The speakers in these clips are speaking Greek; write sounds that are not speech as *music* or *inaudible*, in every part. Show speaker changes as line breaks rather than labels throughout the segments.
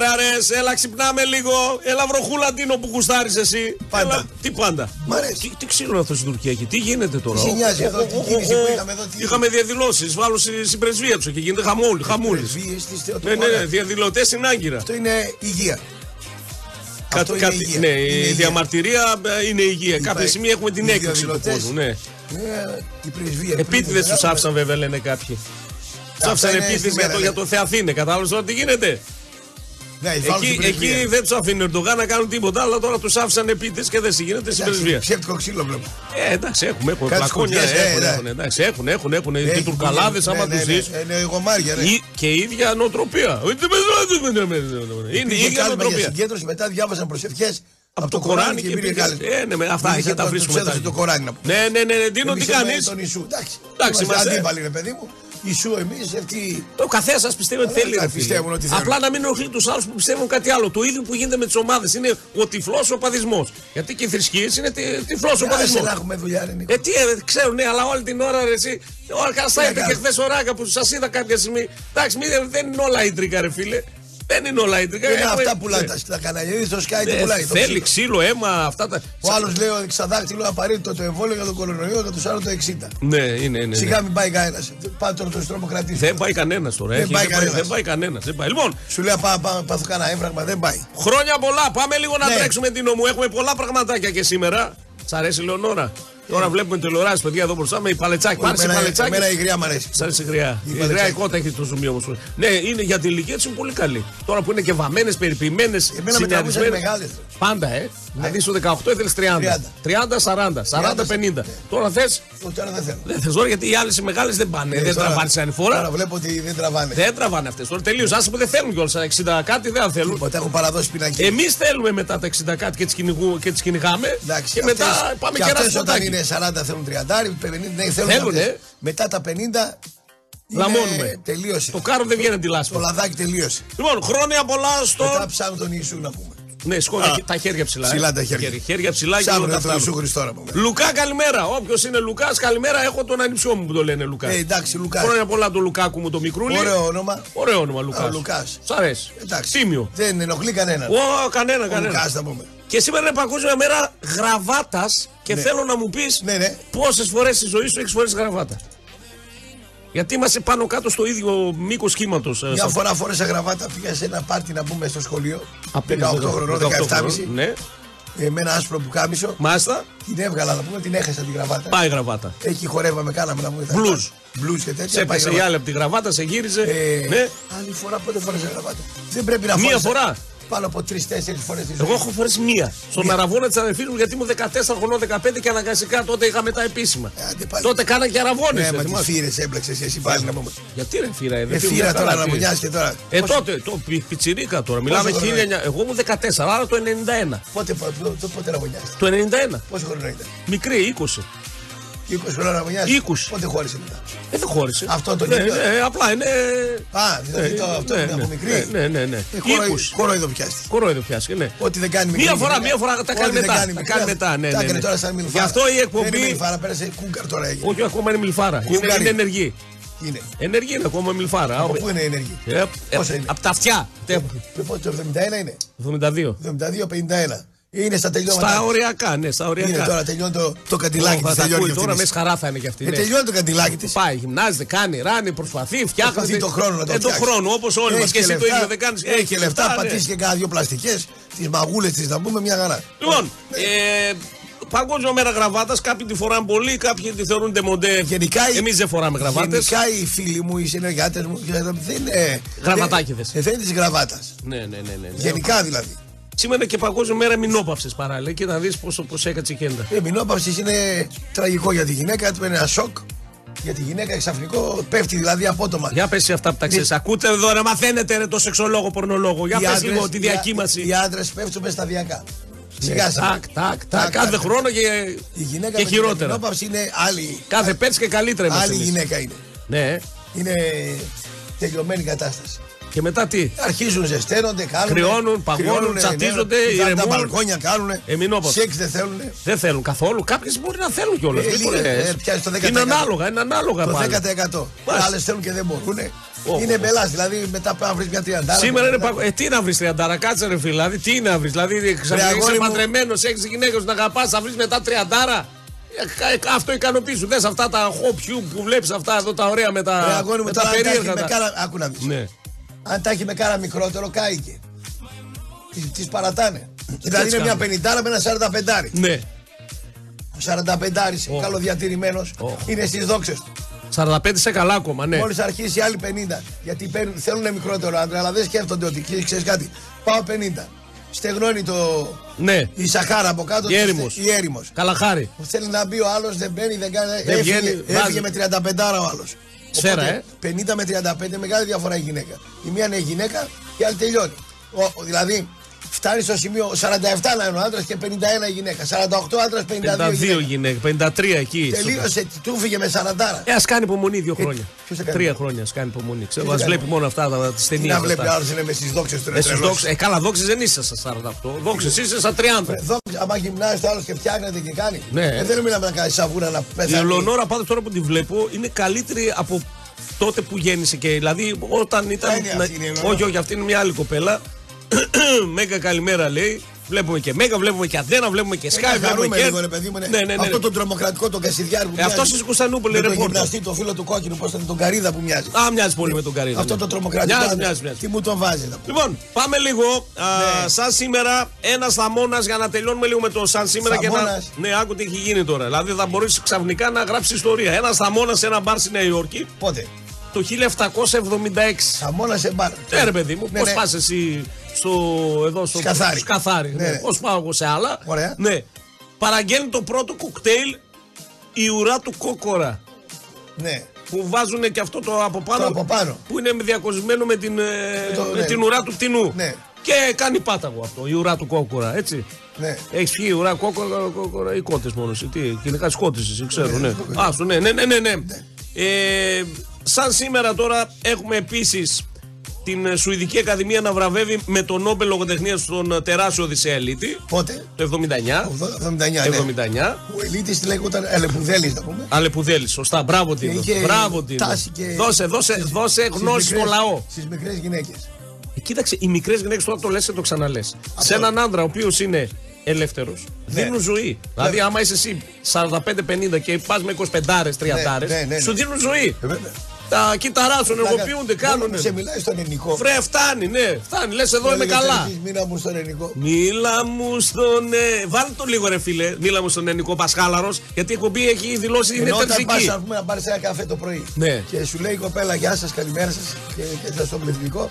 Φεράρε, έλα ξυπνάμε λίγο. Έλα βροχούλα τίνο που κουστάρει εσύ.
Πάντα.
Έλα, τι πάντα.
Μ' αρέσει.
Τι, τι ξύλο είναι αυτό στην Τουρκία εκεί, τι γίνεται τώρα.
Τι σε νοιάζει εδώ, την κίνηση που είχαμε εδώ, τι
Είχαμε διαδηλώσεις, βάλω στη- στην πρεσβεία τους εκεί, γίνεται χαμούλη. χαμούλης.
Βίες της
Ναι, ναι, ναι,
Θεοτοκόρας.
διαδηλωτέ στην Άγκυρα.
ε, Αυτό είναι υγεία.
Κα-
Αυτό είναι
κάτι-
υγεία.
ναι,
Είναι
η
υγεία.
διαμαρτυρία ε, είναι υγεία. Κάποια
Υπάρχει.
στιγμή έχουμε την
Οι
έκρηξη του
διαδηλωτές.
κόσμου. Ναι.
Ναι, η πρεσβεία. Ναι,
Επίτηδε τους άφησαν βέβαια, λένε κάποιοι. Τους άφησαν
είναι
επίτηδε
στη
για,
μέρα,
το-
ναι.
για το Θεαθήνε. Κατάλαβες τώρα τι γίνεται.
Ναι,
Εκεί, εκεί δεν τους αφήνει ο Ερντογάν να κάνουν τίποτα, αλλά τώρα τους άφησαν επίτηδες και δεν γίνεται στην πρεσβεία.
Ψεύτικο ξύλο βλέπω.
Ε, εντάξει, έχουμε, έχουμε.
Κάτι
Πλακόνια
σκουπιές, ε,
έχουν,
ναι.
έχουν, εντάξει, έχουν, έχουν, έχουν. Και
Έχει-
τουρκαλάδες,
ναι,
άμα
ναι,
τους
ναι,
ζει.
ναι, Είναι η γομάρια, ναι.
Και η ίδια νοοτροπία. Ε, Είναι η
Πήγε
ίδια
κάλυμα για
νοοτροπία.
συγκέντρωση, μετά διάβασαν προσευχές
Από το Κοράνι και
πήρε
πήγε.
κάλυμα.
Ε, ναι, με αυτά
Μίλησα
εκεί τα
τώρα,
βρίσκουμε.
τους έδωσε
μετά.
το Κοράνι να πούμε.
Ναι, ναι, ναι, ναι, Ντίνο, τι
Εμείς είμαστε
κάνεις.
Τον Ιησού. Εντάξει,
Εντάξει,
είμαστε
είμαστε.
αντίπαλοι, ρε παιδί μου. Ιησού εμεί, αυτοί.
Το καθένας πιστεύει ότι
Αλλά
θέλει.
τα
ρε φίλε.
πιστεύουν ότι θέλουν.
Απλά να μην ενοχλεί τους άλλους που πιστεύουν κάτι άλλο. Το ίδιο που γίνεται με τις ομάδες. Είναι ο τυφλός οπαδισμό. Γιατί και οι θρησκείες είναι τυφλό
Άσε
οπαδισμό.
να έχουμε δουλειά, ρε Νίκο.
Ε, τι ε, ξέρω, ναι, αλλά όλη την ώρα ρε, εσύ. Όλα καλά, στα
να
είπε και
κάνω.
χθες ο Ράγκα που σας είδα κάποια στιγμή. Εντάξει, μη, δεν είναι όλα ίντρικα, ρε φίλε. Δεν είναι όλα ίντρικα.
Είναι
Έχουμε-
αυτά πουλάει
ναι.
τα- τα κανάλια. Είδε το Sky τι
Ε,
πουλάει. το
Θέλει
ψηλό.
ξύλο, αίμα, αυτά τα.
Ο άλλος λέει ότι ξαδάχτυλο απαραίτητο το εμβόλιο για τον κορονοϊό και τους άλλους το 60.
Ναι, είναι, είναι. ναι.
Σιγά μην πάει κανένας. Πάτε τώρα του τρομοκρατήσει.
Δεν πάει κανένας τώρα.
Δεν
έχει-
πάει
Δεν πάει- δεν
κανένας.
πάει κανένα. Λοιπόν,
Σου λέει πάμε πά, πάθω κανένα έμφραγμα, δεν πάει.
Χρόνια πολλά. Πάμε λίγο να
Ναι.
τρέξουμε την νόμου. Έχουμε πολλά πραγματάκια και σήμερα. Σ' αρέσει η Λεωνόρα. Τώρα βλέπουμε τηλεοράσει, παιδιά, εδώ μπροστά με η παλετσάκι. Πάρε σε
Ε. Εμένα,
παλετσάκι.
εμένα η γριά μου αρέσει.
Σ' αρέσει η γριά. Η γριά
Παλετσάκη.
η κότα έχει το ζουμί όμως. Ναι, είναι για την ηλικία της είναι πολύ καλή. Τώρα που είναι και βαμμένες, περιποιημένες,
με
συναρισμένε.
τραβούσαν μεγάλες.
Πάντα, ε.
Ναι.
Δηλαδή στο 18 ήθελε 30. 30, 40, 40, 50. Τώρα θες.
Ούτε τώρα δεν θέλω.
Δεν θες τώρα γιατί οι άλλες οι μεγάλες δεν πάνε. δεν
Ε, Τώρα-
τραβάνε
Τώρα
ανηφόρα.
βλέπω ότι δεν τραβάνε.
Δεν τραβάνε αυτές. Τώρα τελείως. Άσε που δεν θέλουν κιόλας. 60 κάτι δεν θέλουν.
Τίποτα, έχουν παραδώσει πινακή.
Εμείς θέλουμε μετά τα 60 κάτι και τις κυνηγού, και τις κυνηγάμε. και μετά πάμε και
και
ένα
αυτές όταν
σποτάκι.
είναι 40 θέλουν 30, 50, ναι, θέλουν
Θέλουνε.
αυτές. Μετά τα 50 είναι-
Λαμώνουμε.
Τελείωσε.
Το κάρο δεν βγαίνει τη
Το
λάσπη.
λαδάκι τελείωσε.
Λοιπόν, χρόνια πολλά στο.
Μετά ψάχνουν τον Ιησού να πούμε.
Ναι, σκόνη, τα χέρια ψηλά. ε.
Ψηλά τα χέρια.
Χέρια ψηλά και όλα
Ψάχνουν
τα
τον Ιησού
φτάνουν.
Χριστό να πούμε.
Λουκά, καλημέρα. Όποιος είναι Λουκάς, καλημέρα. Έχω τον ανιψιό μου που το λένε Λουκά.
Ε, εντάξει, Λουκά.
Χρόνια πολλά του Λουκάκου μου το μικρούλι.
Ωραίο όνομα.
Ωραίο όνομα Λουκάς.
Α, Λουκάς.
Σ' αρέσει.
Εντάξει.
Τίμιο.
Δεν ενοχλεί κανέναν.
Ω, κανένα,
Ο
κανένα.
Λουκάς θα πούμε.
Και σήμερα είναι Παγκόσμια Μέρα Γραβάτας και θέλω να μου πεις
Ναι, ναι.
πόσες φορές στη ζωή σου έχεις φορέσει γραβάτα. Γιατί είμαστε πάνω κάτω στο ίδιο ε, μήκο κύματο.
Μια φορά φόρεσα γραβάτα, πήγα σε ένα πάρτι να πούμε στο σχολείο. 18 χρονών, 17,5.
Ναι,
ε, Με ένα άσπρο πουκάμισο.
μάλιστα.
Την έβγαλα να πούμε, την έχασα την γραβάτα.
Πάει γραβάτα.
Εκεί χορεύαμε, κάναμε να πούμε.
Blues.
Μπλουζ και τέτοια.
Σε
πάει
έπαιξε η
γραβάτα.
άλλη από τη γραβάτα, σε γύριζε.
Ε,
ναι.
Άλλη φορά πότε φορέσα γραβάτα. Δεν πρέπει να
Μία
φορέσα
φορά.
Πάνω από τρει-τέσσερι φορές τη ζωή.
Εγώ έχω φορέσει μία.
Ναι.
Στον αραβόνα της αδερφής μου γιατί ήμουν 14 χρονών, 15 και αναγκαστικά τότε είχαμε τα επίσημα.
Ε, άντε πάλι.
τότε κάνα και αραβόνες.
Ναι, μα τι φύρες έμπλεξες εσύ πάλι να πούμε.
Γιατί ρε φύρα, ε,
Ε,
δεν φύγουν
φύρα
καλά,
τώρα να
φύρα.
μουνιάσει και τώρα.
Ε,
Πόσο-
τότε, το πι- πιτσιρίκα τώρα. Μιλάμε
χρόνο
1900. Εγώ ήμουν 14, άρα το 91.
Πότε, πότε, πότε να μουνιάσει.
Το 91.
Πόσο χρόνο ήταν.
Μικρή, 20.
20 χρόνια να μουνιάσει.
20.
Πότε χώρισε μετά.
Ε, δεν χώρισε.
Αυτό το
ναι,
νίκιο.
ναι, απλά είναι.
Α, δηλαδή το, αυτό
ναι,
είναι
ναι,
από μικρή.
Ναι, ναι, ναι.
Ε,
20.
χώρο- Χόροϊδο πιάστηκε.
Κορόιδο πιάστηκε, ναι.
Ό,τι δεν κάνει μικρή.
Μία φορά,
γυναίκα.
μία φορά τα
Ό,τι
κάνει
δεν
μετά.
κάνει
Τα
μικρή,
κάνει μετά, ναι.
Τα
ναι,
έκανε
ναι.
τώρα σαν
Γι'
μιλφάρα.
αυτό η
Δεν είναι
εκπομπή.
μιλφάρα, πέρασε κούγκαρ τώρα έγινε.
Όχι, ακόμα είναι μιλφάρα. Είναι,
Κουκάρι.
είναι ενεργή.
Είναι.
Ενεργή είναι ακόμα μιλφάρα.
Από πού είναι η ενέργεια.
Ε,
Πόσο είναι.
Από τα αυτιά. Τε-
Λοιπόν, το 71 είναι.
72.
72-51. Είναι στα τελειώματα.
Στα οριακά, ναι, στα
Είναι
οριακά.
τώρα, τελειώνει το, το καντιλάκι
Θα
της,
τα
τελειώνει
ακούει
και αυτή
τώρα,
της.
μέσα χαρά θα είναι και αυτή.
Ε,
ναι.
τελειώνει το καντιλάκι της.
Πάει, γυμνάζεται, κάνει, ράνει, προσπαθεί, φτιάχνει.
Προσπαθεί το χρόνο να το
ε, το
φτιάξει.
χρόνο, όπως όλοι μας.
Έχει
Και εσύ το
λεφτά,
ίδιο δεν κάνεις.
Έχει και λεφτά,
ναι.
πατήσεις και κάνα δύο πλαστικές, τις μαγούλες της, να πούμε μια χαρά.
Λοιπόν,
Ναι.
ε, Παγκόσμια μέρα γραβάτας. Κάποιοι τη φοράνε πολύ, κάποιοι τη θεωρούν ντεμοντέ.
Γενικά, οι-
Εμείς δεν φοράμε γραβάτες.
Γενικά οι φίλοι μου, οι συνεργάτες μου δεν είναι.
Γραμματάκηδες.
Δεν, δεν είναι της γραβάτας.
Ναι, ναι, ναι. ναι, ναι.
Γενικά δηλαδή.
Σήμερα είναι και Παγκόσμια μέρα μηνόπαυσης παράλληλα. Και να δεις πόσο προσέκατσε η κέντα.
Η μηνόπαυση Ε, είναι τραγικό για τη γυναίκα, του είναι ένα σοκ. Για τη γυναίκα ξαφνικό πέφτει δηλαδή απότομα.
Για πέσει αυτά που τα ξέρει. Ακούτε εδώ, ρε, μαθαίνετε ρε, το σεξολόγο, πορνολόγο. Για
Οι
πες
Ναι. άντρες-
λίγο τη
οι-
διακύμαση. Ναι.
Οι άντρες πέφτουν σταδιακά. Σιγά σιγά.
Τάκ, τάκ, τάκ. Κάθε χρόνο και,
Η γυναίκα
και
με την
χειρότερα.
μηνόπαυση είναι άλλη,
Κάθε πέτσε και καλύτερα είμαστε. Ναι.
άλλη
εμείς.
γυναίκα είναι.
Ναι.
Είναι τελειωμένη κατάσταση.
Και μετά τι.
Αρχίζουν, ζεσταίνονται, ναι, κάνουν.
Κρυώνουν, παγώνουν, τσατίζονται,
Τα
ηρεμούν.
μπαλκόνια κάνουν.
Εμεινόποτε.
Σεξ δεν θέλουν.
Δεν θέλουν καθόλου. Κάποιες μπορεί να θέλουν κιόλας.
Ε, λίγες, ε, πιάνεις το 10%.
είναι ανάλογα, είναι ανάλογα
Το
πάλι.
10%.
Μάλιστα.
Άλλες θέλουν και δεν μπορούν.
Ω,
είναι
ω.
μπελάς, δηλαδή μετά πρέπει να βρεις μια τριαντάρα.
Σήμερα είναι
μετά-
παγκο... Ε, τι να βρεις, Τριαντάρα, κάτσε ρε φίλε. Δηλαδή, τι να βρεις. Δηλαδή, ξαφνικά
αγόρι
είσαι
μου.
παντρεμένος, έχεις γυναίκα να αγαπάς, θα βρεις μετά Τριαντάρα. Ε, κα- αυτό ικανοποιήσου. Δες αυτά τα χόπιου που βλέπεις αυτά εδώ τα ωραία με τα,
Ρε αγόρι μου,
με
τώρα
τα
αν τα έχεις
περίεργα.
με
τα-
κάνα. Άκου να δεις.
Ναι.
Αν τα έχει με κάνα μικρότερο, κάηκε. Τι παρατάνε. Δηλαδή
έτσι
είναι μια
κάνουν.
πενηντάρα με ένα 45.
ναι.
45 είσαι
Ω.
καλοδιατηρημένος,
Ω.
είναι στις δόξες του.
45 σε καλά ακόμα, ναι.
Μόλις αρχίσει η άλλη 50. Γιατί παίρνουν- θέλουν μικρότερο άντρα, αλλά δεν σκέφτονται ότι ξέρεις κάτι. Πάω 50. Στεγνώνει το.
Ναι.
Η Σαχάρα από κάτω.
Η έρημος.
Η έρημος.
Καλαχάρη.
Θέλει να μπει ο άλλος, δεν μπαίνει, δεν κάνει.
Δεν
έφυγε,
βγαίνει, βάζει.
έφυγε με 35 ο άλλος.
Σφαίρα, ε.
50 με 35 μεγάλη διαφορά η γυναίκα. Η μία είναι γυναίκα, η άλλη τελειώνει. Ο, ο- δηλαδή φτάνει στο σημείο 47 να είναι ο άντρας και 51 η γυναίκα. 48 άντρα, 52,
52
γυναίκα.
γυναίκα, 53 εκεί. στο-
Τελείωσε, του φύγε με 40.
Ε, ας κάνει υπομονή δύο χρόνια.
ποιος θα κάνει.
Τρία χρόνια ας κάνει υπομονή. Ξέρω,
Ποιος
ας
θα
βλέπει
κάνει.
μόνο αυτά τις
Τι
ταινίες.
να βλέπει άλλο είναι με στις δόξες του. ρε,
Ε, στους
τρελός.
δόξες- ε, καλά, δόξες δεν είσαι στα 48. Δόξες είσαι στα 30.
Ρε, δόξα, άμα γυμνάζεις το άλλο και φτιάχνεται και κάνει.
Ναι.
Ε, δεν μιλάμε να κάνεις σαβούρα να
Η
πεθάνει.
Ελεονόρα πάντως τώρα που τη βλέπω είναι καλύτερη από τότε που γέννησε και δηλαδή όταν ήταν.
είναι αυτή η Ελεονόρα.
όχι, όχι, αυτή είναι μια άλλη κοπέλα. *clears throat* Μέγα καλημέρα λέει. Βλέπουμε και Μέγα, βλέπουμε και Αντένα, βλέπουμε και
Σκάι,
Sky, βλέπουμε
χαρούμε
και.
Ε, λίγο ρε παιδί μου. ναι.
Ναι, ναι, ναι.
Αυτό το τρομοκρατικό το κασιδιάρι που
Ε, αυτός
μοιάζει
της Κωνσταντινούπολης,
με
ρε,
Το
πόρτα.
γυμναστή, το φίλο του κόκκινου, πώς ήταν τον Καρίδα που μοιάζει.
Α, μοιάζει πολύ με τον Καρύδα.
Αυτό
ναι.
το τρομοκρατικό.
Μοιάζει,
άντρα.
μοιάζει, μοιάζει.
Τι μου τον βάζει να πω.
Λοιπόν, πάμε λίγο. Α,
Ναι.
Σαν σήμερα, ένας θαμώνας για να τελειώνουμε λίγο με το σαν σήμερα
Θαμώνας.
και να. Ναι, άκου τι έχει γίνει τώρα. Δηλαδή, θα μπορείς ξαφνικά να γράψεις ιστορία. Ένας θαμώνας σε ένα μπαρ στη Νέα Υόρκη
Πότε.
το 1776.
Σαμόνα σε μπαρ.
Ναι, ρε παιδί μου,
Ναι,
πώς
ναι.
πας εσύ στο, εδώ στο
Σκαθάρι.
στο Σκαθάρι,
Ναι,
ναι.
ναι.
Πώς πάω εγώ σε άλλα.
Ωραία.
Ναι. Παραγγέλνει το πρώτο κοκτέιλ η ουρά του κόκορα.
Ναι.
Που βάζουν και αυτό το από πάνω.
Το από πάνω.
Που είναι διακοσμένο με την, ε,
το-
με
ναι.
την ουρά του πτηνού.
Ναι.
Και κάνει πάταγο αυτό, η ουρά του κόκορα, έτσι.
Ναι.
Έχει φύγει η ουρά κόκορα, κόκορα ή κότες μόνο. Τι, γενικά τις κότες, εσύ ξέρω, ναι. Άστο, ναι, ναι, ναι. ναι, ναι. Ε, σαν σήμερα τώρα έχουμε επίσης την ε, Σουηδική Ακαδημία να βραβεύει με τον Νόμπελ Λογοτεχνίας στον ε, τεράσιο Οδυσσέα Λύτη,
Πότε.
το 79.
79. ναι.
79.
Ο ελίτης λέγονταν Ελεπουδέλη να πούμε.
Αλεπουδέλης, σωστά. Μπράβο Τίνος.
Είχε
Μπράβο Τίνος.
Ναι, τάση και-
Δώσε, δώσε, δώσε γνώση στο λαό.
Στις μικρές γυναίκες.
Ε, Κοίταξε, οι μικρές γυναίκες τώρα το λες και το ξαναλέ. Σε έναν άντρα ο οποίος είναι ελεύθερος,
Ναι.
δίνουν ζωή. Δηλαδή, άμα είσαι εσύ 45-50 και πας με 25-30,
Ναι, ναι, ναι, ναι.
σου δίνουν ζωή.
Ε, βέβαια.
Τα κύτταρά σου ενεργοποιούνται, κάνουν.
Σε μιλάει στον ελληνικό. Ε,
Βρε, φτάνει, ναι, φτάνει. Λες εδώ είμαι
Έλεγες,
καλά.
«Ελκύς, Μήνα μου στον ελληνικό.
Μίλα μου στον. Ε... Βάλτε το λίγο, ρε φίλε. Μίλα μου στον Ενικό Πασχάλαρος, γιατί η εκπομπή έχει δηλώσει είναι
Ενώ όταν πας
τερσική.
ας πούμε, να πάρεις ένα καφέ το πρωί
Ναι.
και σου λέει η κοπέλα γεια σας, καλημέρα σας και έτσι στο πληθυντικό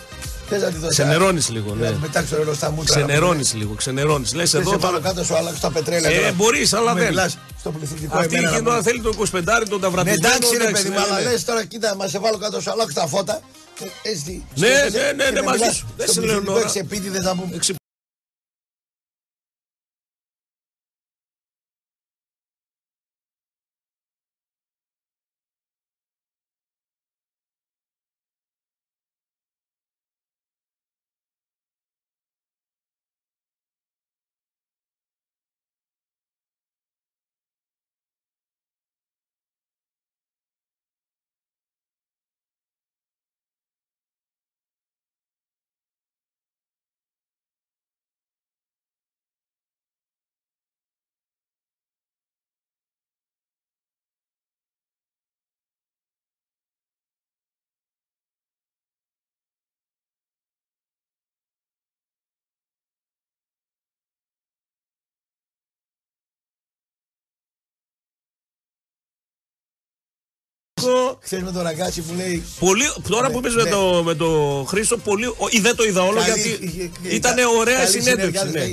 θες να τη δώσεις Ε,
Ξενερώνει λίγο,
να
ναι.
του πετάξεις το νερό στα μούτρα
Ξενερώνεις λίγο, ξενερώνεις. Λες
Εδώ
εδώ.
σε πάνω κάτω σου αλλάξω τα πετρέλα
Ε,
τώρα.
μπορείς, αλλά
Μου
δεν.
μιλάς στο πληθυντικό
Αυτή η
εμένα να
γυναίκα
μου-
θέλει το 25, τον
Ναι,
ταυρατισμένο.
εντάξει ρε
εντάξει,
παιδί μου,
ναι,
αλλά
ναι.
λες τώρα κοίτα μα σε βάλω κάτω σου αλλάξω τα φώτα Ε, έτσι,
Ναι,
σκέφτεσαι
ναι, ναι,
και
ναι,
με
μαζί
μιλάς
σου. Δεν
στο
σε λέω
πληθυντικό
τώρα.
εξεπίτηδες να πούμε.
Εξυπ-
Χθες με το ραγκάτσι που λέει
Πολύ, τώρα που είπες με,
ναι.
το, με το Χρήστο, πολύ, ο- ή δεν το είδα όλο γιατί
ε,
ήταν ωραία συνέντευξη. Ναι.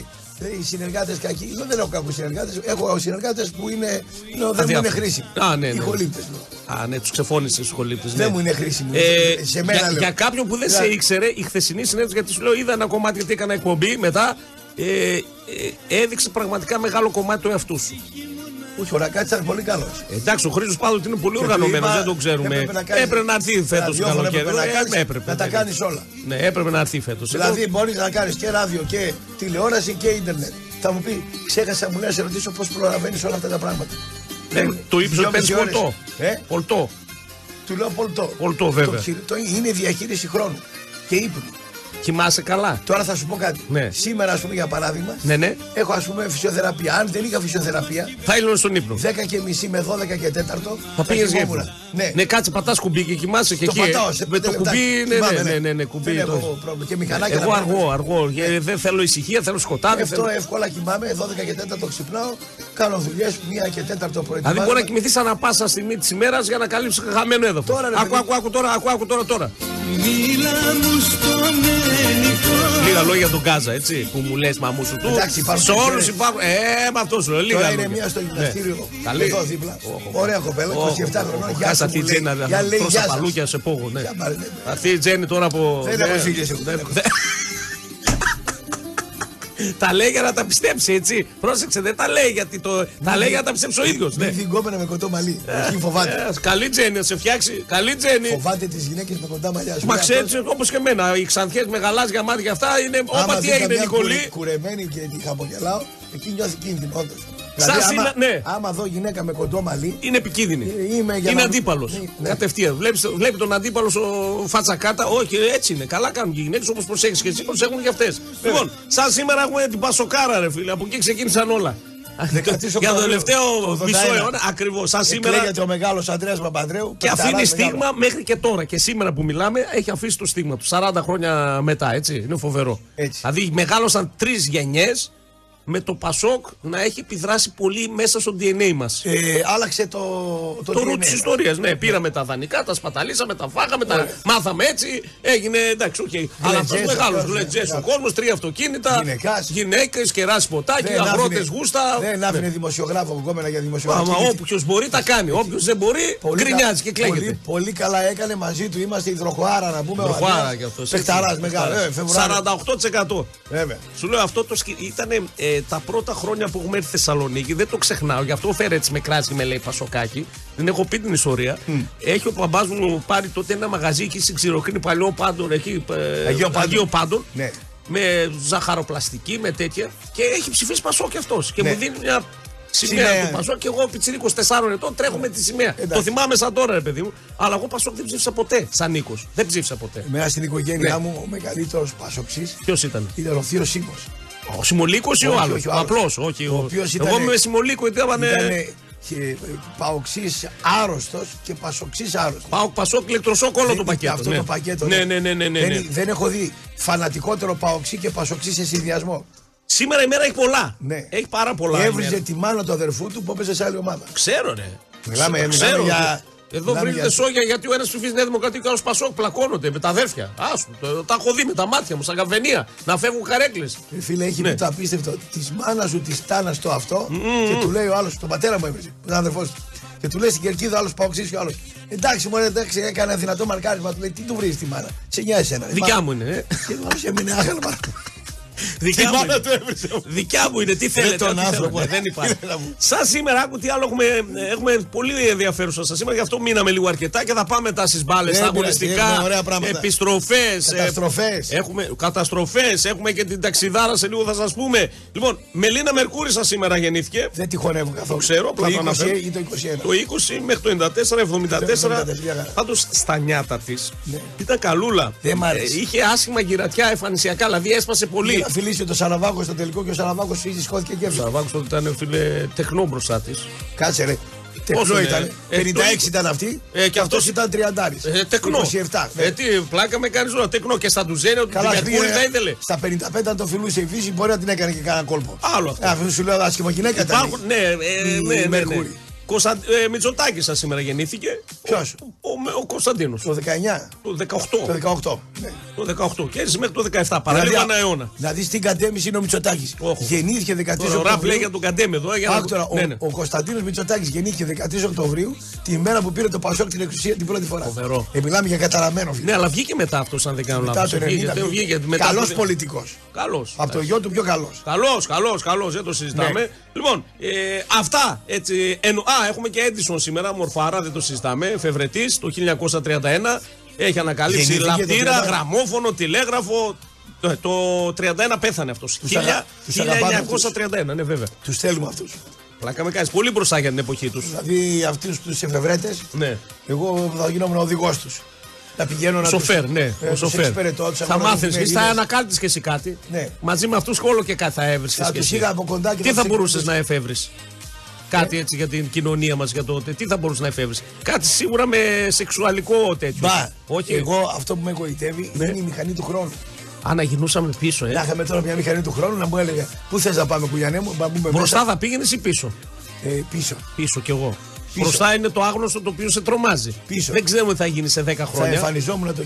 Οι συνεργάτε κακοί. Εγώ δεν έχω κακού συνεργάτες. Έχω συνεργάτες που είναι, νο, δεν μου είναι
Αδιάφοροι.
χρήσιμοι.
Α, ναι,
Οι
ναι.
χολύπτες μου.
Α, ναι, τους ξεφώνησε στους χολύπτες.
Δεν
ναι.
μου είναι χρήσιμοι.
Ε,
σε μένα
για,
λέω.
για κάποιον που δεν σε
Δηλαδή,
ήξερε, η χθεσινή συνέντευξη, γιατί σου λέω, είδα ένα κομμάτι γιατί έκανα εκπομπή μετά, ε, ε, έδειξε πραγματικά μεγάλο κομμάτι του εαυτού σου.
Όχι, ο Ρακάτσα είναι πολύ καλός.
Εντάξει, ο Χρήστος πάντοτε είναι πολύ
Και του
οργανωμένος,
είπα,
δεν το ξέρουμε.
έπρεπε να κάνεις-
Έπρεπε να έρθει φέτο το
ραδιόφωνο
καλοκαίρι.
έπρεπε να
Ε,
κάνεις-
έπρεπε,
να τα
ναι.
κάνεις όλα.
Ναι, έπρεπε να έρθει φέτος.
Δηλαδή μπορείς να κάνεις και ράδιο και τηλεόραση και ίντερνετ. Θα μου πει, ξέχασα μου λέει, να σε ρωτήσω πώς προλαβαίνεις όλα αυτά τα πράγματα.
Ε, το ύψο
δυόμιση
παίρνει
ώρες.
πολτό.
Ε?
Πολτό.
Του λέω πολτό.
Πολτό, βέβαια.
Το χειρι- το- είναι διαχείριση χρόνου και ύπνου.
Κοιμάσαι καλά.
Τώρα θα σου πω κάτι.
Ναι.
Σήμερα, ας πούμε, για παράδειγμα,
Ναι, ναι.
έχω ας πούμε φυσιοθεραπεία. Αν δεν είχα φυσιοθεραπεία,
Θα ήλωνε στον ύπνο.
10 και μισή με 12 και 4
Θα πήγες για ύπνο.
Ναι.
ναι, κάτσε πατάς κουμπί και κοιμάσαι και
Το
εκεί. ε.
πατάω σε
με
πέντε
το
λεπτά.
κουμπί, ναι, ναι,
Κοιμάμαι,
ναι, ναι, ναι, κουμπί.
Δεν
το-
έχω πρόβλημα. Και μηχανάκια.
Εγώ
να
αργό,
παίρνω.
αργό. Ε, Δεν θέλω ησυχία, θέλω σκοτάδι.
Αυτό ε,
Θέλω...
εύκολα κοιμάμαι, 12 και 4 ξυπνάω, κάνω δουλειές, 1 και 4 το πρωί.
Δηλαδή μπορεί να κοιμηθείς ανά πάσα στιγμή της ημέρας για να καλύψεις χαμένο έδαφος.
Τώρα, ρε,
Ακού,
παιδί.
ακού, ακού τώρα, ακού, ακού τώρα, τώρα.
Μίλα μου στον ελληνικό
Λίγα λόγια για τον Γκάζα, έτσι. Που μου λες, μα μου σου του.
Εντάξει, υπάρχουν
Σε όλους
και-
υπάρχουν. Ε, με αυτό σου λέω. Λίγα
Τώρα είναι
λόγια.
μία στο γυμναστήριο
Ναι. Καλή.
εδώ δίπλα.
Οχ,
Ωραία κοπέλα, 27
οχ,
χρονών.
οχ,
Γεια
Κάτσε
σου,
αυτή
μου
η
λέει.
Τζένα,
Γεια λέει, γεια
τρώσα
σας.
παλούκια σε πόγο, ναι.
Γεια πάρε, ναι.
Αυτή η Τζέννη τώρα από.
Δεν
ναι.
έχω φίλες εγώ, δεν έχω.
Τα λέει για να τα πιστέψει, έτσι. Πρόσεξε, δεν τα λέει γιατί το. Τα λέει για να τα πιστέψει ο ίδιος.
Μην διγκόμενα με κοντό μαλλί.
Ε.
Εκεί φοβάται.
Καλή Τζέννη, να σε φτιάξει. Καλή Τζέννη.
Φοβάται τις γυναίκες με κοντά μαλλιά. Σου
Ε. Μα
λέει,
ξέρει
αυτός,
όπως και εμένα. Οι ξανθιές με γαλάζια μάτια αυτά είναι.
άμα
Όπα τι
δει
έγινε,
καμιά κουρε-
Νικολή.
Κουρεμένη και τη χαμογελάω, εκεί νιώθει κίνδυνο, όντως.
σύνα- ναι.
Δηλαδή, άμα δω γυναίκα με κοντό μαλλί,
Είναι επικίνδυνη.
Ε, είμαι για
είναι
να-
αντίπαλος.
Ναι.
Κατευθείαν. Βλέπεις, βλέπει τον αντίπαλο ο φατσακάτα. Όχι, έτσι είναι. Καλά κάνουν και οι γυναίκες όπως προσέχεις και εσύ προσέχουν και αυτές.
Ε.
Λοιπόν, σαν σήμερα έχουμε την Πασοκάρα, ρε φίλε. Από εκεί ξεκίνησαν όλα.
Δεκατής
Για τον
Οκτωβρίου,
τελευταίο
81.
μισό αιώνα, ακριβώς.
Ε,
Σαν σήμερα.
Εκλέγεται ο μεγάλος Αντρέα Παπανδρέου.
Και αφήνει
παιχταράς
στίγμα
μεγάλος.
μέχρι και τώρα. Και σήμερα που μιλάμε, έχει αφήσει το στίγμα του. 40 χρόνια μετά, έτσι. Είναι φοβερό.
Έτσι.
Δηλαδή, μεγάλωσαν τρεις γενιές με το Πασόκ να έχει επιδράσει πολύ μέσα στο DNA μας.
Ε, άλλαξε το.
Το
DNA.
ρου της ιστορίας. Ναι, πήραμε τα δανεικά, τα σπαταλίσαμε, τα φάγαμε, τα μάθαμε έτσι. Έγινε εντάξει, οκ. Αλλά αυτός
Γλεντζές,
μεγάλο.
αυτός, ναι,
Γλεντζέ ο
μπράβο.
κόσμος, τρία αυτοκίνητα,
Γυναικάς.
γυναίκες, κεράσι ποτάκι,
Δεν
αγρότε
Ναι, άφηνε-
γούστα.
Δεν άφηνε δημοσιογράφο γκόμενα για δημοσιογράφο.
Άμα όποιος μπορεί τα κάνει. Όποιος δεν μπορεί, γκρινιάζει και
Πολύ,
κλαίγεται.
πολύ καλά έκανε μαζί του. Είμαστε η Δροχοάρα να πούμε. ο
Τροχοάρα
Ανδρέας.
κι αυτό.
Πεχταράς, μεγάλο. Ε, Φεβρουάριο.
48%.
Βέβαια.
Σου λέω αυτό το σκι... ήταν ε, τα πρώτα χρόνια που έχουμε έρθει στη Θεσσαλονίκη. Δεν το ξεχνάω. Γι' αυτό ο Φέρετ με κράζει και με λέει Πασοκάκι. Δεν έχω πει την ιστορία. Έχει ο παπά μου πάρει τότε ένα μαγαζί εκεί στην Ξηροκρίνη παλιό πάντων. Εκεί, ε,
Αγίο Πάντων.
Πάντων.
Ναι.
Με ζαχαροπλαστική, με τέτοια. Και έχει ψηφίσει Πασόκ αυτός. Και
Ναι.
μου δίνει μια σημαία
Σημαία.
του Πασόκ. Και εγώ πιτσίρι 24 ετών τρέχω με τη σημαία.
Εντάξει.
Το θυμάμαι σαν τώρα, ρε παιδί μου. Αλλά εγώ Πασόκ δεν ψήφισα ποτέ σαν Νίκος. Δεν ψήφισα ποτέ.
Εμένα στην οικογένειά
Ναι.
μου ο μεγαλύτερος πασοξή
Ποιος ήταν.
ήταν ο Θείος Σίμω.
Ο Σιμολίκος ή ο
Όχι,
άλλος.
όχι, ο άλλος.
Απλό, όχι.
Ο
Ο...
οποίος
Εγώ
ήτανε-
με Σιμολίκο γιατί ήταν.
Ήταν ε, παοξής άρρωστος και πασοξής άρρωστος.
Πάω Πασόκ, ηλεκτροσόκ όλο το
Δεν-
πακέτο.
Αυτό
ναι.
το πακέτο.
Ναι, ναι, ναι, ναι. ναι, ναι.
Δεν, δεν έχω δει φανατικότερο παοξή και πασοξή σε συνδυασμό.
Σήμερα η μέρα έχει πολλά.
Ναι.
Έχει πάρα πολλά. η μέρα.
Έβριζε τη μάνα του αδερφού του που έπαιζε σε άλλη ομάδα.
Ξέρω, ρε.
Μιλάμε-
Σε-
μιλάμε
ξέρω.
για-
Εδώ
μιλάμε
βρίζονται
για-
σόγια γιατί ο ένας ψηφίζει Νέα Δημοκρατία και ο άλλος Πασόκ πλακώνονται με τα αδέρφια. Άσου, το- τα έχω δει με τα μάτια μου, σαν καβενία. Να φεύγουν καρέκλες.
Ρε Ε, Φίλε, έχει
Ναι.
πει το απίστευτο. Της μάνας σου, της τάνας το αυτό. Και του λέει ο άλλος, τον πατέρα μου έβριζε, που ήταν αδερφός του. Και του λέει στην κερκίδα, άλλος παοξής και ο άλλος. Εντάξει, μου εντάξει, έκανε ένα δυνατό μαρκάρισμα. Του λέει, τι του βρίζεις τη μάνα. Σε νοιάζει ένα.
Δικιά μου είναι. ε.
Και ο άλλος έμεινε άγαλμα.
Δικιά μου,
μάνα
είναι. Δικιά μου είναι, τι θέλετε.
τον
ό,τι
άνθρωπο,
θέλετε, δεν
τι
υπάρχει.
να μου.
Σαν σήμερα, άκου τι άλλο έχουμε, ε, έχουμε πολύ ενδιαφέρουσα σας σήμερα, γι' αυτό μείναμε λίγο αρκετά και θα πάμε μετά στι μπάλε,
Δεν
στα
πειράζει, έχουμε
αγωνιστικά,
Ε, ωραία πράγματα.
επιστροφές.
Καταστροφές.
Έχουμε καταστροφές, έχουμε και την ταξιδάρα σε λίγο θα σας πούμε. Λοιπόν, Μελίνα Μερκούρη σας σήμερα γεννήθηκε.
Δεν τη χωνεύω καθόλου.
ξέρω, απλά
το
το
20
αναφέρω.
ή το 21.
Το 20 μέχρι το 94, 74.
74, μια χαρά.
Πάντως στα νιάτα της
Ναι.
ήταν καλούλα.
Δεν μ' άρεσε.
Ε, Είχε άσχημα γυρατιά εμφανισιακά, δηλαδή έσπασε πολύ.
Να φιλήσει το Σαραβάκος στο τελικό και ο Σαραβάκος φύζει, σκόθηκε και έφυγε.
Σαραβάκος τότε ήταν φίλε τεχνό μπροστά της.
Κάτσε ρε.
Πόσο
Τεχνό
είναι,
ήταν.
ε, το
56
είκο.
ήταν αυτή.
Ε, και
και αυτός
αυτός-
ήταν 30.
Ε, τεκνό.
27. ναι.
Ε, τι, πλάκα με κάνεις όλα. Τεκνό και στα ντουζένια του
Καλά, ε,
Τυμιακούρη
πήγε
θα ήθελε.
Στα 55 αν το φιλούσε η φύση, μπορεί να την έκανε και κανένα κόλπο.
Άλλο αυτό.
Ε, αφού σου λέω άσχημο γυναίκα ήταν.
Υπάρχουν, ναι, ε,
Η
ναι, ναι, ναι.
Μερκούρη.
Κωνσταν... Ε, Μητσοτάκης σας σήμερα γεννήθηκε.
Ποιος?
Ο, ο, ο Κωνσταντίνος.
Το 19.
Το 18.
Το 18. Ναι.
Το 18. Και έτσι μέχρι το 17. Παραλίγο ένα αιώνα.
Δηλαδή στην κατέμιση είναι ο Μητσοτάκης.
Όχι.
Γεννήθηκε 13
Τώρα, ο Ραφ λέει για τον Καντέμι εδώ. Για να...
Άκου τώρα, ο,
ναι, ναι.
ο Κωνσταντίνος Μητσοτάκης γεννήθηκε 13 Οκτωβρίου, τη μέρα που πήρε το Πασόκ την εξουσία την πρώτη φορά.
Φοβερό.
Ε, μιλάμε για καταραμένο φίλο.
ναι, αλλά βγήκε μετά αυτός, αν δεν κάνω
μετά
λάθος.
το 90. Καλό πολιτικός.
Καλός.
Από το γιο του πιο καλός.
Καλός, καλός, καλός, δεν το συζητάμε.
Ναι.
Λοιπόν, ε, αυτά έτσι. Ενώ, α, έχουμε και Έντισον σήμερα, μορφάρα, δεν το συζητάμε. Φευρετή το 1931. Έχει ανακαλύψει
Γεννήθηκε το
λαπτήρα,
31.
γραμμόφωνο, τηλέγραφο. Το, το 31 πέθανε αυτός.
ανα- τους αγαπάμε αυτούς.
1931, ναι, βέβαια.
Τους θέλουμε αυτούς.
Πλάκα με κάνεις πολύ μπροστά για την εποχή τους.
Δηλαδή αυτούς τους εφευρέτες,
Ναι.
εγώ θα γινόμουν οδηγός τους. Να πηγαίνω να.
Σοφέρ,
τους-
ναι.
ε,
ο
τους
σοφέρ.
εξυπηρετώ, τους
Θα
αγοράζω τις
μάθαινε, θα
μερίδες.
ανακάλυπτες και εσύ κάτι.
Ναι.
Μαζί με αυτούς όλο και κάτι θα έβρισκες.
Θα
και
τους
εσύ.
είχα από κοντά και
Τι
θα
θα
τους
μπορούσε
είχα-
να εφεύρεις. Κάτι έτσι για την κοινωνία μας για τότε. Τι θα μπορούσε να εφεύρεις. Κάτι σίγουρα με σεξουαλικό τέτοιο.
Μπα,
*laughs* Όχι. Εγώ...
εγώ αυτό που με εγωιτεύει είναι η μηχανή του χρόνου.
Αναγινούσαμε πίσω, ε.
Να είχαμε τώρα μια μηχανή του χρόνου να μου έλεγε Πού θες να πάμε, Κουλιανέ μου, να μπούμε
Μπροστά
μέσα,
θα πήγαινες ή πίσω.
ε, πίσω.
Πίσω κι εγώ. Μπροστά είναι το άγνωστο το οποίο σε τρομάζει.
Πίσω.
Δεν ξέρουμε τι θα γίνει σε 10
Θα
χρόνια.
εμφανιζόμουν το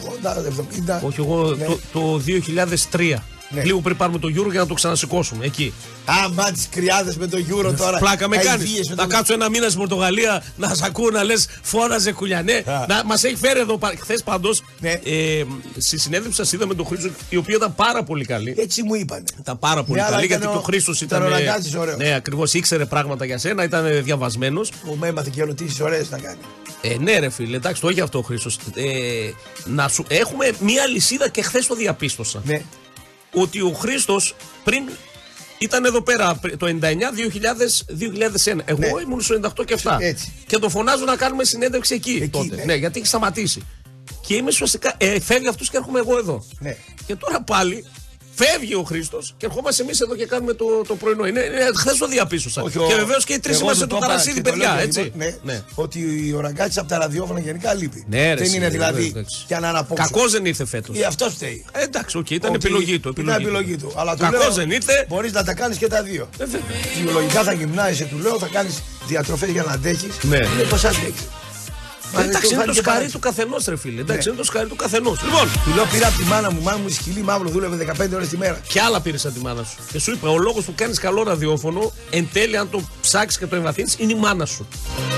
1980-70.
Όχι, εγώ
Ναι.
το, το 2003.
Ναι.
Λίγο πριν πάρουμε το Euro για να το ξανασηκώσουμε. Εκεί.
Άμα τις κρυάδες με το Euro τώρα.
Ναι, Πλάκα με κάνει.
καηδίες με
Θα
το-
κάτσω ένα μήνα στην Πορτογαλία να σ' ακούω να λες φώναζε κουλιανέ.
Α.
Να, μας έχει φέρει εδώ χθες πάντως.
Ναι.
Ε, στη συνέντευξη σας είδαμε τον Χρήστο, η οποία ήταν πάρα πολύ καλή.
Έτσι μου είπανε.
Ήταν πάρα πολύ
Ε, Ναι, αλλά
καλή
ήταν
γιατί
ο-
και ο Χρήστος
ήταν
ήταν.
ο Ραγκάτσης ωραίος.
Ναι, ακριβώς ήξερε πράγματα για σένα, ήταν διαβασμένος.
Μου με έμαθε και ερωτήσεις ωραίες να κάνει.
Ε, ναι, ρε φίλε, εντάξει, το έχει αυτό ο Χρήστος. Ε, να σου... Έχουμε μία λυσίδα και χθες το διαπίστωσα.
Ναι.
Ότι ο Χρήστος πριν ήταν εδώ πέρα πρι- το 99, 2000, 2001. Εγώ
Ναι.
ήμουν στο 98 και 7.
Έτσι.
Και το φωνάζω να κάνουμε συνέντευξη εκεί,
Εκεί,
τότε.
ναι.
Ναι. γιατί έχει σταματήσει. Και είμαι ουσιαστικά. Ε, φεύγει αυτός και έρχομαι εγώ εδώ.
Ναι.
Και τώρα πάλι φεύγει ο Χρήστος και ερχόμαστε εμείς εδώ και κάνουμε το, το πρωινό. Είναι, είναι, χθες το διαπίστωσα.
Όχι, ο-
και βεβαίως και οι τρεις
εγώ
είμαστε
σου
του
το είπα
Ταρασίδη,
και το
παιδιά,
λέω και
έτσι.
λοιπόν, Ναι, Ότι ο Ραγκάτσι από τα ραδιόφωνα γενικά λείπει.
Ναι, ρε,
δεν
εσύ,
είναι δηλαδή
εντάξει.
για να αναπόξω.
Κακός δεν ήρθε φέτος.
Ή αυτό φταίει.
Ε, εντάξει, οκ, ήταν
Ότι
επιλογή του.
Ήταν επιλογή του. Αλλά του
Κακός
λέω,
δεν ήρθε.
Μπορείς να τα κάνεις και τα δύο.
Ε, βέβαια.
Βιολογικά θα γυμνάζεσαι, του λέω, θα κάνεις διατροφές για να αντέχεις.
Ναι.
Είναι το σαν αντέχει. Μα δεν
Εντάξει, είναι το
φάνηκε
σκαρί
παράξενο.
του καθενός, ρε φίλε. Εντάξει,
Ναι.
είναι το σκαρί του καθενός. Λοιπόν,
Του λέω πήρα από τη μάνα μου, μάνα μου σκυλή μαύρο, δούλευε 15 ώρες τη μέρα.
ποια άλλα πήρες από τη μάνα σου. Και σου είπα, ο λόγος που κάνεις καλό ραδιόφωνο, εν τέλει, αν το ψάξεις και το εμβαθύνεις, είναι η μάνα σου.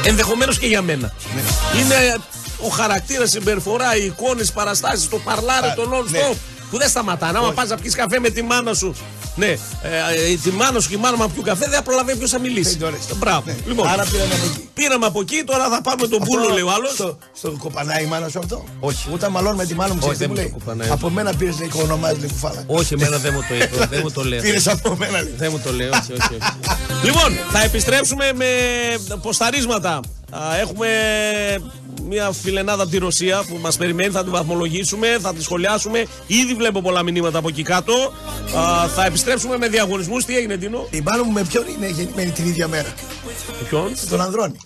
Ενδεχομένως και για μένα.
Ναι.
Είναι ο χαρακτήρας, η συμπεριφορά, οι εικόνες, οι παραστάσεις, το παρλάρι,
Α,
το non-stop.
ναι.
Που δεν σταματάνε. Άμα πας να πιεις καφέ με τη μάνα σου. Ναι, ε, ε, τη μάνα σου και η μάνα μου να πιούν καφέ, δεν θα προλαβαίνει ποιος θα μιλήσει.
Πέντε ώρες.
Μπράβο.
Ναι.
Λοιπόν,
Άρα πήραμε από εκεί.
πήραμε από εκεί, τώρα θα πάμε τον πούλο, λέει ο άλλος.
Στο, στο κοπανάει η μάνα σου αυτό.
Όχι.
Όταν μαλώνω με τη μάνα μου, ξέρεις τι
δεν μου
μου
το
λέει.
κοπανάει.
Από μένα πήρες λέει ονομάζει λέει κουφάλα.
Όχι, εμένα δεν μου το είπε, δεν μου το λέει.
Πήρες από μένα λέει.
Δεν μου το λέω, όχι, όχι. όχι. λοιπόν, θα επιστρέψουμε με ποσταρίσματα. Α, Έχουμε μια φιλενάδα από τη Ρωσία που μας περιμένει, θα την βαθμολογήσουμε, θα τη σχολιάσουμε. Ήδη βλέπω πολλά μηνύματα από εκεί κάτω. Α, θα επιστρέψουμε με διαγωνισμούς. Τι έγινε, Τίνο.
Η μάνα μου με ποιον είναι γεννημένη την ίδια μέρα.
Ποιον.
Τον Ανδρώνη.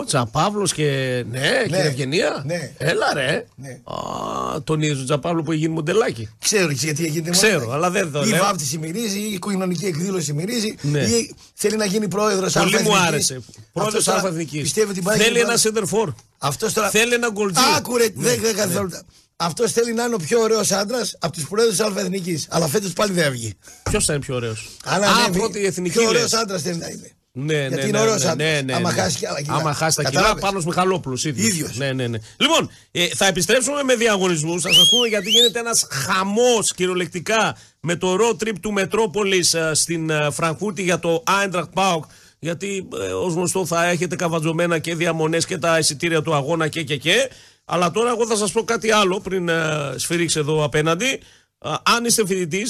Ο Τζαπαύλος και. Ναι, κύριε Ευγενία.
Ναι.
Έλα, ρε.
Ναι.
Α, τον είδε τον Τζαπαύλο που έχει γίνει μοντελάκι.
Ξέρω ξέρεις γιατί γίνεται μόνο.
Ξέρω, αλλά δεν το
Ή
λέω.
βάφτιση μυρίζει, ή η κοινωνική εκδήλωση μυρίζει,
Ναι.
ή θέλει να γίνει πρόεδρος
Πολύ μου άρεσε. Πρόεδρο Αλφα Εθνική.
Πιστεύει ότι πάει να
Θέλει
γίνει
ένα center for.
Αυτός τώρα.
Θέλει ένα γκολτζί.
Άκουρε, δεν ναι, καθόλου. Αυτός θέλει να είναι ο πιο ωραίος άντρας από τους πρόεδρους Αλφα-Εθνική. Αλλά φέτος πάλι δεν έβγε.
Ποιος θα είναι πιο ωραίος.
Αλλά
Α,
δεν έβγε.
πρώτη η εθνική.
ναι, Πιο ωραίος
λες.
άντρας θέλει να είναι.
Ναι, ναι,
Γιατί
ναι,
είναι ωραίος
ναι, ναι, ναι,
Άμα
ναι.
χάσει και άλλα κιλά.
Άμα χάσει τα κιλά,
Κατάλαβες.
πάνω Μιχαλόπουλο ίδιο.
Ίδιος.
Ναι, ναι, ναι. Λοιπόν, ε, θα επιστρέψουμε με διαγωνισμούς. Θα σας πούμε γιατί γίνεται ένας χαμός κυριολεκτικά με το road trip του Μετρόπολη στην ε, Φραγκούρτη για το Eintracht Πάοκ. Γιατί ως γνωστό θα έχετε καβατζωμένα και διαμονές και τα εισιτήρια του αγώνα και και και. Αλλά τώρα εγώ θα σας πω κάτι άλλο πριν ε, σφυρίξω εδώ απέναντι. Α, Αν είστε φοιτητής,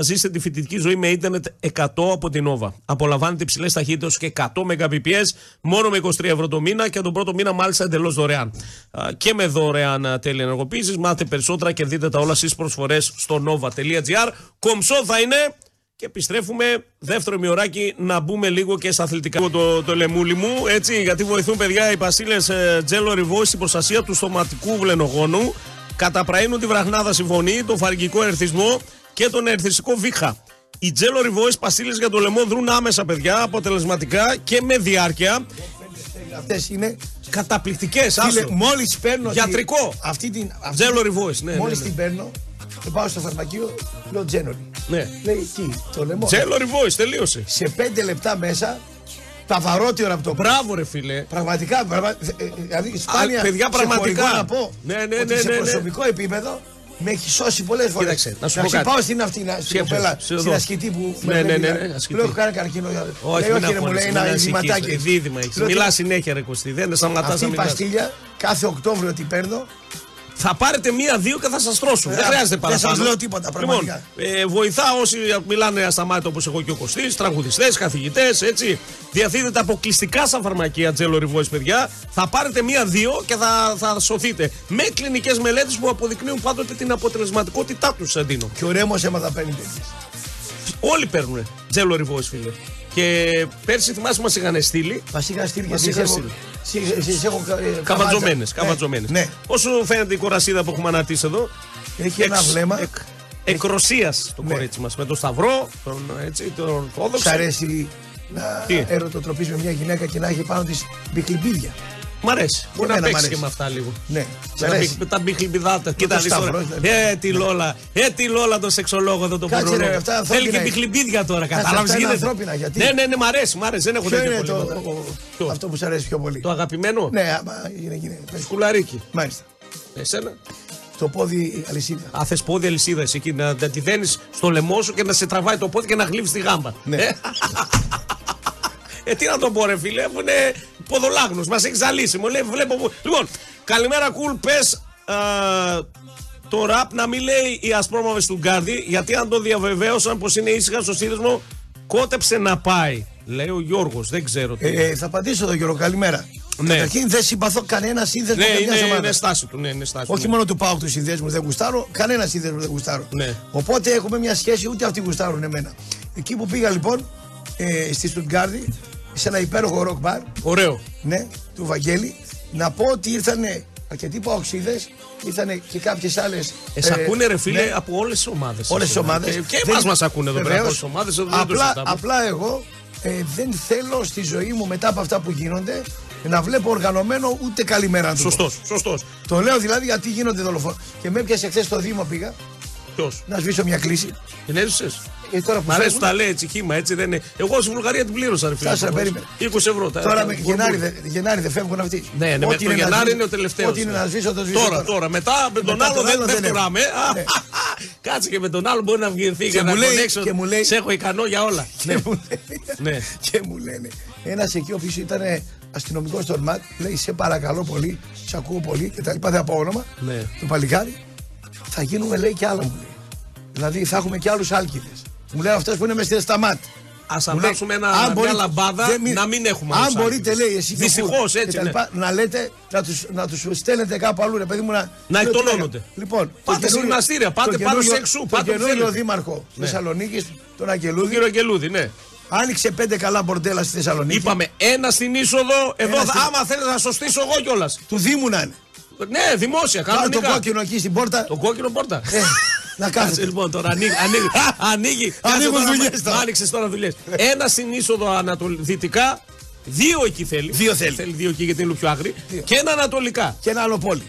ζήστε τη φοιτητική ζωή με ίντερνετ 100 από την Nova. Απολαμβάνετε υψηλές ταχύτητες και 100 Mbps μόνο με 23 ευρώ το μήνα και τον πρώτο μήνα μάλιστα εντελώς δωρεάν. Α, Και με δωρεάν α, τέλη ενεργοποίηση. Μάθετε περισσότερα και δείτε τα όλα στις προσφορές στο nova.gr. Κομψό θα είναι και επιστρέφουμε δεύτερο μειωράκι να μπούμε λίγο και στα αθλητικά. Το, το, λεμούλι μου, έτσι, γιατί βοηθούν παιδιά οι παστίλε Τζέλο Ριβό στην προστασία του στοματικού βλενογόνου. Καταπραίνουν τη βραχνάδα συμφωνή, τον φαργικό ερθισμό και τον ερθιστικό βήχα. Οι Jello Revoice πασίλες για το λαιμό δρούν άμεσα, παιδιά, αποτελεσματικά και με διάρκεια.
Αυτές είναι.
Καταπληκτικές, άστο.
Μόλις παίρνω. τη-
Γιατρικό.
Αυτή την. Αυτή,
Jello Revoice, ναι.
μόλις
ναι, ναι.
την παίρνω και πάω στο φαρμακείο, λέω Τζένολι.
Ναι.
Λέει τι, το λαιμό.
Jello Revoice, τελείωσε.
Σε πέντε λεπτά μέσα, παβαρότιο από το
Μπράβο, ρε φίλε.
Πραγματικά, πραγμα... ε, ε, δηλαδή σπάνια,
Α, παιδιά,
σε
πραγματικά.
χορηγό να πω
Ναι, ναι,
ότι
ναι,
σε
ναι, ναι.
προσωπικό επίπεδο με έχει σώσει πολλές φορές.
Κοίταξε, να σου πω κάτι.
πάω στην αυτή, να- στην
Σκέψου,
κοπέλα,
σε
στην
εδώ.
ασκητή που
Ναι, ναι,
βλέπει,
ναι,
να-
ναι, ασκητή.
Λέω, έχω κάνει καρκίνο.
Όχι,
λέει,
μην
όχι, ρε, μου λέει
αγχώνεσαι,
ένα
μην ανησυχείς,
ενζηματάκι.
ρε, ε, Δίδυμα έχεις.
Λέω,
Μιλάς συνέχεια, ρε Κωστή. Δεν σταματάς
Αυτή
να
η
μιλάς.
παστίλια κάθε Οκτώβριο την παίρνω.
Θα πάρετε μία-δύο και θα σας τρώσω.
Ε,
δεν χρειάζεται
δεν
παραπάνω.
σας λέω τίποτα, πραγματικά.
Λοιπόν, ε, βοηθά όσοι μιλάνε ασταμάτητα όπως εγώ και ο Κωστής, τραγουδιστές, καθηγητές, έτσι. Διαθέτεται αποκλειστικά σαν φαρμακεία Jello Revoice, παιδιά. Θα πάρετε μία-δύο και θα, θα σωθείτε. Με κλινικές μελέτες που αποδεικνύουν πάντοτε την αποτελεσματικότητά τους, Σαντίνο.
Και ο Ρέμος έμαθα παίρνει τέτοιες.
Όλοι παίρνουν Jello Revoice, φίλε. Και πέρσι θυμάσαι μα είχαν στείλει
Μας είχαν στείλει και
Μας
εσείς
είχαν
έχω- εσείς- εσείς έχω, ε,
καβατζωμένε.
καβάτζα.
Καβατζωμένες.
Ναι,
Όσο φαίνεται η κορασίδα που έχουμε ανατήσει εδώ,
ναι. έχει ένα
Εξ-
βλέμμα.
Εκ, Εκρωσία το
Ναι.
κορίτσι μας. Με τον Σταυρό, τον έτσι, τον
Σ'
Όδοξο.
αρέσει να
Τι?
ερωτοτροπείς με μια γυναίκα και να έχει πάνω της μπικλιμπίδια.
Μ' αρέσει. Μπορεί να
Εμένα μ'
παίξει και
αρέσει.
με αυτά λίγο.
Ναι, σ'
Με τα
αρέσει.
μπιχ- Με τα μπιχλιμπιδάτα. Κοίτα,
το
δεις τώρα.
σταυρό, ναι.
Ε, τη Λόλα. Ε, τη Λόλα τον σεξολόγο εδώ τον
Κάτσε, ρε,
πορολόγο.
αυτά ανθρώπινα
Θέλει και
είναι.
μπιχλιμπίδια τώρα,
Κάτσε,
κατάλαβες.
αυτά είναι ανθρώπινα, γιατί?
Ναι, ναι, ναι, μ' αρέσει, μ' αρέσει. Δεν έχω
Ποιο είναι
τέτοιο
το,
πολύ.
το-
Ποιος?
αυτό που σου αρέσει πιο πολύ.
Το αγαπημένο.
Ναι, άμα είναι γυναίκα. πες.
Σκουλαρίκι.
Μάλιστα.
Εσένα.
Το πόδι αλυσίδα.
Α, θες πόδι αλυσίδα εσύ εκεί να να τη δένεις στο λαιμό σου και να σε τραβάει το πόδι και να γλύβει τη γάμπα.
Ναι.
Ε, ε, τι να τον πω, ρε φίλε, μου είναι ποδολάγνο, μα έχει ζαλίσει. Μου λέει, βλέπω. που- Λοιπόν, καλημέρα, κουλ, πε το ραπ να μην λέει οι ασπρόμαυρε του Γκάρντι, γιατί αν το διαβεβαίωσαν πως είναι ήσυχα στο σύνδεσμο, κότεψε να πάει. Λέει ο Γιώργος, δεν ξέρω τι.
Ε, ε, θα απαντήσω εδώ Γιώργο, καλημέρα.
Ναι.
Καταρχήν δεν συμπαθώ κανένα σύνδεσμο
ναι,
καμιάς
είναι,
ομάδας.
είναι στάση του, ναι, είναι στάση
ε, Όχι
του.
μόνο του πάω του συνδέσμου δεν γουστάρω, κανένα σύνδεσμο δεν γουστάρω.
Ναι.
Οπότε έχουμε μια σχέση, ούτε αυτοί γουστάρουν εμένα. Εκεί που πήγα λοιπόν, ε, στη Στουτγκάρδη, σε ένα υπέροχο ροκ μπαρ,
Ωραίο.
ναι, του Βαγγέλη, να πω ότι ήρθανε αρκετοί παοξίδες, ήρθανε και κάποιες άλλες.
Ε, σ' ακούνε ρε
ναι,
φίλε από όλες τις ομάδες.
Όλες τις ομάδε.
Ε, Και, και εμάς μας ακούνε εδώ πέρα από όλες τις ομάδες.
Απλά, απλά εγώ ε, δεν θέλω στη ζωή μου μετά από αυτά που γίνονται να βλέπω οργανωμένο ούτε καλημέρα να του πω.
Σωστός, σωστός.
Το λέω δηλαδή γιατί γίνονται δολοφόνοι. Και με έπιασε χθες στο Δήμο πήγα
Ποιος.
να σβήσω μια κλίση.
Την έζησες.
Και τώρα που
Μ' αρέσει που
φεύγουν,
τα λέει έτσι χήμα, έτσι δεν είναι. Εγώ στη Βουλγαρία την πλήρωσα, ρε φίλε.
Φτάσα,
προφανώς.
περίμενε.
20 ευρώ. τα-
Τώρα
τα-
με
μπορούν.
Γενάρη, δεν- Γενάρη δεν φεύγουν αυτοί.
Ναι, ναι, με
Ό,τι
το
να
Γενάρη
σβήσω-
είναι ο τελευταίος.
Ό,τι είναι να σβήσω, το σβήσω.
Τώρα, τώρα. Μετά με τον
Μετά
άλλο
τον
δεν
άλλο
δεν
δεν έχω.
φοράμε. Α,
Ναι.
*laughs* Κάτσε και με τον άλλο μπορεί να βγει και
Και
να
μου λέει-
κονέξω.
και μου λέει-
Σε έχω ικανό για όλα.
Και μου λένε-
Ναι.
Και μου λένε, ένας εκεί ο οποίος ήταν αστυνομικό στον ΜΑΤ, λέει σε παρακαλώ πολύ, σε ακούω πολύ και τα λοιπά. Δεν θα πω όνομα.
Ναι.
Το παλικάρι. Θα γίνουμε, λέει και άλλα μου λέει. Δηλαδή θα έχουμε και άλλου άλκηδε. Μου λέει αυτό που είναι μέσα στα ΜΑΤ.
Ας
Μου λέει,
ανάψουμε ένα-
αν
μια
μπορείτε-
λαμπάδα
δεν μη-
να μην έχουμε
Αν
άλλους
μπορείτε,
άλκηδες.
λέει εσύ.
Δυστυχώς, έτσι, ναι.
Ναι. Να λέτε, να τους να τους στέλνετε κάπου αλλού, ρε παιδί μου. Να,
Να
Λέω, τι
εκτονώνονται.
λέγαμε. Λοιπόν, το
Πάτε σε
καινούριο-
γυμναστήρια, πάτε
το
πάνω
καινούριο-
σε εξού,
Το
πάτε που
καινούριο
θέλετε.
δήμαρχο
Ναι.
Θεσσαλονίκη, τον Αγγελούδη,
Κύριο Αγγελούδη, ναι.
Άνοιξε πέντε καλά μπορντέλα στη Θεσσαλονίκη.
Είπαμε ένα στην είσοδο, εδώ
Ναι, Ένα
θα-
στην-
άμα θέλεις να σωστήσω εγώ κιόλας.
Του Δήμου να είναι.
Ναι, δημόσια,
Κάνω το
κανονικά.
κόκκινο εκεί στην πόρτα.
Το κόκκινο πόρτα.
Ε, να
Κάτσε
κάθεται.
λοιπόν τώρα, ανοίγει. ανοίγει,
*laughs*
ανοίγει. Κάτσε
Ανοίγουν
τώρα,
δουλειές
μ-
τώρα.
μ' Άνοιξες τώρα δουλειές. Ένα στην είσοδο ανατολ- δυτικά, δύο εκεί θέλει.
Δύο θέλει.
Θέλει δύο εκεί γιατί είναι λίγο πιο άγρη.
Δύο.
Και ένα ανατολικά.
Και ένα άλλο πόλη.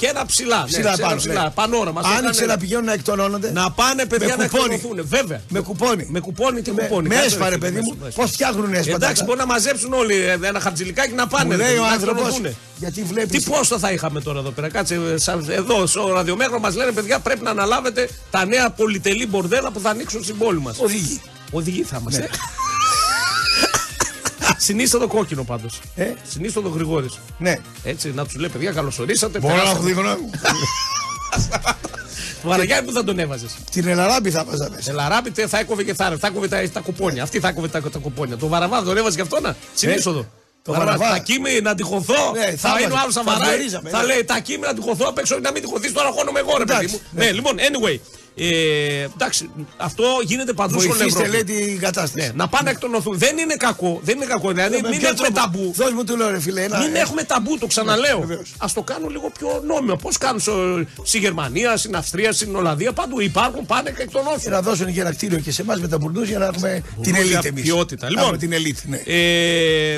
Και ένα ψηλά. ναι,
Ψηλά
σε ένα
πάνω.
Ψηλά,
ναι.
Πανόραμα. στο
Άνοιξε
κανένα.
να πηγαίνουν να εκτονώνονται.
να πάνε παιδιά να
με κουπόνι.
εκτονωθούν. Βέβαια.
Με κουπόνι.
Με κουπόνι και
Με-
κουπόνι.
Με
Κάτσε,
έσπα,
ρε
ρε
φίλε,
παιδί μου.
μέσα, μέσα.
Πώς φτιάχνουν έσπα.
Εντάξει,
τα-
μπορεί να μαζέψουν όλοι ε, ένα χαρτζηλικάκι να
Μου
πάνε. ρε,
λέει ο
να
άνθρωπος.
εκτονωθούνε.
Γιατί
Τι
βλέπει.
πόστο θα είχαμε τώρα εδώ πέρα. Κάτσε ε, σαν- εδώ στο ραδιομέγρο μας λένε παιδιά πρέπει να αναλάβετε τα νέα πολυτελή μπορδέλα που θα ανοίξουν στην πόλη μας.
Οδηγεί.
Οδηγοί θα *laughs*
Ναι.
είμαστε. Συνήθω το κόκκινο πάντως.
Ε?
Συνήθω το γρηγόρης.
Ναι.
Έτσι, να τους λέει παιδιά, καλώ ορίσατε.
Μπορώ να έχω δείχνω.
Βαραγιάρι που θα τον έβαζες.
Την Ελαράμπη θα βάζα μέσα.
Ελαράμπι τε, θα έκοβε και θα έρθει. Θα έκοβε τα, τα κουπόνια. Αυτή θα έκοβε τα, τα κουπόνια. Το βαραβά τον έβαζε και αυτό να. Συνήσοδο.
Ε,
Το
το
βαραβά.
Βαραβά.
Θα κύμει να τυχωθώ.
Ναι, θα
θα
έβαζε.
είναι ο άλλος
Θα
σαμαρά.
γνωρίζαμε,
Θα
ναι.
λέει τα κύμη να τυχωθώ απ' έξω να μην τυχωθείς. Τώρα χώνομαι εγώ, ρε παιδί
Εντάξει,
μου.
ναι.
Ναι, λοιπόν, anyway. Ε, εντάξει, αυτό γίνεται παντού στον
Βοηθήστε,
Ευρώπη.
λέει την κατάσταση.
Ναι, να πάνε να εκτονοθούν. Δεν είναι κακό. Δεν είναι κακό. Δηλαδή, μην
Ε, ποιο
έχουμε
τρόπο.
ταμπού.
Δώσ' μου του λέω, ρε φίλε. Ένα,
Μην έχουμε ταμπού, το ξαναλέω.
βεβαίως.
Ας το κάνουν λίγο πιο νόμιμο. Πώς κάνουν στο- στη Γερμανία, στην Αυστρία, στην Ολλανδία, παντού υπάρχουν, πάνε και εκτονώσουν.
να δώσουν και ένα κτίριο και σε εμάς με τα μπουρνούς για να έχουμε την ελίτ εμείς.
ποιότητα. Λοιπόν.
την ελίτ, ναι.
Ε,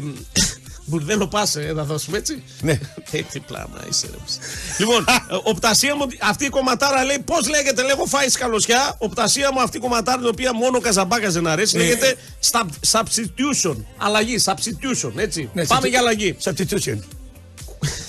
Μπουρδέλο πάσε, ε, να δώσουμε έτσι.
Ναι.
Ε, Τι πλάνα είσαι. ρε. λοιπόν, ε, οπτασία μου, αυτή η κομματάρα λέει, πώς λέγεται, λέγω φάει σκαλωσιά. Οπτασία μου, αυτή η κομματάρα, την οποία μόνο ο Καζαμπάκας δεν αρέσει,
Ναι.
λέγεται sub- substitution. Αλλαγή, substitution, έτσι.
Ναι,
Πάμε
substitu-
για αλλαγή.
Substitution.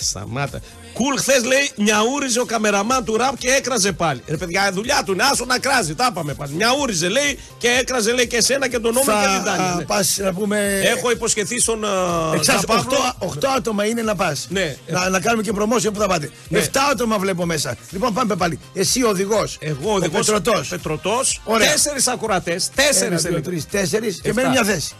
Σταμάτα. Κουλ χθες λέει νιαούριζε ο καμεραμάν του ραπ και έκραζε πάλι. Ρε παιδιά, δουλειά του είναι άσο να κράζει. Τα είπαμε πάλι. Νιαούριζε λέει και έκραζε λέει και εσένα και τον νόμο και την Τάνια.
Θα
Ναι.
πας να πούμε.
Έχω υποσχεθεί στον ε,
Εξάς,
Ζαπαύλο.
8, άτομα είναι να πας.
Ναι.
Να, να κάνουμε και promotion που θα πάτε.
Ναι.
7 άτομα βλέπω μέσα. Λοιπόν, πάμε πάλι. Εσύ ο οδηγός.
Εγώ ο οδηγός,
Πετρωτός.
Πετρωτός.
Ωραία.
Τέσσερις ακουρατές. Τέσσερις
Ένα, δύο,
τελικά.
τρεις, τέσσερις. Και
Εφτά.
μένει μια θέση.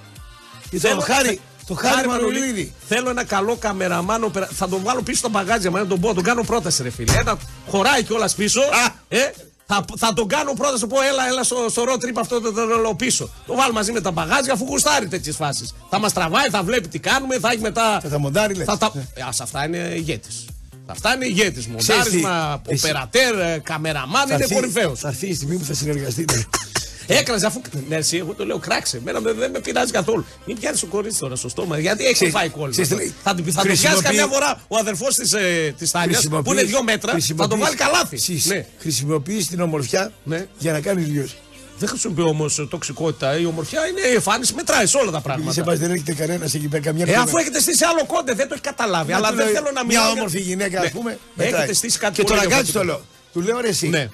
Και το χάρη. Το χάρη Μανουλίδη.
Θέλω ένα καλό καμεραμάν. οπερα- Θα τον βάλω πίσω στο μπαγάζι μου. Να τον πω. Τον κάνω πρόταση, ρε φίλε. Ένα χωράει κιόλας πίσω. Ε, θα, θα τον κάνω πρόταση. Θα πω, έλα, έλα στο, στο road trip αυτό το τρελό πίσω. Το βάλω μαζί με τα μπαγάζια αφού γουστάρει τέτοιες φάσεις. Θα μας τραβάει, θα βλέπει τι κάνουμε, θα έχει μετά.
Θα τα μοντάρει, λες.
Θα τα... Ε, ας, αυτά είναι ηγέτες. Αυτά είναι ηγέτες.
Ξέρεις τι,
Μοντάρισμα,
εσύ-
οπερατέρ, ε, καμεραμάν, είναι
έρθει-
κορυφαίος.
Θα έρθει η στιγμή που θα
*laughs*
συνεργαστείτε.
Έκραζε αφού. Ναι, εσύ, εγώ το λέω κράξε. Μένα δεν, δεν με πειράζει καθόλου. Μην πιάνεις το κορίτσι τώρα στο στόμα, γιατί έχει
Ξέρεις-
φάει κόλλη.
ξέρεις τι λέει.
Θα, την- θα το πιάσει
Χρησιμοποιεί-
καμιά φορά ο αδερφός της ε, της Τάνιας, που είναι δύο μέτρα, θα τον βάλει καλάθι. Ναι.
Χρησιμοποιείς την ομορφιά
Ναι.
για να κάνεις λιώσει.
Δεν χρησιμοποιεί όμω τοξικότητα. Η ομορφιά είναι η εμφάνιση, μετράει σε όλα τα
Σε
πράγματα.
πας δεν έρχεται κανένας εκεί πέρα καμιά
Ε, αφού
κοπέλα.
έχετε στήσει άλλο κόντε, δεν το έχει καταλάβει.
Να
αλλά
του
δεν
λέω,
θέλω να μιλάω.
Μια
για-
όμορφη γυναίκα,
Ναι.
ας πούμε.
Έχετε
μετράει.
στήσει κάτι
Και
πολύ
τώρα κάτσε
διαφορετικό.
το λέω. Του λέω ρε εσύ.
Ναι.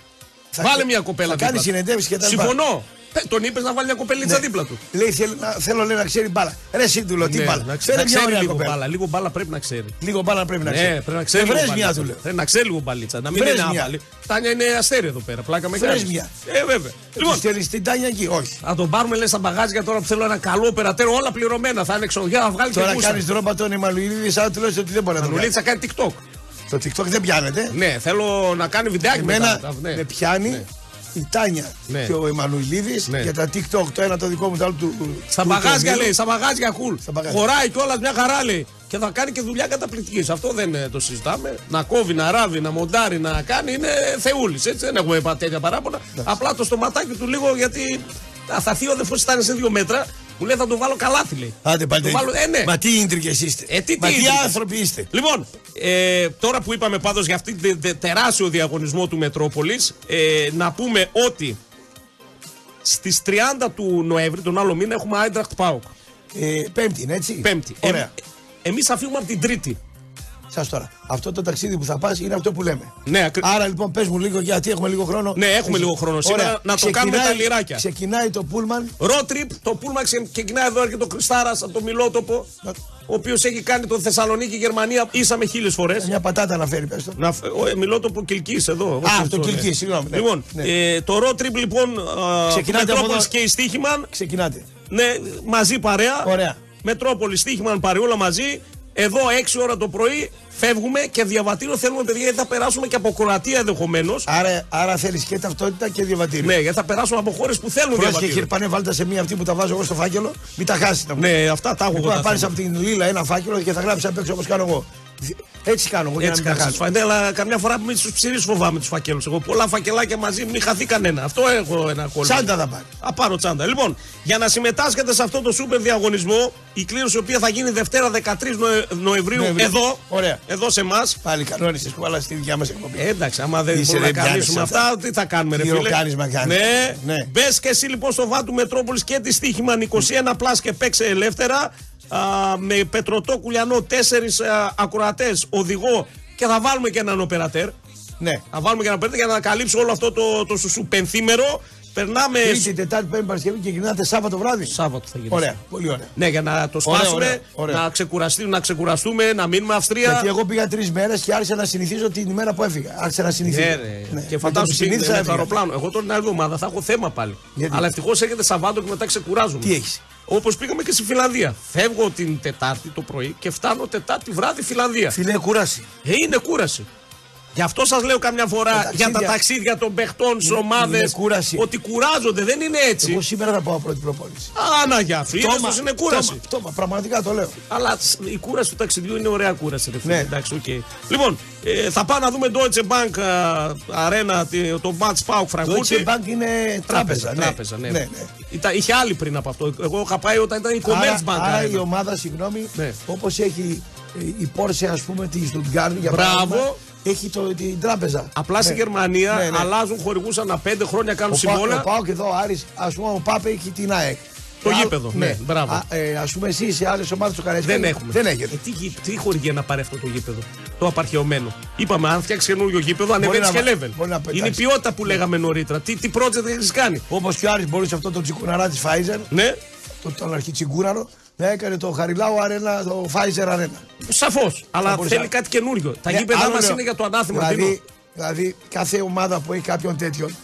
Θα-
Βάλε μια κοπέλα
θα
δίπλα.
κάνει
του.
συνεντεύξεις και τα λοιπά.
Συμφωνώ. Ε, Τον είπες να βάλει μια κοπελίτσα
Ναι.
δίπλα του.
Λέει θέλω να- θέλω λέει, να ξέρει μπάλα. Ρε σύντουλο, τι
Ναι,
μπάλα.
να
Φέρε
ξέρει
μια ωραία
λίγο
κοπέλα.
μπάλα. Λίγο μπάλα πρέπει να ξέρει.
Λίγο μπάλα πρέπει να
Ναι,
ξέρει.
πρέπει να ξέρει.
Ε, βρες
λίγο
μια
μπαλίτσα.
του λέω.
Πρέπει να ξέρει λίγο μπαλίτσα. Να μην
Βρες
είναι
μια.
άπαλη. Τάνια είναι αστέρι εδώ πέρα. Πλάκα με
Βρες
κάνεις.
μια.
Ε, βέβαια.
Λοιπόν.
Λοιπόν,
Στέλνει την Τάνια εκεί, όχι.
να τον πάρουμε λες στα μπαγάζια τώρα που θέλω ένα καλό περατέρο. Όλα πληρωμένα. Θα είναι εξοδιά, θα βγάλει
Τώρα
και
κάνει ρόμπα τον Εμμανουηλίδη σαν να του λες ότι δεν μπορεί να το
Νουλίτσα
κάνει.
θα κάνει TikTok.
Το TikTok δεν πιάνεται.
Ναι, θέλω να κάνει βιντεάκι μετά.
Εμένα
τα- ναι.
με πιάνει η Τάνια
Ναι.
και ο Εμμανουηλίδης
Ναι.
για τα TikTok. Το ένα το δικό μου, το άλλο του. του-
Στα
του-
μπαγάζια
του-
λέει, στα μπαγάζια cool.
Στα μπαγάζια.
Χωράει κιόλας μια χαρά λέει. Και θα κάνει και δουλειά καταπληκτική. Σε Αυτό δεν ε, το συζητάμε. Να κόβει, να ράβει, να μοντάρει, να κάνει είναι θεούλης. Έτσι δεν έχουμε πα- τέτοια παράπονα. Απλά το στοματάκι του λίγο γιατί α, θα έρθει ο αδερφός ήταν σε δύο μέτρα. Μου λέει θα τον βάλω καλάθι λέει.
Άντε
Το
πάλι.
βάλω- ε, ναι.
Μα τι ίντρικες είστε.
Ε, τι-
Μα
τι
τι
ίντρικες.
άνθρωποι είστε.
Λοιπόν, ε, τώρα που είπαμε πάντως για αυτή την τε- τεράστιο διαγωνισμό του Μετρόπολης, ε, να πούμε ότι στις 30 του Νοέμβρη, τον άλλο μήνα, έχουμε Άιντραχτ Πάουκ.
Ε, πέμπτη είναι έτσι.
Πέμπτη.
Ωραία.
Ε, εμείς θα φύγουμε από την Τρίτη.
Σας τώρα. Αυτό το ταξίδι που θα πας είναι αυτό που λέμε.
Ναι, ακρι-
Άρα λοιπόν πες μου λίγο γιατί έχουμε λίγο χρόνο.
Ναι, έχουμε λίγο χρόνο σήμερα,
Ωραία.
να το κάνουμε
Ξεκινάει-
τα λιράκια.
Ξεκινάει το πούλμαν.
Road trip, το πούλμα ξε- ξεκινάει εδώ, έρχεται ο Κρυστάρα από το Μιλότοπο,
Να-
ο οποίος έχει κάνει το Θεσσαλονίκη, Γερμανία, ήσαμε χίλιες φορές.
Μια πατάτα να φέρει πες το.
Να, φ- ο, ε, μιλότοπο Κιλκής εδώ. όχι
το
αυτό, ναι.
Κιλκής, συγγνώμη, ναι.
Λοιπόν,
Ναι.
ε, το road trip λοιπόν, ε,
Ξεκινάτε από
Μετρόπολης
εδώ.
και η Στίχημαν,
Ξεκινάτε.
ναι, μαζί παρέα.
Ωραία.
Μετρόπολη, Στίχημαν, παρεούλα μαζί. Εδώ 6 ώρα το πρωί φεύγουμε και διαβατήριο θέλουμε, παιδιά, γιατί θα περάσουμε και από Κροατία ενδεχομένως.
Άρα, άρα θέλεις και ταυτότητα και διαβατήριο.
Ναι, γιατί θα περάσουμε από χώρες που θέλουν
Πρόσεχε
διαβατήριο.
κύριε Πανέ, βάλτε σε μία αυτή που τα βάζω εγώ στο φάκελο, μην τα χάσει τα μου.
Ναι, αυτά τα έχω εγώ
Λοιπόν,
τα
θα πάρει
θέλω.
από την Λίλα ένα φάκελο και θα γράψει απ' έξω όπως κάνω εγώ. Έτσι κάνω εγώ για
Έτσι
να μην τα
κάνεις.
χάσω.
Ναι, αλλά καμιά φορά μην του ψηρεί φοβάμαι τους φακέλους. Εγώ πολλά φακελάκια μαζί, μην χαθεί κανένα. Αυτό έχω ένα κόλλημα.
Τσάντα θα πάρει.
Α, πάρω τσάντα. Λοιπόν, για να συμμετάσχετε σε αυτό το σούπερ διαγωνισμό, η κλήρωση η οποία θα γίνει Δευτέρα 13 Νοε- Νοεμβρίου
Νοεμβρίου.
εδώ,
Ωραία.
εδώ σε εμάς.
Πάλι κανόνισε που αλλά στη δικιά μας εκπομπή.
Εντάξει, άμα δεν
Είσαι,
μπορούμε
δεν
να
πιάνεις
καλύψουμε
αυτά.
αυτά, τι θα κάνουμε, ρε
Τι
φίλε.
ροκάνισμα κάνεις.
Ναι,
Ναι.
Μπες και εσύ λοιπόν στο βάτου Μετρόπολης και τη στοίχημα 21 πλάσ και παίξε ελεύθερα. Α, με πετρωτό κουλιανό, τέσσερι ακροατές, οδηγό και θα βάλουμε και έναν οπερατέρ.
Ναι.
Θα βάλουμε και έναν οπερατέρ για να καλύψω όλο αυτό το, το σουσού πενθήμερο. Περνάμε.
Τρίτη, Τετάρτη, Πέμπτη Παρασκευή και γυρνάτε Σάββατο βράδυ.
Σάββατο θα γίνει.
Ωραία, πολύ ωραία.
Ναι, για να το
Ωραία,
σπάσουμε,
ωραία, ωραία.
Να, ξεκουραστεί, να ξεκουραστούμε, να μείνουμε Αυστρία.
Γιατί εγώ πήγα τρεις μέρες και άρχισα να συνηθίζω την ημέρα που έφυγα. Άρχισα να συνηθίζω.
Ναι, ρε. Και
Ναι. Με το που
φαντάζομαι ότι
συνήθισα
είναι το
έφυγα.
αεροπλάνο. Εγώ τώρα την άλλη εβδομάδα θα έχω θέμα πάλι.
Γιατί?
Αλλά ευτυχώς έρχεται Σαββάτο και μετά ξεκουράζομαι.
Τι έχεις?
Όπως πήγαμε και στη Φιλανδία. Φεύγω την Τετάρτη το πρωί και φτάνω Τετάρτη βράδυ Φιλανδία.
Φιλέ, κούραση.
Ε, είναι κούραση. Γι' αυτό σας λέω καμιά φορά
Τα
για τα
ταξίδια-
ταξίδια των παιχτών στι
Είναι-
ομάδε
είναι κούραση.
ότι κουράζονται. Δεν είναι έτσι.
Εγώ σήμερα θα πάω πρώτη προπόνηση.
Άνα για φίλο είναι κούραση.
Πτώμα, πτώμα, πραγματικά το λέω.
Αλλά σ- η κούραση του ταξιδιού είναι ωραία κούραση. Ρε, φίλε.
Ναι.
Εντάξει, οκ. Λοιπόν, ε, θα πάμε να δούμε Deutsche Bank α, Arena, τη- το match Pauk
Το
Frankfurt.
Deutsche Bank είναι τράπεζα. ναι.
τράπεζα, ναι.
ναι, ναι.
Ήταν- είχε άλλη πριν από αυτό. Εγώ είχα πάει όταν ήταν η
Άρα,
Commerzbank
άρα
Arena.
η ομάδα, συγγνώμη,
Ναι.
όπως έχει ε, η Porsche ας πούμε τη Stuttgart για
Μπράβο.
παράδειγμα, έχει το, την τράπεζα.
Απλά στη
Ναι.
Γερμανία
Ναι, ναι.
αλλάζουν χορηγούς ανά πέντε χρόνια, κάνουν
Ο, Πα, ο
συμβόλαια.
Πάοκ εδώ, ο Άρης, ας πούμε ο Πάπε έχει την ΑΕΚ.
Το
Ο Ά-
γήπεδο, ναι, μπράβο.
Α, ε, ας πούμε εσείς σε άλλες ομάδες του Καραϊσκάκης
Δεν έχουμε.
Δεν
Ε,
έχετε.
τι, γη- τι χορηγία να πάρει αυτό το γήπεδο, το απαρχαιωμένο. Είπαμε, αν φτιάξεις καινούριο γήπεδο, ανεβαίνεις
να
και
βα-
level.
μπορεί να Ναι.
Είναι η
πετάξει.
ποιότητα που λέγαμε νωρίτερα. Τι, τι project έχεις κάνει.
Όπως και ο Άρης μπορούσε αυτό το τσικουναρά της Pfizer,
Ναι,
το, τον αρχιτσιγκούναρο, να έκανε το Χαριλάου Αρένα, το Pfizer Αρένα.
σαφώς. Αλλά
μπορούσε.
θέλει κάτι καινούριο. Τα γήπεδα μα είναι για το ανάθεμα.
Ε, Δηλαδή,
Δίνω.
δηλαδή κάθε ομάδα που έχει κάποιον τέτοιον,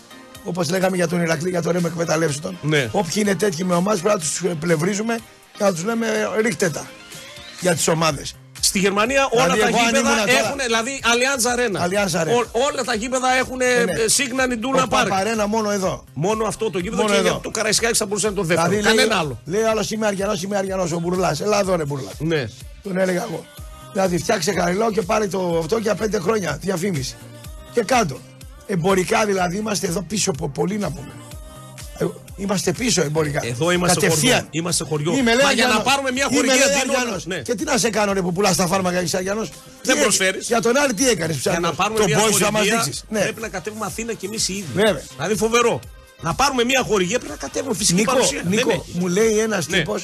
όπως λέγαμε για τον Ηρακλή, για τον Ρέμο, εκμεταλλεύσου τον.
Ναι.
Όποιοι είναι τέτοιοι με ομάδε, πρέπει να τους πλευρίζουμε και να τους λέμε «Ε, ρίχτε τα για τις ομάδες.
Στη Γερμανία
Δηλαδή,
όλα
εγώ
τα
αν
γήπεδα
ήμουνα τώρα-
έχουν. Δηλαδή, Allianz Arena.
Allianz Arena.
Ό- όλα τα γήπεδα ε, έχουν
ναι.
σύγναν η Ντούνα
Το
Πάρκ.
Παπαρένα μόνο εδώ.
Μόνο αυτό το γήπεδο
Μόνο
και
εδώ. Δηλαδή,
για το Καραϊσκάκη θα μπορούσε να είναι το δεύτερο. Κανένα
λέει,
άλλο.
Λέει άλλο είμαι αριανό, είμαι αριανό ο Μπουρλάς. Ελά εδώ είναι Μπουρλάς.
Ναι.
Τον έλεγα εγώ. Δηλαδή φτιάξε καριλό και πάρει το αυτό για πέντε χρόνια διαφήμιση. Και κάτω. Εμπορικά δηλαδή είμαστε εδώ πίσω από πολύ να πούμε. Ε, είμαστε πίσω εμπορικά.
Εδώ είμαστε
Κατευθείαν.
χωριό. Είμαστε χωριό.
Είμαι, λέει,
Μα για να
Αριανός.
πάρουμε μια
Είμαι,
χορηγία
λέει,
δίνω-
Αριανός.
Ναι.
Και τι να σε κάνω ρε, που πουλάς τα φάρμακα και Αριανό.
προσφέρεις.
Για τον Άρη τι έκανες
Για να πάρουμε
Τον
μια
Μπόι θα Ναι. μα
χορηγία
δείξει.
πρέπει να κατέβουμε Αθήνα και εμείς οι ίδιοι.
Βέβαια.
Δηλαδή φοβερό. Να πάρουμε μια χορηγία πρέπει να κατέβουμε φυσική
Νίκο,
παρουσία. Δεν
Νίκο
έχει.
μου λέει ένας
Ναι.
τύπος,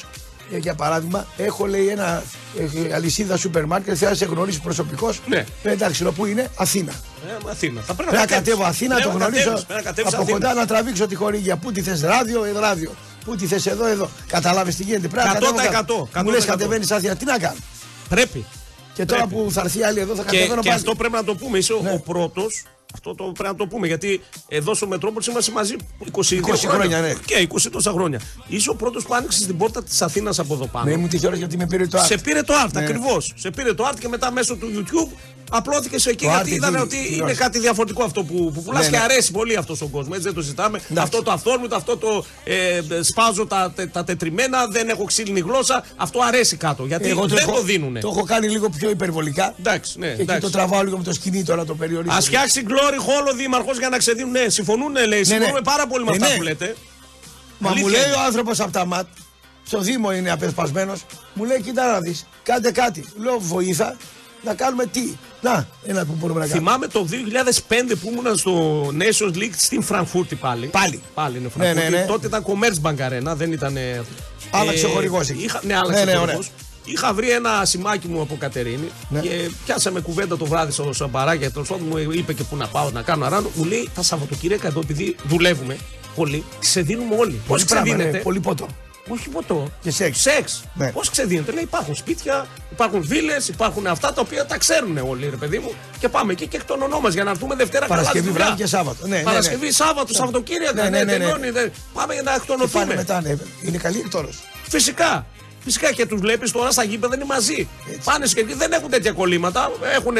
για παράδειγμα, έχω λέει ένα ε, αλυσίδα σούπερ μάρκετ, θέλω να σε γνωρίσει προσωπικώ.
Ναι.
Εντάξει, λέω, πού είναι, Αθήνα.
Ε, Αθήνα. Θα πρέπει
Πρέπει να
κατέβεις.
κατέβω Αθήνα,
Πρέπει
το
να
γνωρίζω.
κατέβεις, πρέπει να κατέβεις
Από
Αθήνα.
κοντά να τραβήξω τη χορηγία. Πού τη θες, ράδιο, ε, ράδιο. Πού τη θες, εδώ, εδώ. Καταλάβεις τι γίνεται. Πρέπει να
100%,
κατέβω κάτω.
100%.
Μου λε κατεβαίνεις Αθήνα, τι να κάνω.
Πρέπει.
Και τώρα
Πρέπει.
που θα έρθει άλλη εδώ θα
Και,
κατεβαίνω
και
πάλι.
αυτό πρέπει να το πούμε. Είσαι ο-
Ναι.
ο πρώτος. Αυτό το πρέπει να το πούμε. Γιατί εδώ στο Μετρόπολης είμαστε μαζί 20,
20 χρόνια, ναι.
Και 20 τόσα χρόνια. Είσαι ο πρώτος που άνοιξε την πόρτα της Αθήνας από εδώ πάνω.
Ναι, μου τυχερό γιατί με πήρε το
Σε
άρθρο.
πήρε το Art,
Ναι.
ακριβώς. Σε πήρε το Art και μετά μέσω του YouTube απλώθηκες σε εκεί
Το
γιατί
Art
είδανε
εκεί,
ότι
εκεί,
είναι
όχι.
κάτι διαφορετικό αυτό που, που πουλά
Ναι,
και
ναι.
αρέσει πολύ αυτός στον κόσμος. Έτσι δεν το ζητάμε. Αυτό το αυθόρμητο, αυτό το ε, σπάζω τα, τε- τα τετριμένα, δεν έχω ξύλινη γλώσσα. Αυτό αρέσει κάτω γιατί δεν το, δίνουνε.
Το έχω κάνει λίγο πιο υπερβολικά.
Εντάξει, ναι,
και εκεί
εντάξει.
το τραβάω λίγο με το σκηνή τώρα το περιορίζω.
Ας φτιάξει Glory Hall ο Δήμαρχος για να ξεδίνουν. Ναι, συμφωνούν, λέει. Συμφωνούμε
ναι.
πάρα πολύ με
Ε,
αυτά
ναι.
που λέτε.
Μα
Αλήθεια
μου λέει
είναι.
ο άνθρωπος από τα ΜΑΤ, στο Δήμο είναι απεσπασμένος, μου λέει: Κοιτά να δεις, κάντε κάτι. Λέω: Βοήθα να κάνουμε τι. Να, ένα που μπορούμε να κάνουμε.
Θυμάμαι το 2005 που ήμουν στο Nations League στην Φραγκφούρτη πάλι.
Πάλι.
Πάλι είναι Φραγκφούρτη.
Ναι, ναι, ναι.
Τότε ήταν Commerzbank Arena, δεν ήταν. ε,
Άλλαξε
ε,
ο χορηγός εκεί.
Είχα, ναι, άλλαξε
Ναι, ναι,
ο χορηγός. Είχα βρει ένα σημάκι μου από Κατερίνη
Ναι.
και πιάσαμε κουβέντα το βράδυ στο Σαμπαράκια. Τέλος πάντων μου είπε και πού να πάω να κάνω αράνο. Μου λέει τα Σαββατοκύριακα εδώ επειδή δουλεύουμε πολύ, ξεδίνουμε όλοι. Πώς
Πολύ πράγμα,
ξεδίνετε.
ναι, πολύ πότο.
Όχι ποτό.
Και σεξ.
Σεξ.
Ναι.
Πώς ξεδίνεται. Λέει, υπάρχουν σπίτια, υπάρχουν βίλες, υπάρχουν αυτά τα οποία τα ξέρουν όλοι, ρε παιδί μου. Και πάμε εκεί και εκ των ονόμα για να έρθουμε Δευτέρα καλά
Παρασκευή
στη δουλειά.
βράδυ και Σάββατο. Ναι, ναι, ναι.
Παρασκευή, Σάββατο, Σαββατοκύριακο.
Ναι, ναι, ναι, ναι.
τελειώνει, δεν- Πάμε για να
Και πάνε
εκτονωθούμε.
μετά, ναι. Είναι καλή εκτόρωση.
Φυσικά. Φυσικά και τους βλέπεις τώρα στα γήπεδα είναι μαζί.
Έτσι.
Πάνε και εκεί δεν έχουν τέτοια κολλήματα. Έχουν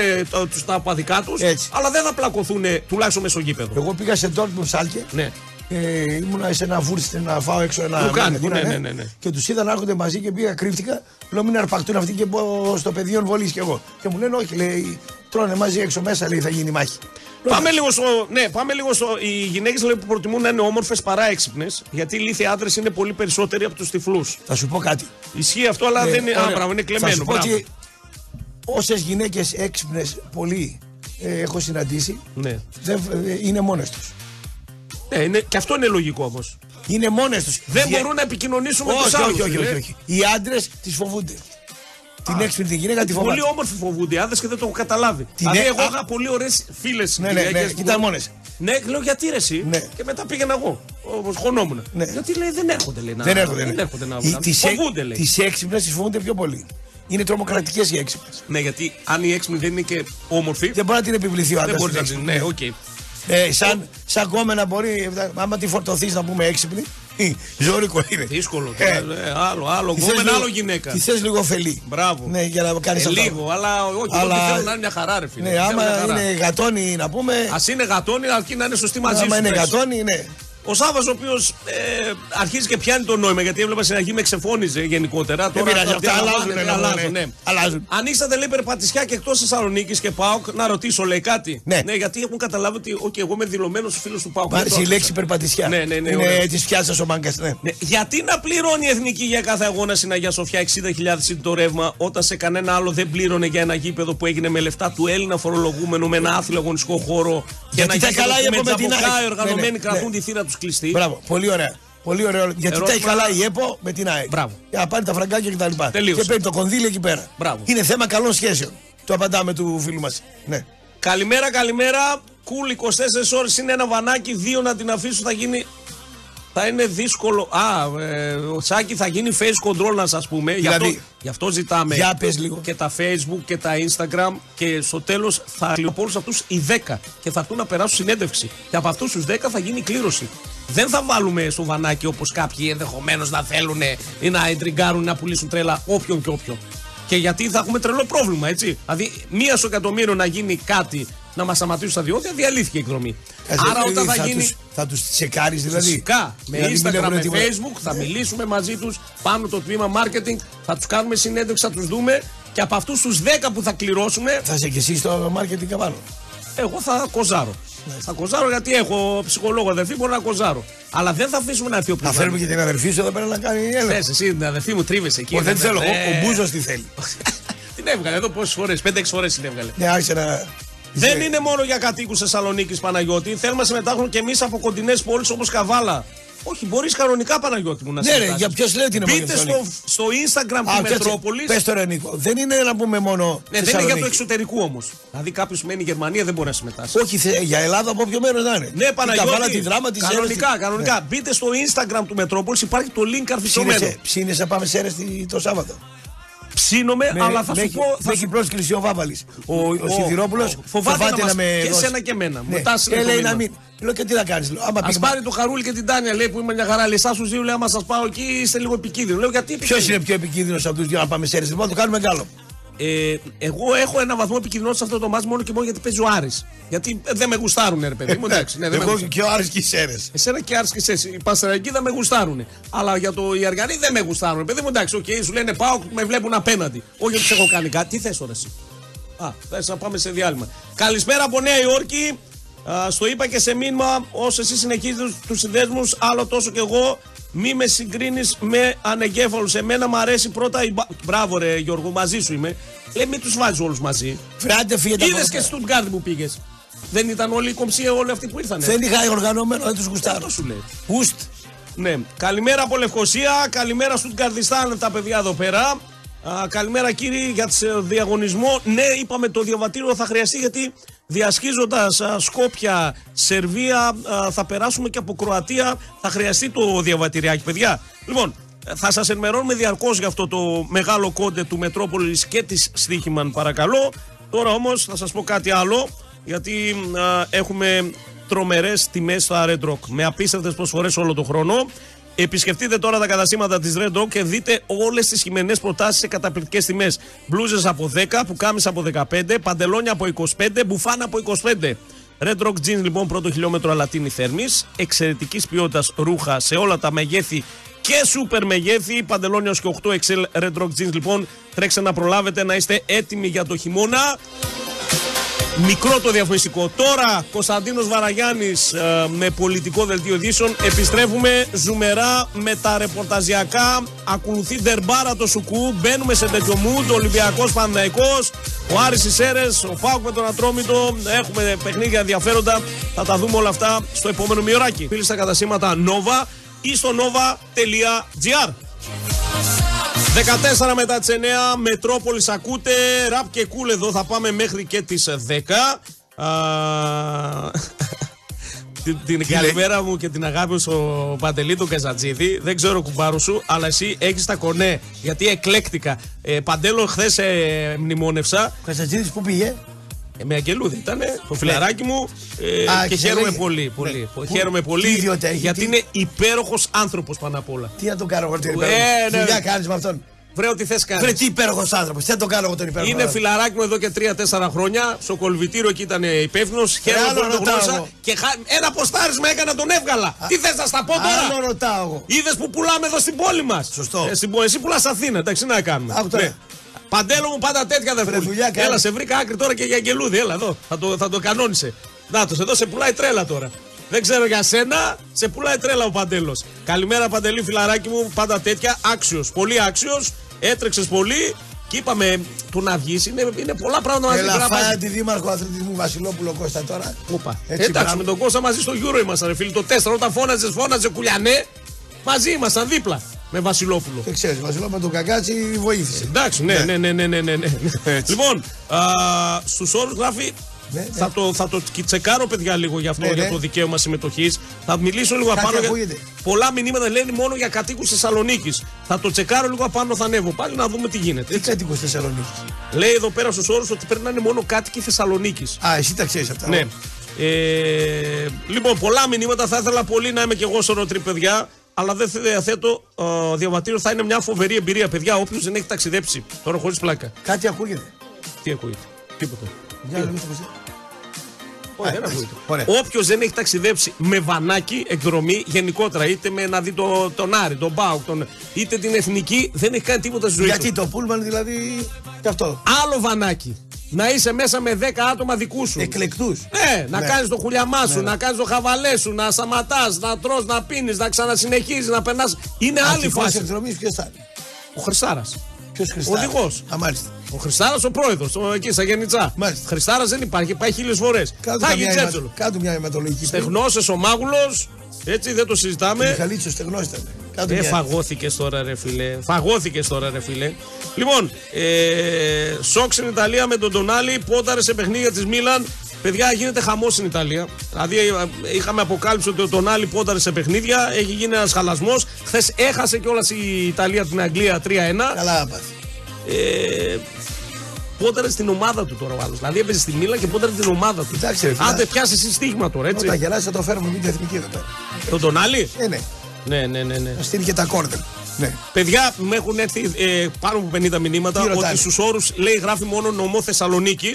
του τα παδικά τους.
Έτσι.
Αλλά δεν θα πλακωθούν τουλάχιστον μες στο γήπεδο.
Εγώ πήγα σε Ντόρκμουν Σάλκε.
Ναι.
Ε, ήμουνα σε ένα βούρστι να φάω έξω ένα.
Λουκάνικο,
μήνα,
ναι, ναι, ναι, ναι.
Και τους είδα να έρχονται μαζί και πήγα, κρύφτηκα. Λέω μην αρπακτούν αυτοί και μπω στο πεδίο βολή κι εγώ. Και μου λένε όχι, λέει, τρώνε μαζί έξω μέσα, λέει, θα γίνει μάχη. Λέω,
Πάμε λίγο στο. Ναι, πάμε λίγο στο. Οι γυναίκες που προτιμούν να είναι όμορφες παρά έξυπνες, γιατί οι λίθοι άντρες είναι πολύ περισσότεροι από τους τυφλούς.
Θα σου πω κάτι.
Ισχύει αυτό, αλλά δεν είναι.
Ναι. ωραία.
Α, μπράβο, είναι
Θα
κλεμμένο.
σου πω
μπράβο.
ότι όσες γυναίκες έξυπνες πολύ ε, έχω συναντήσει,
Ναι.
δεν, ε, είναι μόνες τους.
ναι είναι... Και αυτό είναι λογικό όμως.
Είναι μόνες τους.
Δεν μπορούν να επικοινωνήσουν με
όχι,
τους άλλους.
όχι, όχι, όχι, όχι. Οι άντρες τις φοβούνται. Την έξυπνη τη γυναίκα τη φοβούνται.
Πολύ όμορφοι φοβούνται οι άντρε και δεν το έχω καταλάβει.
Την
δηλαδή,
ε-
εγώ
α-
είχα πολύ ωραίες φίλες.
Ναι, ναι, ναι, ήταν μόνες.
Ναι, λέω γιατί ρε, εσύ.
Ναι.
Και μετά πήγαινα εγώ. Όπως χωνόμουν.
Ναι.
Γιατί λέει δεν έρχονται, λέει, να,
Δεν έρχονται.
δεν
ναι.
έρχονται να
Οι-
βγάλουν.
τις έ-
Φοβούνται, λέει.
τις έξυπνες τις φοβούνται πιο πολύ. Είναι τρομοκρατικές οι έξυπνες.
Ναι, γιατί αν η έξυπνη δεν είναι και όμορφη,
Δεν μπορεί να την επιβληθεί ο
δεν
άντρας.
μπορεί να την. Ναι, οκ.
Ε, σαν, σαν κόμενα μπορεί, ε, άμα τη φορτωθείς να πούμε έξυπνη, Ζώρικο είναι.
Δύσκολο.
Ε,
τώρα, ε, άλλο, άλλο.
τη θες
Γκόμενα,
λίγο-
άλλο γυναίκα.
Τη θες λίγο ωφελή.
Μπράβο.
Ναι, για να κάνει
Ε, λίγο, αλλά όχι.
Αλλά-
Αλλά... Θέλω να είναι μια χαρά, ρε φίλε.
Ναι, άμα είναι γατόνι να πούμε.
Ας είναι γατόνι, αρκεί να είναι σωστή μαζί
Άμα
σου.
είναι
πες.
γατόνι, ναι.
Ο Σάβα, ο οποίος ε, αρχίζει και πιάνει το νόημα, γιατί έβλεπα στην αρχή με εξεφώνιζε γενικότερα.
Δεν πειράζει,
τα-
αυτά
τα-
αλλάζουν,
ναι,
ναι,
αλλάζουν,
ναι.
ναι.
Αλλάζουν.
Ανοίξατε λέει περπατησιά και εκτός Θεσσαλονίκης και ΠΑΟΚ να ρωτήσω, λέει κάτι.
Ναι.
γιατί έχουν καταλάβει ότι okay, εγώ είμαι δηλωμένος φίλος του ΠΑΟΚ.
Μ' άρεσε η
Αυτό
λέξη
άκουσα.
περπατησιά.
Ναι, ναι, ναι, ωραία.
Είναι τη πιάτσα ο μάγκας, ναι.
Ναι, γιατί να πληρώνει η εθνική για κάθε αγώνα στην Αγία Σοφιά 60.000 είναι το ρεύμα, όταν σε κανένα άλλο δεν πλήρωνε για ένα γήπεδο που έγινε με λεφτά του Έλληνα φορολογούμενου με ένα άθλιο αγωνιστικό χώρο. Για
Γιατί τα καλά
που
είπαμε
με
την
τζαμποκά
ΑΕΚ.
οι οργανωμένοι
Ναι, ναι,
κρατούν
ναι.
τη θύρα τους κλειστή.
Μπράβο, πολύ ωραία. Πολύ ωραίο. Γιατί
Ερώτημα-
τα έχει καλά η ΕΠΟ με την ΑΕΚ.
Μπράβο.
Για να πάρει τα φραγκάκια και τα λοιπά.
Τελείωσε.
Και παίρνει το κονδύλι εκεί πέρα.
Μπράβο.
Είναι θέμα καλών σχέσεων. Το απαντάμε του φίλου μας. Ναι.
Καλημέρα, καλημέρα. Κούλ 24 ώρες είναι ένα βανάκι, δύο να την αφήσω θα γίνει. Θα είναι δύσκολο. Α, ε, ο Σάκη θα γίνει face control, να σας πούμε.
Δηλαδή-
γι, αυτό, γι' αυτό ζητάμε
Για πες λίγο.
και τα facebook και τα instagram. Και στο τέλος θα κλειστούν όλου αυτού οι 10 και θα έρθουν να περάσουν συνέντευξη. Και από αυτούς τους 10 θα γίνει η κλήρωση. Δεν θα βάλουμε στο βανάκι όπως κάποιοι ενδεχομένως να θέλουν ή να εντριγκάρουν ή να πουλήσουν τρέλα όποιον και όποιον. Και γιατί θα έχουμε τρελό πρόβλημα, έτσι. Δηλαδή, μία στο εκατομμύριο να γίνει κάτι να μας σταματήσουν στα διόδια, διαλύθηκε η εκδρομή.
Κάτσε,
Άρα,
ε,
όταν θα,
θα
γίνει.
Τους, θα τους τσεκάρεις δηλαδή.
Φυσικά, με
Δηλαδή, μην
Instagram,
έχουν
με
τίποτα.
Facebook, θα μιλήσουμε μαζί τους πάνω το τμήμα marketing, θα τους κάνουμε συνέντευξη, θα τους δούμε και από αυτούς τους 10 που θα κληρώσουν,
Θα είσαι και εσύ στο marketing καβάλο.
εγώ θα κοζάρω.
Ναι.
Θα κοζάρω γιατί έχω ψυχολόγο αδερφή, μπορώ να κοζάρω. Αλλά δεν θα αφήσουμε να έρθει ο
Θα
πληθυσμός.
φέρουμε και την αδερφή σου εδώ πέρα να κάνει έλεγχο.
Θες εσύ την αδερφή μου, τρίβεσαι εκεί.
Όχι, δεν τη
βέβαια.
θέλω. Ο,
Ε,
ο Μπούζος τη θέλει.
*laughs* Την έβγαλε εδώ πόσες φορές, 5-6 φορές την έβγαλε.
Ναι, άρχισε να.
Δεν είναι μόνο για κατοίκους Θεσσαλονίκης Παναγιώτη. Θέλουμε να συμμετάχουν και εμείς από κοντινές πόλεις όπως Καβάλα. Όχι, μπορείς κανονικά Παναγιώτη μου να
Ναι, ρε,
συμμετάσχεις.
για ποιος λέει ότι είναι μόνο για
Μπείτε στο,
Θεσσαλονίκη.
στο Instagram τη Μετρόπολης.
Πες τώρα, Νίκο. Δεν είναι να πούμε μόνο.
Ναι, δεν είναι για το
Θεσσαλονίκη.
εξωτερικό όμως. Δηλαδή κάποιος που μένει η Γερμανία δεν μπορεί να συμμετάσχει.
Όχι, θε- για Ελλάδα από ποιο μέρος να είναι.
Ναι,
Την
Παναγιώτη.
Καβάλα, τη δράμα, της Ναι.
κανονικά, κανονικά. Μπείτε στο Instagram του Μετρόπολης, υπάρχει το link αρφιστωμένο.
Ψήνεσαι, ψήνεσαι, πάμε σε έρεστη το Σάββατο.
Ψήνομαι,
Με-
Ναι. αλλά θα
με
σου
έχει-
πω.
με
Θα
έχει
σου...
πρόσκληση ο Βάβαλης. Ο, ο,
Ο-
Σιδηρόπουλο
ο- φοβάται να μας- και εσένα και εμένα. Μου τάσσε το
Ναι. Ε, λέει να
μήνυμα.
μην. Λέω και τι να κάνεις. Άμα
Ας πάρει το Χαρούλη και την Τάνια, λέει που είμαι μια χαρά. Λέει, εσά του δύο, λέει, άμα σας πάω εκεί είστε λίγο επικίνδυνο. Λέω, γιατί
Ποιος
επικίνδυνο?
είναι πιο επικίνδυνος από τους δύο να πάμε σε έρεστη. Λοιπόν, το κάνουμε γκάλο.
Ε, εγώ έχω ένα βαθμό επικοινωνίας σε αυτό το μάτι μόνο και μόνο γιατί παίζει ο Άρης. Γιατί ε, δεν με γουστάρουνε, ρε παιδί μου. Εντάξει, ναι, δεν με
Εγώ
γουστάρουνε.
και ο Άρης και οι Σέρες.
Εσένα και Άρης και εσείς. Οι Πασαραϊκοί δεν με γουστάρουνε. Αλλά για το οι Αργανοί δεν με γουστάρουνε. Παιδί μου, εντάξει, οκ, σου λένε πάω, με βλέπουν απέναντι. Όχι ότι σε έχω κάνει κάτι. Τι θες τώρα εσύ. Α, θες να πάμε σε διάλειμμα. Καλησπέρα από Νέα Υόρκη. Α, στο είπα και σε μήνυμα, όσο εσύ συνεχίζετε τους συνδέσμους, άλλο τόσο κι εγώ, μη με συγκρίνεις με ανεγκέφαλους. Εμένα μου αρέσει πρώτα η. μπα- Μπράβο, ρε Γιώργο, μαζί σου είμαι. Ε, Λέει, μην τους βάζεις όλους μαζί.
Φράντε, φύγετε. από
Είδε
εδώ
και
πέρα.
στον Γκάρντ που πήγες. Δεν ήταν όλοι οι κομψοί, όλοι αυτοί που ήρθαν.
Δεν είχα οργανωμένο, δεν τους γουστάρω.
Αυτό Ε. σου λέει.
Ουστ.
Ναι. Καλημέρα από Λευκοσία, καλημέρα στον Καρδιστάν τα παιδιά εδώ πέρα. Α, καλημέρα κύριοι για τις, ε, διαγωνισμό. Ναι, είπαμε το διαβατήριο θα χρειαστεί γιατί διασχίζοντας α, Σκόπια, Σερβία, α, θα περάσουμε και από Κροατία, θα χρειαστεί το διαβατηριάκι, παιδιά. Λοιπόν, ε, θα σας ενημερώνουμε διαρκώς για αυτό το μεγάλο κόντε του Μετρόπολης και της Στίχημαν παρακαλώ. Τώρα όμως θα σας πω κάτι άλλο, γιατί α, έχουμε τρομερές τιμές στα Red Rock. Με απίστευτες προσφορές όλο τον χρόνο. Επισκεφτείτε τώρα τα καταστήματα της Red Rock και δείτε όλες τις χειμερινέ προτάσεις σε καταπληκτικές τιμές. Μπλούζες από 10, πουκάμισα από 15, παντελόνια από 25, μπουφάνα από 25. Red Rock Jeans λοιπόν πρώτο χιλιόμετρο αλατίνη θέρμης. Εξαιρετικής ποιότητας ρούχα σε όλα τα μεγέθη και σούπερ μεγέθη. Παντελόνια ως και 8 XL Red Rock Jeans λοιπόν. Τρέξτε να προλάβετε να είστε έτοιμοι για το χειμώνα. Μικρό το διαφημιστικό. Τώρα Κωνσταντίνος Βαραγιάννης ε, με πολιτικό δελτίο ειδήσεων. Επιστρέφουμε ζουμερά με τα ρεπορταζιακά. Ακολουθεί ντερμπάρα το σουκού. Μπαίνουμε σε τέτοιο mood. Ο Ολυμπιακός Πανδαϊκός. Ο Άρης Ισέρες. Ο Φάουκ με τον Ατρόμητο. Έχουμε παιχνίδια ενδιαφέροντα. Θα τα δούμε όλα αυτά στο επόμενο μειωράκι. Φίλοι στα κατασύματα Nova ή στο nova.gr. 14 μετά τις 9, Μετρόπολης ακούτε, ραπ και κούλ εδώ, θα πάμε μέχρι και τις 10. Α, *laughs* την, την καλημέρα μου και την αγάπη μου στο Παντελή τον Καζατζίδη. Δεν ξέρω κουμπάρου σου, αλλά εσύ έχεις τα κονέ, γιατί εκλέκτηκα. Ε, Παντέλο, χθες ε, μνημόνευσα.
Καστατζίδη που πήγε.
Ε, με αγγελούδη ήταν, το φιλαράκι μου. Ε,
Ναι. Α,
και
και
χαίρομαι
λέγε.
πολύ.
Ναι.
πολύ,
Που-
χαίρομαι
τι
πολύ.
ιδιότητα έχει,
γιατί
τι-
είναι υπέροχος άνθρωπος πάνω απ' όλα.
Τι να τον κάνω εγώ τον
Ε,
υπέροχο.
ναι.
Δουλειά κάνεις με αυτόν.
Βρε, ό,τι θες κάνεις.
Βρε τι υπέροχος άνθρωπος. Τι να τον κάνω εγώ τον υπέροχο.
Είναι
άνθρωπο.
φιλαράκι μου εδώ και 3-4 χρόνια. Στο κολυβητήριο εκεί ήταν υπεύθυνος. Χαίρομαι
άλλο
που τον
ρωτάω
γνώρισα.
εγώ.
Και χα- ένα ποστάρισμα έκανα, τον έβγαλα. Τι θες να στα πω
Άλλο
τώρα.
ρωτάω εγώ.
Είδες που πουλάμε εδώ στην πόλη μας.
Σωστό.
Ε, στην πόλη, εσύ πουλάς Αθήνα, εντάξει, να κάνουμε. Ναι.
Άκου τώρα.
Παντέλο μου, πάντα τέτοια δεν
Βρε,
φεύγουν.
δουλειά κάνει.
Έλα, σε βρήκα άκρη τώρα και για αγγελούδι. Έλα εδώ, θα το, θα το κανόνισε. Νάτος, εδώ σε πουλάει τρέλα τώρα. Δεν ξέρω για σένα, σε πουλάει τρέλα ο Παντέλος. Καλημέρα, Παντελή, φιλαράκι μου, πάντα τέτοια. Άξιος, πολύ άξιος. Έτρεξες πολύ και είπαμε του να βγεις. Είναι, είναι πολλά πράγματα μαζί.
Έλα
Πρέπει να
φάει
πας-
αντιδήμαρχο αθλητισμού Βασιλόπουλο Κώστα τώρα.
Όπα.
Έτσι,
Ε, Εντάξει,
μπράβο.
με τον Κώστα μαζί στο Euro ήμασταν, ρε φίλοι. Το 4 όταν φώναζες, φώναζε κουλιανέ. Μαζί ήμασταν δίπλα με Βασιλόπουλο.
Το ξέρεις, Βασιλόπουλο τον Κακάτσι βοήθησε.
Εντάξει, ναι, ναι, ναι, ναι, ναι, ναι. ναι. λοιπόν, στους όρους γράφει.
Ναι, ναι.
Θα το, θα το τσεκάρω, παιδιά, λίγο για αυτό,
Ναι,
για
ναι.
το δικαίωμα συμμετοχής. Θα μιλήσω λίγο
Κάτι
απάνω.
ακούγεται.
Πολλά μηνύματα λένε μόνο για κατοίκους Θεσσαλονίκης. Θα το τσεκάρω λίγο απάνω, θα ανέβω πάλι να δούμε τι γίνεται.
Τι κατοίκο Θεσσαλονίκης.
Λέει εδώ πέρα στους όρους ότι πρέπει να είναι μόνο κάτοικοι Θεσσαλονίκης.
Α, εσύ τα ξέρεις αυτά.
Ναι. Ε, λοιπόν, πολλά μηνύματα. Θα ήθελα πολύ να είμαι και εγώ στο ροτρι, παιδιά. Αλλά δεν διαθέτω ε, διαβατήριο. Θα είναι μια φοβερή εμπειρία, παιδιά. Όποιος δεν έχει ταξιδέψει. Τώρα χωρίς πλάκα.
Κάτι ακούγεται.
Τι ακούγεται. Τίποτα.
Για
Ε,
να μην το πιστεύω.
Όχι, δεν
εντάξει.
ακούγεται.
Ε, Ωραία.
Όποιος δεν έχει ταξιδέψει με βανάκι εκδρομή γενικότερα, είτε με να δει το, τον Άρη, τον Μπάουκ, τον, είτε την εθνική, δεν έχει κάνει τίποτα στη ζωή
Γιατί
του.
το πούλμαν δηλαδή. Και αυτό.
Άλλο βανάκι. Να είσαι μέσα με 10 άτομα δικούς σου.
Εκλεκτούς.
Ναι, να κάνεις το χουλιαμά σου, να κάνεις το χαβαλέ σου, να σταματάς, να τρώ, να πίνεις, να ξανασυνεχίζεις, να περνάς. Είναι άλλη φάση.
εκδρομής ποιος θα είναι.
Ο Χρυσάρας.
Ποιος Χριστάρα.
Οδηγός.
Α, μάλιστα.
Ο Χρυσάρας ο πρόεδρος, εκεί στα Γενιτσά.
Μάλιστα.
Χρυσάρας δεν υπάρχει, πάει χίλιες φορές.
Κάτω
Θα
καμιά
γίνει
αιμα-
τσέτσολο.
Κάτω μια αιματολογική.
Στεγνώσες ο Μάγουλος, έτσι δεν το συζητάμε.
Μιχαλίτσο στεγνό ήταν. Κάτω
Ε,
μια-
φαγώθηκες τώρα, ρε φιλέ. Φαγώθηκες τώρα, ρε φιλέ. Λοιπόν, ε, σοκ στην Ιταλία με τον Τονάλι, πόταρε σε παιχνίδια της Μίλαν. Παιδιά, γίνεται χαμός στην Ιταλία. Δηλαδή, ε, είχαμε αποκάλυψει ότι ο Τονάλι πόταρε σε παιχνίδια. Έχει γίνει ένας χαλασμός. Χθες έχασε κιόλας η Ιταλία την Αγγλία 3-1.
Καλά πάθη.
Ε, πόταρε στην ομάδα του τώρα ο άλλος. Δηλαδή, έπαιζε στη Μίλαν και πόταρε την ομάδα του.
Κοιτάξτε, ρε,
Άντε,
φιλά.
πιάσει εσύ στίγμα τώρα, έτσι.
Όταν γελάσει θα το φέρουμε την εθνική εδώ πέρα.
Τον Τονάλι.
Ε, ναι.
Ναι, ναι, ναι. ναι.
Να στείλει και τα κόρτερ. Ναι.
Παιδιά, μου έχουν έρθει ε, πάνω από 50 μηνύματα
Τι ρωτάνε?
ότι στους όρους λέει γράφει μόνο νομό Θεσσαλονίκης.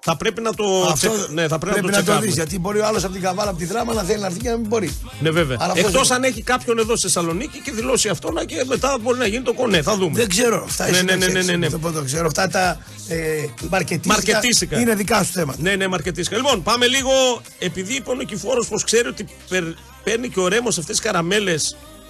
Θα πρέπει να το τσε- ναι, θα πρέπει, να το
δεις,
τσεκάρουμε.
γιατί μπορεί ο άλλος από την καβάλα, από τη δράμα να θέλει να έρθει και να μην μπορεί.
ναι, βέβαια.
Αλλά πώς
Εκτός
είναι.
αν έχει κάποιον εδώ στη Θεσσαλονίκη και δηλώσει αυτό να και μετά μπορεί να γίνει το κονέ. Θα δούμε.
Δεν ξέρω. Αυτά
Ναι,
εσύ
ναι,
τα
ναι,
ξέρεις.
ναι, ναι, ναι.
Δεν μπορώ να το ξέρω. Αυτά τα ε, μαρκετίστικα
Μαρκετίστικα.
είναι δικά σου θέματα.
Ναι, ναι, μαρκετίσκα. Λοιπόν, πάμε λίγο. Επειδή είπε ο Νικηφόρο πως ξέρει ότι περ- παίρνει και ο Ρέμος αυτές τις καραμέλες.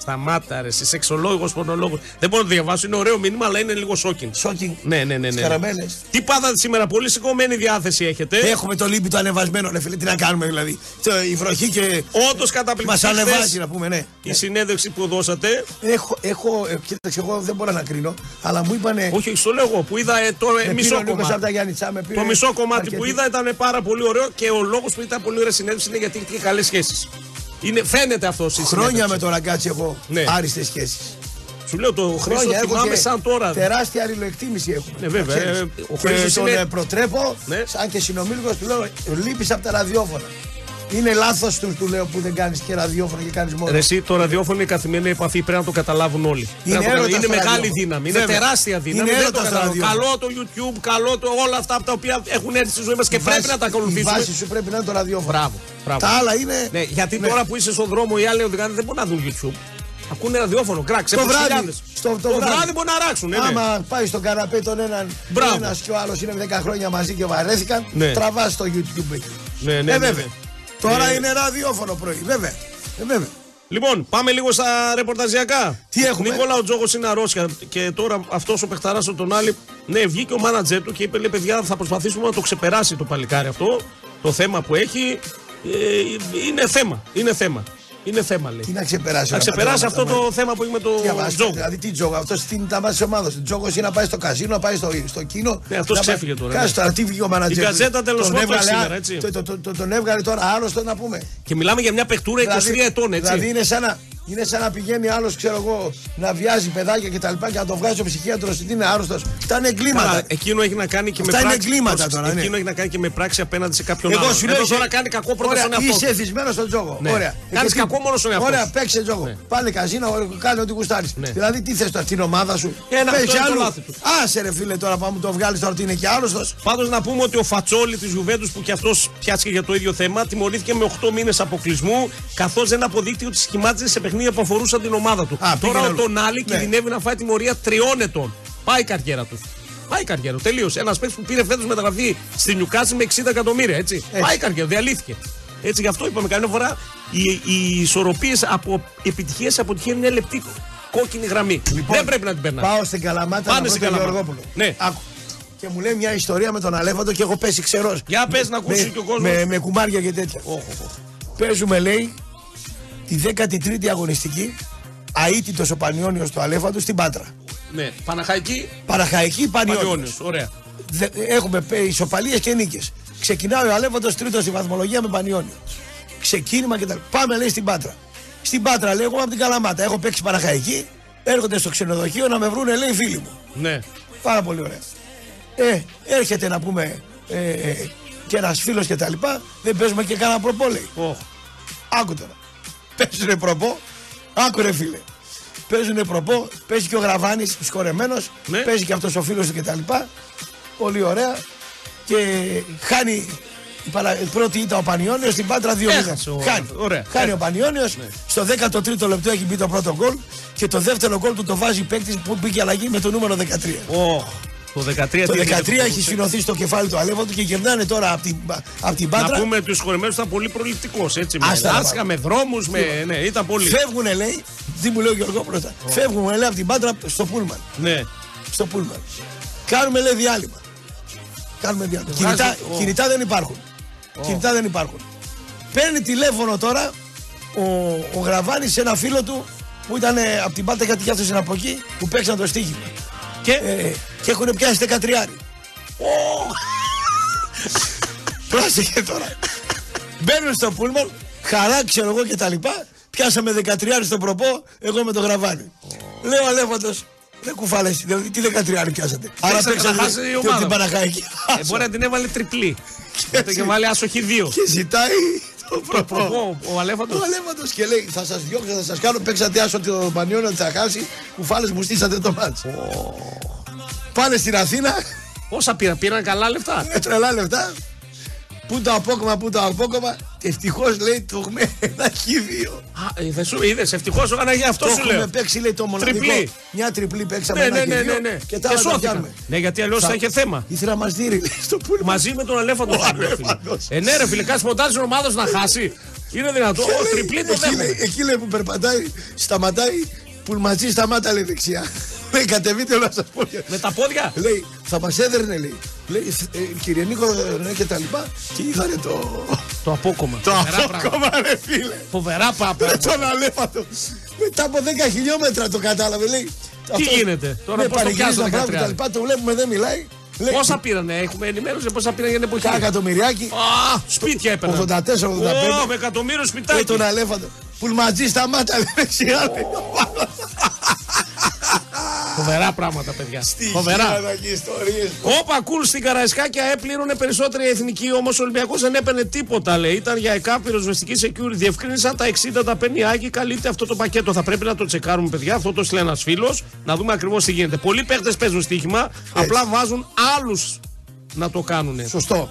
Σταμάτα, ρε, εσύ σεξολόγο, πονολόγος. Δεν μπορώ να το διαβάσω. Είναι ωραίο μήνυμα, αλλά είναι λίγο σόκινγκ.
Σόκινγκ.
Ναι, ναι, ναι. ναι.
Καραμέλες.
Τι πάθατε σήμερα, πολύ σηκωμένη διάθεση έχετε.
Έχουμε το λίμπι το ανεβασμένο, ρε φίλε. Τι να κάνουμε δηλαδή. Το- Η βροχή και.
Όντως
Μα
καταπληκτική.
ανεβάζει
χθες
να πούμε, ναι.
Η συνέντευξη που δώσατε.
Έχω, έχω, ε, κοίταξε, εγώ δεν μπορώ να κρίνω, αλλά μου είπανε.
Όχι, στο λέω εγώ που είδα ε, το ε,
με πήρε ο
μισό
Νίκος
κομμάτι.
από τα Γιάννη Τσά, με πήρε
Το μισό κομμάτι
αρκετή-
που είδα ήταν πάρα πολύ ωραίο και ο λόγος που ήταν πολύ ωραία συνέντευξη είναι γιατί είχε και καλές σχέσεις. Είναι, φαίνεται αυτό στη
Χρόνια
συνέντευξη.
με τον Ραγκάτσι έχω
Ναι.
άριστες σχέσεις.
Σου λέω το Χρήστο
Χρόνια έχω
θυμάμαι
και
σαν τώρα.
Τεράστια αλληλοεκτίμηση έχουμε.
Ναι, βέβαια,
να ξέρεις.
ε, ο
Και
Χρήστος
τον
είναι-
ε, προτρέπω,
Ναι.
σαν και συνομήλικος, του λέω: Λείπεις από τα ραδιόφωνα. Είναι λάθος του, του λέω, που δεν κάνεις και ραδιόφωνα και κάνεις μόνο.
Ρε, εσύ, το ραδιόφωνο είναι η καθημερινή επαφή, πρέπει να το καταλάβουν όλοι. Πρέπει να το καταλάβουν.
έρωτας
είναι
το
μεγάλη
ραδιόφωνο.
δύναμη, είναι
Βέβαια.
τεράστια δύναμη.
Είναι
δεν το
έρωτας το
καταλαβαίνω.
ραδιόφωνο.
Καλό το YouTube, καλό το όλα αυτά από τα οποία έχουν έρθει στη ζωή μας και
Η
πρέπει
βάση-
να τα
Η
ακολουθήσουμε.
βάση σου πρέπει να είναι το ραδιόφωνο.
Μπράβο, μπράβο.
Τα άλλα είναι.
Ναι, γιατί τώρα που είσαι στον δρόμο οι άλλοι οδηγάνε δεν μπορούν να δουν YouTube. Ακούνε ραδιόφωνο, κράξε
Το βράδυ, στο- το βράδυ.
βράδυ μπορεί να ράξουν. Ναι, ναι.
Άμα πάει στον καναπέ τον έναν
Μπράβο.
ένας και ο άλλος είναι 10 χρόνια μαζί και βαρέθηκαν,
Ναι.
τραβάς το YouTube εκεί.
Ναι, ναι, ναι,
ε,
ναι.
βέβαια. Τώρα
Ε,
είναι ραδιόφωνο πρωί, βέβαια. Ε, βέβαια.
Λοιπόν, πάμε λίγο στα ρεπορταζιακά.
Τι έχουμε?
Νίκολα, ο Τζόγος είναι αρρώστια και τώρα αυτός ο παιχταράς ο τον άλλη. Ναι, βγήκε ο μάνατζερ του και είπε: Λέει, παιδιά, θα προσπαθήσουμε να το ξεπεράσει το παλικάρι αυτό. Το θέμα που έχει. Ε, είναι θέμα. Είναι θέμα. Είναι θέμα, λέει.
Τι να ξεπεράσει.
Να
ένα
ξεπεράσει
πατέρα
αυτό
με τα
το θέμα που έχει με το
μάτια. Τι αβάστα,
Τζόγο.
Δηλαδή τι τζόγο, αυτό είναι τα μάτια τη ομάδα. Τζόγο είναι να πάει στο καζίνο, να πάει στο, στο κίνο.
Ναι, αυτός
να πάει-
ξέφυγε τώρα, ναι.
Κάτσε τώρα, τι βγήκε ο μανατζέρ.
Η Γκαζέτα,
του.
τέλος
Τον
πάντων,
έβγαλε
σήμερα,
άλλο-
έτσι.
το- το- το- Τον έβγαλε τώρα άλλωστο να πούμε.
Και μιλάμε για μια παιχτούρα 23
Δηλαδή-
ετών, έτσι.
Δηλαδή είναι σαν να. Είναι σαν να πηγαίνει άλλος, ξέρω εγώ, να βιάζει παιδάκια κτλ. Και, να το βγάζει ο ψυχίατρος ότι είναι άρρωστος. Αυτά είναι εγκλήματα.
Καλά, εκείνο έχει να κάνει και
Αυτά
με
είναι
πράξη.
εγκλήματα
Πρόσεξε,
τώρα, ναι.
Εκείνο έχει να κάνει και με πράξη απέναντι σε κάποιον
Εγώ
άλλον.
σου λέω.
Εδώ
είσαι-
τώρα κάνει κακό πρώτα
Ωραία,
στον εαυτό
Είσαι
του.
εθισμένος στον τζόγο.
Ναι.
Ωραία.
Κάνεις
Εκεί-
κακό μόνο στον εαυτό
Ωραία,
σου.
παίξε τζόγο. Πάλι καζίνα, ωραία, κάνε ό,τι γουστάρεις.
Ναι.
Δηλαδή τι θες τώρα, την ομάδα σου.
Ένα,
Παίξε
αυτό είναι το
άλλου.
λάθη τους.
Άσε ρε φίλε τώρα πάμε το βγάλεις τώρα ότι είναι και άρρωστος.
Πάντως να πούμε ότι ο Φατσόλη της Γιουβέντους που κι αυτό πιάστηκε για το ίδιο θέμα τιμωρήθηκε με 8 μήνες αποκλεισμού καθώς δεν αποδείχτηκε ότι σχημάτιζε σε παιχνίδια που αφορούσαν την ομάδα του.
Α, πήγαινε
Τώρα ο
αλλού.
Τονάλι
Ναι.
κινδυνεύει να φάει τιμωρία τριών ετών. Πάει η καριέρα του. Πάει η καριέρα του. Τελείωσε. Ένας παίκτης που πήρε φέτος μεταγραφή στη Νιουκάση με 60 εκατομμύρια. Έτσι. Πάει η καριέρα του. Διαλύθηκε. Έτσι γι' αυτό είπαμε καμιά φορά οι, οι ισορροπίες από επιτυχία σε αποτυχία είναι μια λεπτή κόκκινη γραμμή.
Λοιπόν,
δεν πρέπει να την περνάει.
Πάω στην Καλαμάτα
Πάμε
να βρω
Ναι. στην
τον
Καλαμάτα.
Γεωργόπουλο.
Ναι.
Άκου. Και μου λέει μια ιστορία με τον Αλέφαντο και έχω πέσει ξερό.
Για πες να ακούσει
με,
και ο κόσμος.
με, με κουμάρια και τέτοια. Παίζουμε λέει τη 13η αγωνιστική αίτητος ο Πανιόνιος του Αλέφαντος στην Πάτρα.
Ναι. Παναχαϊκή
Παραχαϊκή Πανιόνιος.
Πανιόνιος. Ωραία.
Δε- Έχουμε ισοπαλίες και νίκες. Ξεκινάει ο Αλέφαντος τρίτος στη βαθμολογία με Πανιόνιο. Ξεκίνημα και τα. Πάμε λέει στην Πάτρα. Στην Πάτρα λέει, εγώ είμαι από την Καλαμάτα. Έχω παίξει Παραχαϊκή. Έρχονται στο ξενοδοχείο να με βρούνε, λέει φίλοι μου.
Ναι.
Πάρα πολύ ωραία. Ε, έρχεται να πούμε ε, ε, και ένας φίλος και τα λοιπά. Δεν παίζουμε και κανένα προπό, λέει.
Ωχ.
Άκου τώρα. Παίζουνε προπό. Άκου ρε φίλε. Παίζουνε προπό. Παίζει και ο Γραβάνης σκορεμένος.
Ναι.
Παίζει και αυτός ο φίλος του κτλ. Πολύ ωραία. Και χάνει η παρα- η πρώτη ήττα ο Πανιόνιος στην Πάτρα 2-0.
Έχασε ο-
Χάνει.
ωραία. Ναι.
χάνει ο Πανιόνιο. Στο 13ο λεπτό έχει μπει το πρώτο γκολ. Και το δεύτερο γκολ του το βάζει παίκτης που μπήκε αλλαγή με το νούμερο 13.
Ωχ. Το 13
Το
τι
13
έγινε.
έχει σφυρωθεί στο κεφάλι του Αλέφαντου και γυρνάνε τώρα από την, απ την
Να
Πάτρα.
πούμε ότι ο συγχωρεμένο ήταν πολύ προληπτικός. Έτσι. Με
Ας τα
λάσκα,
πάμε.
με δρόμους, με. Ναι, ήταν πολύ.
Φεύγουνε λέει, τι μου λέει ο Γιώργο πρώτα. Φεύγουμε λέει από την Πάτρα στο Πούλμαν.
Ναι.
Στο Πούλμαν. Κάνουμε λέει διάλειμμα. Κάνουμε διάλειμμα.
Βγάζει-
Κινητά,
Ω.
κινητά δεν υπάρχουν. Κινητά δεν υπάρχουν. Παίρνει τηλέφωνο τώρα ο, ο Γραβάνης σε ένα φίλο του που ήταν από την Πάτρα γιατί κι αυτός είναι από εκεί που παίξαν το στοίχημα.
Και
Ε, και έχουν πιάσει 13. Πρόσεχε τώρα. Μπαίνουν στο πούλμαν, χαρά ξέρω εγώ και τα λοιπά. Πιάσαμε 13 στον προπό, εγώ με το γραβάνι. Λέω αλέφαντος, δεν κουφάλε, δηλαδή τι 13 πιάσατε. Άρα
Παίξατε,
παίξατε
θα χάσει η
και
ομάδα.
την Παναχαϊκή.
ε, μπορεί να την έβαλε τριπλή.
έτσι.
Και βάλει άσοχη δύο.
Και ζητάει το προπό.
Ο, ο Αλέφαντος.
Ο Αλέφαντος και λέει: Θα σας διώξω, θα σας κάνω. Παίξατε άσο το πανιόνιο, θα χάσει. Κουφάλες μου στήσατε το μάτσο. Πάνε στην Αθήνα,
Πόσα πήρα, πήραν καλά λεφτά.
με τρελά λεφτά. Πού το απόκομα, πού το απόκομα. Ευτυχώς λέει το έχουμε ένα χίδιο.
Α, ε, δεν σου είδες, ευτυχώς ο Γαναγιά, αυτό
Το
σου λέω.
έχουμε παίξει λέει το μοναδικό.
Τριπλή.
Μια τριπλή παίξαμε
Ναι,
ένα
ναι, ναι,
χιδίο
ναι, ναι.
Και τα άλλα τα
σώθηκαν.
πιάνουμε.
Ναι, γιατί αλλιώς θα είχε θέμα.
Ήθελα να μας δίνει λέει, στο πούλμα.
Μαζί με τον Αλέφαντο.
Ο Αλέφαντος.
Ε, ναι, ρε φίλε, κάτσε ποντάζει ο ομάδο να χάσει. Είναι δυνατό.
Και
Ο
λέει,
τριπλή το
εκεί, λέει,
δέχομαι.
Εκεί λέει που περπατάει, σταματάει, πουλματζή σταμάτα λέει δεξιά. *laughs* Λέει κατεβείτε όλα σας πόδια.
Με τα πόδια.
Λέει, θα μας έδερνε λέει. Λέει, «Ε, κύριε Νίκο, ναι και τα λοιπά. Και είδανε το...
Το απόκομα.
Το
Φοβερά πράγματα.
απόκομα ρε φίλε.
Φοβερά
Με
πράγματα.
τον αλέφατο. Μετά από 10 χιλιόμετρα το κατάλαβε. Λέει,
Τι γίνεται, τώρα
με
πώς το
παρηγυρίζει
πιάσανε
τα
τα
πράγματα και τα
13.
λοιπά, το βλέπουμε δεν μιλάει. Λέει,
Πόσα πήρανε, έχουμε ενημέρωση, πόσα πήραν για την εποχή.
τα εκατομμυριάκι,
Α, σπίτια έπαιρναν.
84-85.
Ω, με εκατομμύριο
λέει
σπιτάκι.
τον αλέφατο. Πουλματζή σταμάτα, λέει δεξιά. λέει.
Φοβερά πράγματα, παιδιά.
Τι
Φοβερά.
χιλιάδα και ιστορίες.
Όπα, κουλ στην Καραϊσκάκια έπληρωνε περισσότερη η εθνική, όμως ο Ολυμπιακός δεν έπαιρνε τίποτα, λέει. Ήταν για ΕΚΑ πυροσβεστική security. Διευκρίνησαν τα 60, τα παίρνει η Άκη, καλύπτει αυτό το πακέτο. Θα πρέπει να το τσεκάρουμε, παιδιά. Αυτό το στείλει ένας φίλος, να δούμε ακριβώς τι γίνεται. Πολλοί παίχτες παίζουν στοίχημα, απλά βάζουν άλλους να το κάνουν.
Σωστό.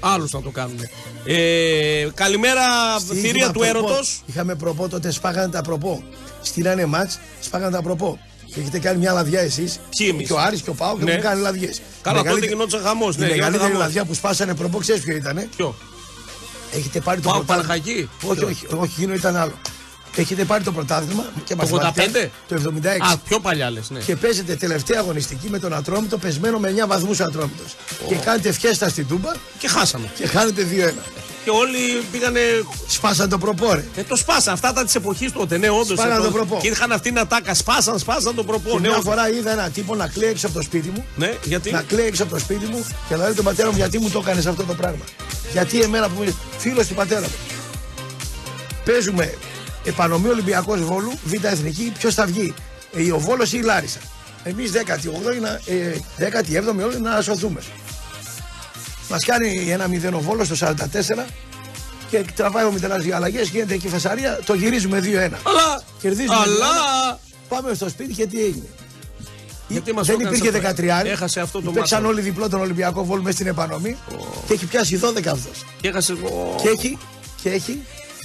Άλλους να το κάνουν. Ε, καλημέρα, θηρία
Είχαμε
του
προπό.
έρωτος.
Είχαμε προπό τότε, σπάγανε τα προπό. Στείλανε μάτ, σπάγανε τα προπό. Και έχετε κάνει μια λαδιά εσείς.
Ποιοι εμείς?
Και ο Άρης και ο Πάο και
Ναι.
έχουν κάνει λαδιές.
Καλά, τότε γινόταν χαμό.
Η μεγαλύτερη λαδιά που σπάσανε προπό, ξέρεις ποιο ήταν.
Ποιο.
Έχετε πάρει το
Πάω
πρωτάθλημα.
Παναχαϊκή.
Όχι, όχι, όχι, εκείνο ήταν άλλο. Έχετε πάρει το πρωτάθλημα και μαθηματικά
85?
Το 76.
Α, πιο παλιά λες, ναι.
Και παίζετε τελευταία αγωνιστική με τον Ατρόμητο, πεσμένο με 9 βαθμού Ατρόμητο. Και κάνετε φιέστα στην Τούμπα
Και χάσαμε.
και χάνετε 2-1.
Και όλοι πήγανε.
Σπάσαν το προπόρε.
Ε, το σπάσαν. Αυτά ήταν της εποχής τότε, ναι, όντως.
Σπάσαν τον προπό.
Και είχαν αυτήν την ατάκα. Σπάσαν, σπάσαν τον προπό. Ναι,
Μια
όντως.
φορά είδα ένα τύπο να κλαίει έξω από το σπίτι μου.
ναι, γιατί.
Να κλαίει έξω από το σπίτι μου και να λέει τον πατέρα μου γιατί μου το έκανες αυτό το πράγμα. Γιατί εμένα που είμαι φίλος του πατέρα μου. Παίζουμε Επανομή Ολυμπιακός Βόλου, Β' Εθνική, ποιος θα βγει, ε, ο Βόλο ή η Λάρισα. Εμείς 18η, να- ε, 17η όλοι να σωθούμε. Μας κάνει ένα 0 ο Βόλος το 44 και τραβάει ο Μητελά για αλλαγές. Γίνεται εκεί φασαρία, το γυρίζουμε 2-1.
Αλλά.
Κερδίζουμε ναι,
Αλλά.
Πάμε στο σπίτι και τι έγινε. Ε,
Γιατί μας
δεν
το έκανες
υπήρχε
αυτό.
13.
Έχασε αυτό το
Παίξαν
μάτσο.
όλοι διπλό τον Ολυμπιακό Βόλου μέσα στην επανομή και έχει πιάσει 12 αυτός.
Και έχασε. ο-
Και έχει, και έχει,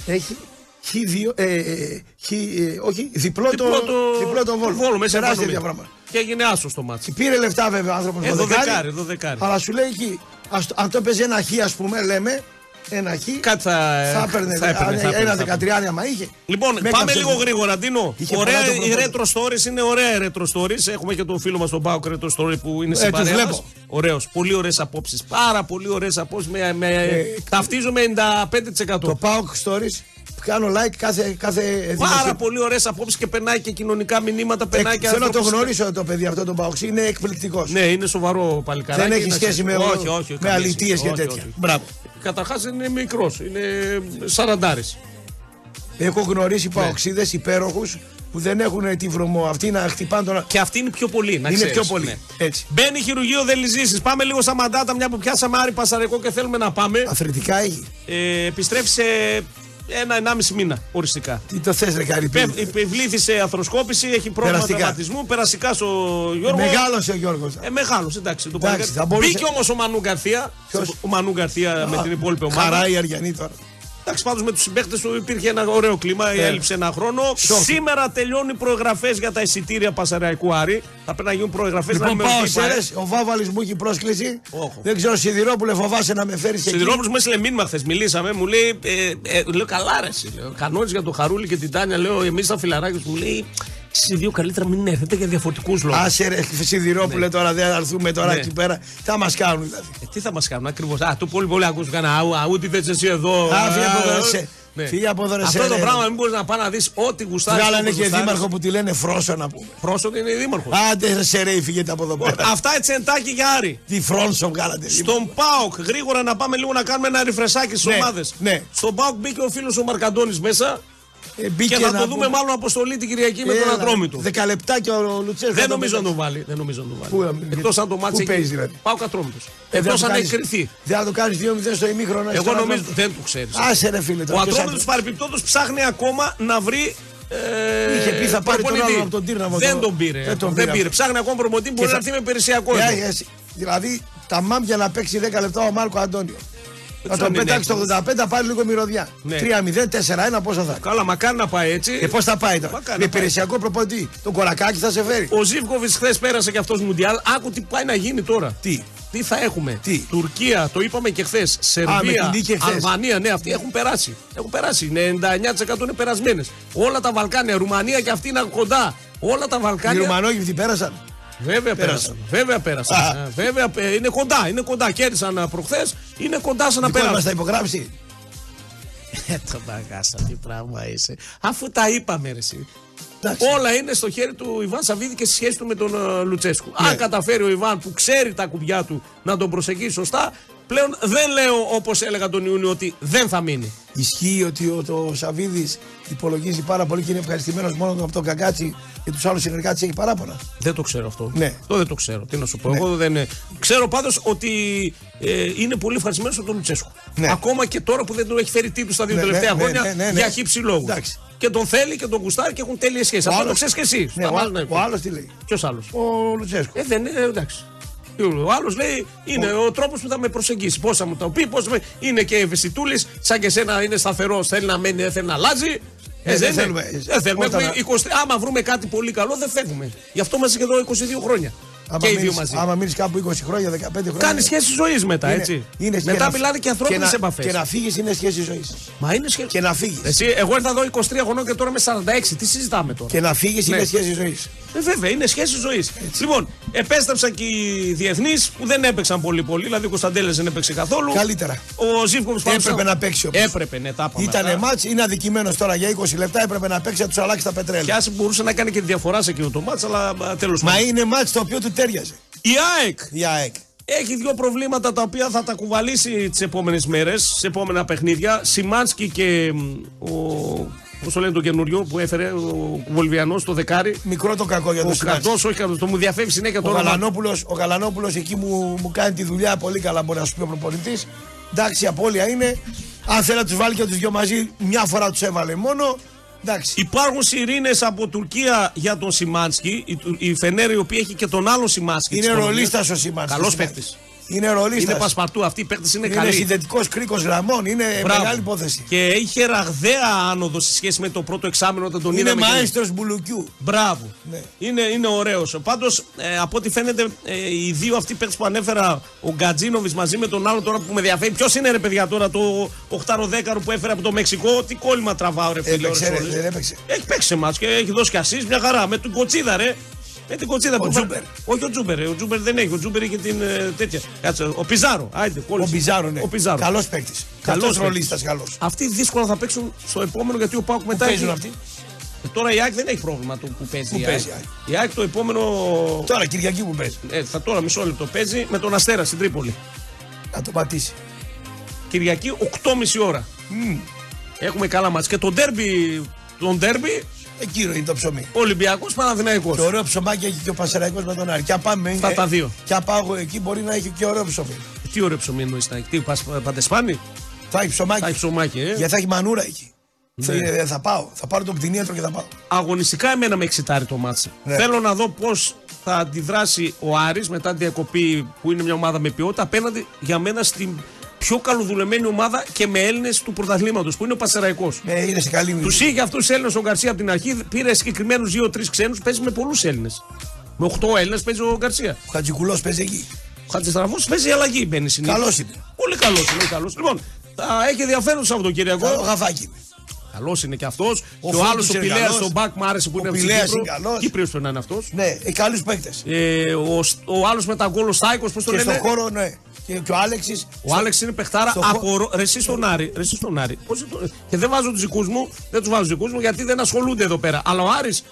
έχει, χι δύο, ε, ε, χι, ε, όχι, διπλό, το, διπλό τον Βόλο.
Βόλο μέσα
Τεράστια
επανομή.
διαφορά.
Και έγινε άσο το μάτσο.
Τι Πήρε λεφτά βέβαια ο άνθρωπος.
Ε, δωδεκάρι, δωδεκάρι.
Αλλά σου λέει εκεί, ας το- αν το έπαιζε ένα χι, ας πούμε, λέμε, ένα χι.
Κάτι θα,
θα
θα έπαιρνε,
έπαιρνε,
θα
ένα
έπαιρνε, θα έπαιρνε.
13 άμα είχε.
Λοιπόν,
Με
πάμε
έκαψε
λίγο
το-
γρήγορα, Ντίνο.
Είχε
Ωραία,
πολλά το
οι
προπόνημα.
retro stories είναι ωραία οι retro stories. Έχουμε και τον φίλο μας τον Πάοκ retro story που είναι σε
Ε, τους
παρέα
βλέπω.
μας. Ωραίος, πολύ ωραίες απόψεις. Πάρα πολύ ωραίες απόψεις. Με, με, ταυτίζομαι 95%.
Ε, Το πάω stories, κάνω like κάθε, κάθε
Πάρα
δημοσίευμα.
πολύ ωραίες απόψεις και περνάει και κοινωνικά μηνύματα. Περνάει
Εκ-
και
Ε, Θέλω να το
ανθρώπους-
γνωρίσω το παιδί αυτό τον Παοξή, είναι εκπληκτικός.
Ναι, είναι σοβαρό παλικάρι.
Δεν έχει σχέση με-
όχι, όχι,
με
καμία
αλητίες
σχέση.
και
Όχι,
τέτοια.
όχι.
Μπράβο.
Καταρχάς είναι μικρός, είναι σαραντάρης.
Έχω γνωρίσει
Ναι.
Παοξίδες υπέροχους που δεν έχουν τη βρωμό αυτή να χτυπάνε τον.
Και αυτή είναι πιο πολύ, να
Είναι
ξέρεις.
πιο πολύ.
Ναι.
Έτσι.
Μπαίνει χειρουργείο, δεν λυζήσεις. Πάμε λίγο στα μαντάτα, μια που πιάσαμε Άρη Πασαρικό και θέλουμε να πάμε.
Αθλητικά έχει.
Ε, επιστρέφει σε ένα-ενάμιση μήνα οριστικά.
Τι το θες, ρε
Πε- ε,
Καρυπίδη.
Επιβλήθη σε αρθροσκόπηση, έχει πρόβλημα
Περαστικά.
τραυματισμού. Περαστικά στο Γιώργο.
Μεγάλωσε ο Γιώργος.
Ε, μεγάλο, εντάξει. Το
Εντάξει,
παλικάρι.
θα μπορούσε-
Μπήκε όμως ο Μανού Γκαρθία.
Ποιος?
Ο Μανού Γκαρθία με την υπόλοιπη ομάδα.
Χαρά η Αριανή τώρα.
Εντάξει, πάντως με τους συμπαίχτε του υπήρχε ένα ωραίο κλίμα,
Ε.
έλειψε ένα χρόνο.
Σοκ.
Σήμερα τελειώνουν οι προεγγραφέ για τα εισιτήρια Πασαραϊκού Άρη. Θα πρέπει να γίνουν προεγγραφέ
Λοιπόν,
να
πάω,
ενημερωθεί η παρέα.
ξέρει, ο Βάβαλης μου έχει πρόσκληση.
Όχι.
Δεν ξέρω, Σιδηρόπουλε, φοβάσαι να με φέρεις εκεί.
Σιδηρόπουλος μου έστειλε μήνυμα χθες. Μιλήσαμε, μου λέει. Ε, ε, λέω καλά, ρε. εσύ», Λέω, Κανόνες για τον Χαρούλη και την Τάνια. Λέω εμείς τα φιλαράκια σου. Μου λέει. Εσεί οι δύο καλύτερα μην έρθετε για διαφορετικούς λόγους.
Άσε ρε, ε, Σιδηρόπουλε, τώρα δεν θα έρθουμε τώρα
Ναι.
εκεί πέρα. Θα μας κάνουν δηλαδή.
Ε, τι θα μας κάνουν ακριβώς. Α, το πολύ πολύ ακούστηκαν. Αού, αού, τι θες εσύ εδώ.
Α, φύγε από
α,
εδώ,
ε,
σε.
ναι.
Φύγε από εδώ, ρε, σε,
Αυτό το
ρε.
πράγμα μην μπορείς να πάει να δεις ό,τι γουστάρεις.
Βγάλανε και δήμαρχο που τη λένε Φρόσο να πούμε.
Πρόσωπο είναι δήμαρχος.
Άντε, ρε, σε ρε, φύγετε από εδώ
*laughs*
πέρα.
Αυτά έτσι εντάκι για Άρη.
Τι φρόνσο βγάλατε. λοιπόν.
Στον Πάοκ, γρήγορα να πάμε λίγο να κάνουμε ένα ριφρεσάκι στις
Ναι,
ομάδες.
ναι.
Στον Πάοκ μπήκε ο φίλος ο Μαρκαντώνης μέσα
Ε, μπήκε
και θα
να
το δούμε
πούμε.
μάλλον αποστολή την Κυριακή με τον
Έλα,
Ατρόμητο.
Δέκα λεπτά και ο Λουτσέσκο.
Δεν νομίζω να τον βάλει. Δεν νομίζω να τον
Πού,
βάλει.
αμυντικό.
Εκτό αν το
Πού
μάτσε.
παίζει, δηλαδή.
Πάω κατρόμητο. Εκτό αν έχει κρυθεί.
Δεν θα το κάνεις 2-0 στο ημίχρονο. έτσι,
Εγώ
τον
νομίζω.
Ατρόμητο.
Δεν το ξέρεις.
Άσε ρε φίλε.
Ο
τώρα, ποιος θα
Ατρόμητος παρεπιπτόντω ψάχνει ακόμα να βρει. Ε,
Είχε πει θα πάρει τον
προπονητή.
άλλον από τον Τύρναβο,
Δεν
τον-
τον πήρε.
δεν τον
Δεν
πήρε.
πήρε. Ψάχνει ακόμα προμοντή που μπορεί να
θα-
έρθει με περισσιακό.
Ε,
εδώ.
εσύ. Δηλαδή τα μάμπια να παίξει 10 λεπτά ο Μάρκο Αντώνιο. Να
αν
τον
είναι
πετάξει
έτοιμος.
το 85 πάλι λίγο μυρωδιά.
Ναι.
3-0, 4-1 πόσα θα.
Καλά, μακάρι να πάει έτσι.
Και πώ Ε, θα πάει
Μα
τώρα.
καλά,
Με
πάει.
υπηρεσιακό προπονητή. Τον κορακάκι θα σε φέρει.
Ο Ζήφκοβιτ χθες πέρασε και αυτός Μουντιάλ. Άκου τι πάει να γίνει τώρα.
Τι.
Τι θα έχουμε.
Τι.
Τουρκία, το είπαμε και χθες.
με
Σερβία,
την νίκη χθες.
Αλβανία, ναι, αυτοί έχουν περάσει. Έχουν περάσει. Είναι 99% είναι περασμένες. Όλα τα Βαλκάνια, Ρουμανία και αυτοί είναι κοντά. Όλα τα
Οι
Βαλκάνια.
Ρουμανόγυπτοι πέρασαν.
Βέβαια πέρασαν. Βέβαια πέρασαν.
Α.
Ε, Βέβαια ε, είναι κοντά. Είναι κοντά. Κέρδισαν προχθές. Είναι κοντά σαν να
Δικό μα
πέρασαν.
θα υπογράψει.
Λοιπόν, *laughs* Ε, το μπαγάσα, τι πράγμα είσαι. Αφού τα είπαμε, ρε, εσύ.
Εντάξει.
Όλα είναι στο χέρι του Ιβάν Σαββίδη και στη σχέση του με τον ε, Λουτσέσκου.
Ναι.
Αν καταφέρει ο Ιβάν που ξέρει τα κουμπιά του να τον προσεγγίσει σωστά, πλέον δεν λέω όπως έλεγα τον Ιούνιο ότι δεν θα μείνει.
Ισχύει ότι ο, το Σαββίδης υπολογίζει πάρα πολύ και είναι ευχαριστημένος μόνο από τον Καγκάτσι και τους άλλους συνεργάτες έχει παράπονα.
Δεν το ξέρω αυτό.
Ναι.
Αυτό δεν το ξέρω. Τι να σου πω. Εγώ δεν. ε, Ξέρω πάντως ότι ε, είναι πολύ ευχαριστημένος από τον Λουτσέσκου.
Ναι.
Ακόμα και τώρα που δεν του έχει φέρει τίτλου τα δύο
Ναι, ναι,
τελευταία
ναι,
χρόνια
ναι, ναι, ναι.
για χύψη λόγου.
Εντάξει.
Και τον θέλει και τον κουστάρει και έχουν τέλειες σχέσεις. Αυτό το
άλλος-
ξέρεις και εσύ.
Ναι, ο, άλλος- ο άλλος τι λέει.
Ποιος άλλος.
Ο Λουτσέσκο.
Ε, δεν είναι, εντάξει. Ο άλλος λέει είναι ο, τρόπος που θα με προσεγγίσει. Πώς θα μου το πει, πώς θα με... είναι και ευαισθητούλης, σαν και εσένα είναι σταθερό, θέλει να μένει, δεν θέλει να αλλάζει.
Ε, δεν
είναι.
θέλουμε.
Δεν θέλουμε.
Όταν-
Έχουμε 20... Άμα βρούμε κάτι πολύ καλό, δεν φεύγουμε. Γι' αυτό είμαστε και εδώ 22 χρόνια. και οι δύο μαζί.
άμα μείνεις κάπου 20 χρόνια, 15 χρόνια.
Κάνει σχέση ζωής μετά,
είναι-
έτσι.
είναι-
μετά
να-
μιλάνε και ανθρώπινες
να-
επαφές.
Και να φύγεις είναι σχέση ζωής.
Μα είναι σχέση.
Και να φύγεις.
Εσύ, εγώ ήρθα εδώ 23 χρονών και τώρα είμαι 46. Τι συζητάμε τώρα.
Και να φύγεις
Ναι.
είναι σχέση ζωής.
Ε, βέβαια, είναι σχέση ζωής. Λοιπόν, επέστρεψαν και οι διεθνείς που δεν έπαιξαν πολύ πολύ. Δηλαδή, ο Κωνσταντέλες δεν έπαιξε καθόλου.
Καλύτερα.
Ο Ζήφκοβιτ
Έπρεπε να παίξει όμως.
Έπρεπε, ναι, τα είπαμε.
Ήτανε
αυτά.
μάτς, είναι αδικημένος τώρα για 20 λεπτά. Έπρεπε να παίξει, να τους αλλάξει τα
Και
πετρέλαια.
άσε που μπορούσε να έκανε και τη διαφορά σε εκείνο το μάτσα, αλλά τέλος
Μα
πάντων.
είναι μάτς το οποίο του τέριαζε.
Η ΑΕΚ
Η ΑΕΚ.
έχει δύο προβλήματα τα οποία θα τα κουβαλήσει τις επόμενες μέρες, σε επόμενα παιχνίδια. Σιμάνσκι και μ, ο Πώ το λένε το καινούριο που έφερε ο Βολβιανός το δεκάρι.
Μικρό το κακό για
Ο
το
κρατό,
συντάξει.
όχι κρατός, το μου διαφεύγει συνέχεια
Ο
τώρα.
Γαλανόπουλος, ο Γαλανόπουλος εκεί μου, μου κάνει τη δουλειά πολύ καλά, μπορεί να σου πει ο προπονητής. Εντάξει, η απώλεια είναι. Αν θέλει να τους βάλει και τους δυο μαζί, μια φορά τους έβαλε μόνο. Εντάξει.
Υπάρχουν σιρήνες από Τουρκία για τον Σιμάνσκι. Η, Του- η Φενέρ η οποία έχει και τον άλλο Σιμάνσκι.
Είναι
της Πολωνίας.
ρολίστας ο Σίμανς.
Καλός παίκτης.
Είναι ρολίστας.
Είναι πασπατού. Αυτή η παίκτη είναι,
Είναι
καλή.
συνδετικός κρίκος γραμμών. Είναι
Μπράβο.
μεγάλη υπόθεση.
Και είχε ραγδαία άνοδο σε σχέση με το πρώτο εξάμεινο όταν τον
Είναι
είδαμε. και-
μαέστρος μπουλουκιού.
Μπράβο.
Ναι.
Είναι, είναι ωραίος. Πάντως, από ό,τι φαίνεται, ε, οι δύο αυτοί παίκτες που ανέφερα, ο Γκατζίνοβι μαζί με τον άλλο τώρα που με διαφέρει, ποιος είναι ρε παιδιά τώρα το 8-10 που έφερε από το Μεξικό, τι κόλλημα τραβάω ρε φίλε.
Έπαιξε,
ώρες
ρε,
όλες.
δεν έπαιξε.
Έχει παίξει μάτς και έχει δώσει κι ασείς μια χαρά. Με τον Κοτσίδα, ρε. Με την Κοτσίδα. που-
Τζούμπερ.
Όχι ο Τζούμπερ. ρε. Ο Τζούμπερ δεν έχει. Ο Τζούμπερ είχε την ε, τέτοια. Κάτσε. Ο Πιζάρο. Άιντε,
Ο
κόλλησε.
Πιζάρο, ναι.
Ο Πιζάρο.
Καλός παίκτης.
Καλός
Καλός
παίκτης.
ρολίστας, καλός.
Αυτοί δύσκολα θα παίξουν στο επόμενο γιατί ο Πάουκ μετά.
παίζουν
έχει-
αυτοί?
Ε, Τώρα η ΑΕΚ δεν έχει πρόβλημα του που παίζει.
Πού
η
παίζει η
ΑΕΚ.
ΑΕΚ.
Η ΑΕΚ το επόμενο.
Τώρα Κυριακή που παίζει.
Ε, θα τώρα μισό λεπτό παίζει με τον Αστέρα στην Τρίπολη.
Να το πατήσει.
Κυριακή 8.30 ώρα. Έχουμε καλά μάτς. Και τον ντέρμπι, τον ντέρμπι
Εκείνο είναι το ψωμί.
Ολυμπιακός Παναθηναϊκός.
Το ωραίο ψωμάκι έχει και ο Πασεραϊκός με τον Άρη. Και αν πάμε.
Αυτά
ε,
τα δύο.
Και αν πάω εκεί μπορεί να έχει και ωραίο ψωμί.
Τι ωραίο ψωμί εννοείς να έχει. Τι πας
Ε,
παντεσπάνι.
Θα έχει ψωμάκι.
Θα έχει ψωμάκι. Ε.
Γιατί θα έχει μανούρα εκεί.
Ναι.
Ε, Θα, πάω. Θα πάρω τον κτηνίατρο και θα πάω.
Αγωνιστικά εμένα με εξητάρει το μάτς.
Ναι.
Θέλω να δω πώς θα αντιδράσει ο Άρης μετά τη διακοπή που είναι μια ομάδα με ποιότητα απέναντι για μένα στην πιο καλοδουλεμένη ομάδα και με Έλληνες του πρωταθλήματος που είναι ο Πασεραϊκός.
Ε, είναι σε καλή μοίρα.
Τους είχε αυτούς του Έλληνες ο Γκαρσία από την αρχή. Πήρε συγκεκριμένους 2-3 ξένους. Παίζει με πολλούς Έλληνες. Με 8 Έλληνες παίζει ο Γκαρσία.
Ο Χατζικουλός παίζει εκεί.
Ο Χατζηστραφό παίζει αλλαγή. Μπαίνει συνήθω.
Καλό είναι.
Πολύ καλός είναι. Καλός. Λοιπόν, θα έχει ενδιαφέρον το
Καλό
Σαββατοκύριακο.
γαφάκι. είναι.
Καλός είναι και αυτός.
Ο
Και ο άλλος
Φόντης
ο
είναι
Πιλέας,
καλός.
ο Μπακ, μου άρεσε που
Ο
είναι από την
Πιλέας
Κύπρο.
είναι καλός.
Κύπριος πρέπει να είναι αυτός.
Ναι, ε, καλούς παίκτες. Και
Ε, ο σ- ο άλλος με τα γκολ, ο Στάικος, πώς το
στον
λένε.
χώρο, ναι. Και, και ο Άλεξης.
Ο Άλεξ είναι παιχτάρα
στο χω-
από ρο- ρε εσύ στον Άρη. ρε εσύ στον Άρη. Πώς είναι το- Και δεν βάζω τους δικούς μου, δεν τους βάζω τους δικούς μου γιατί δεν ασχολούνται εδώ πέρα. Αλλά ο Άρης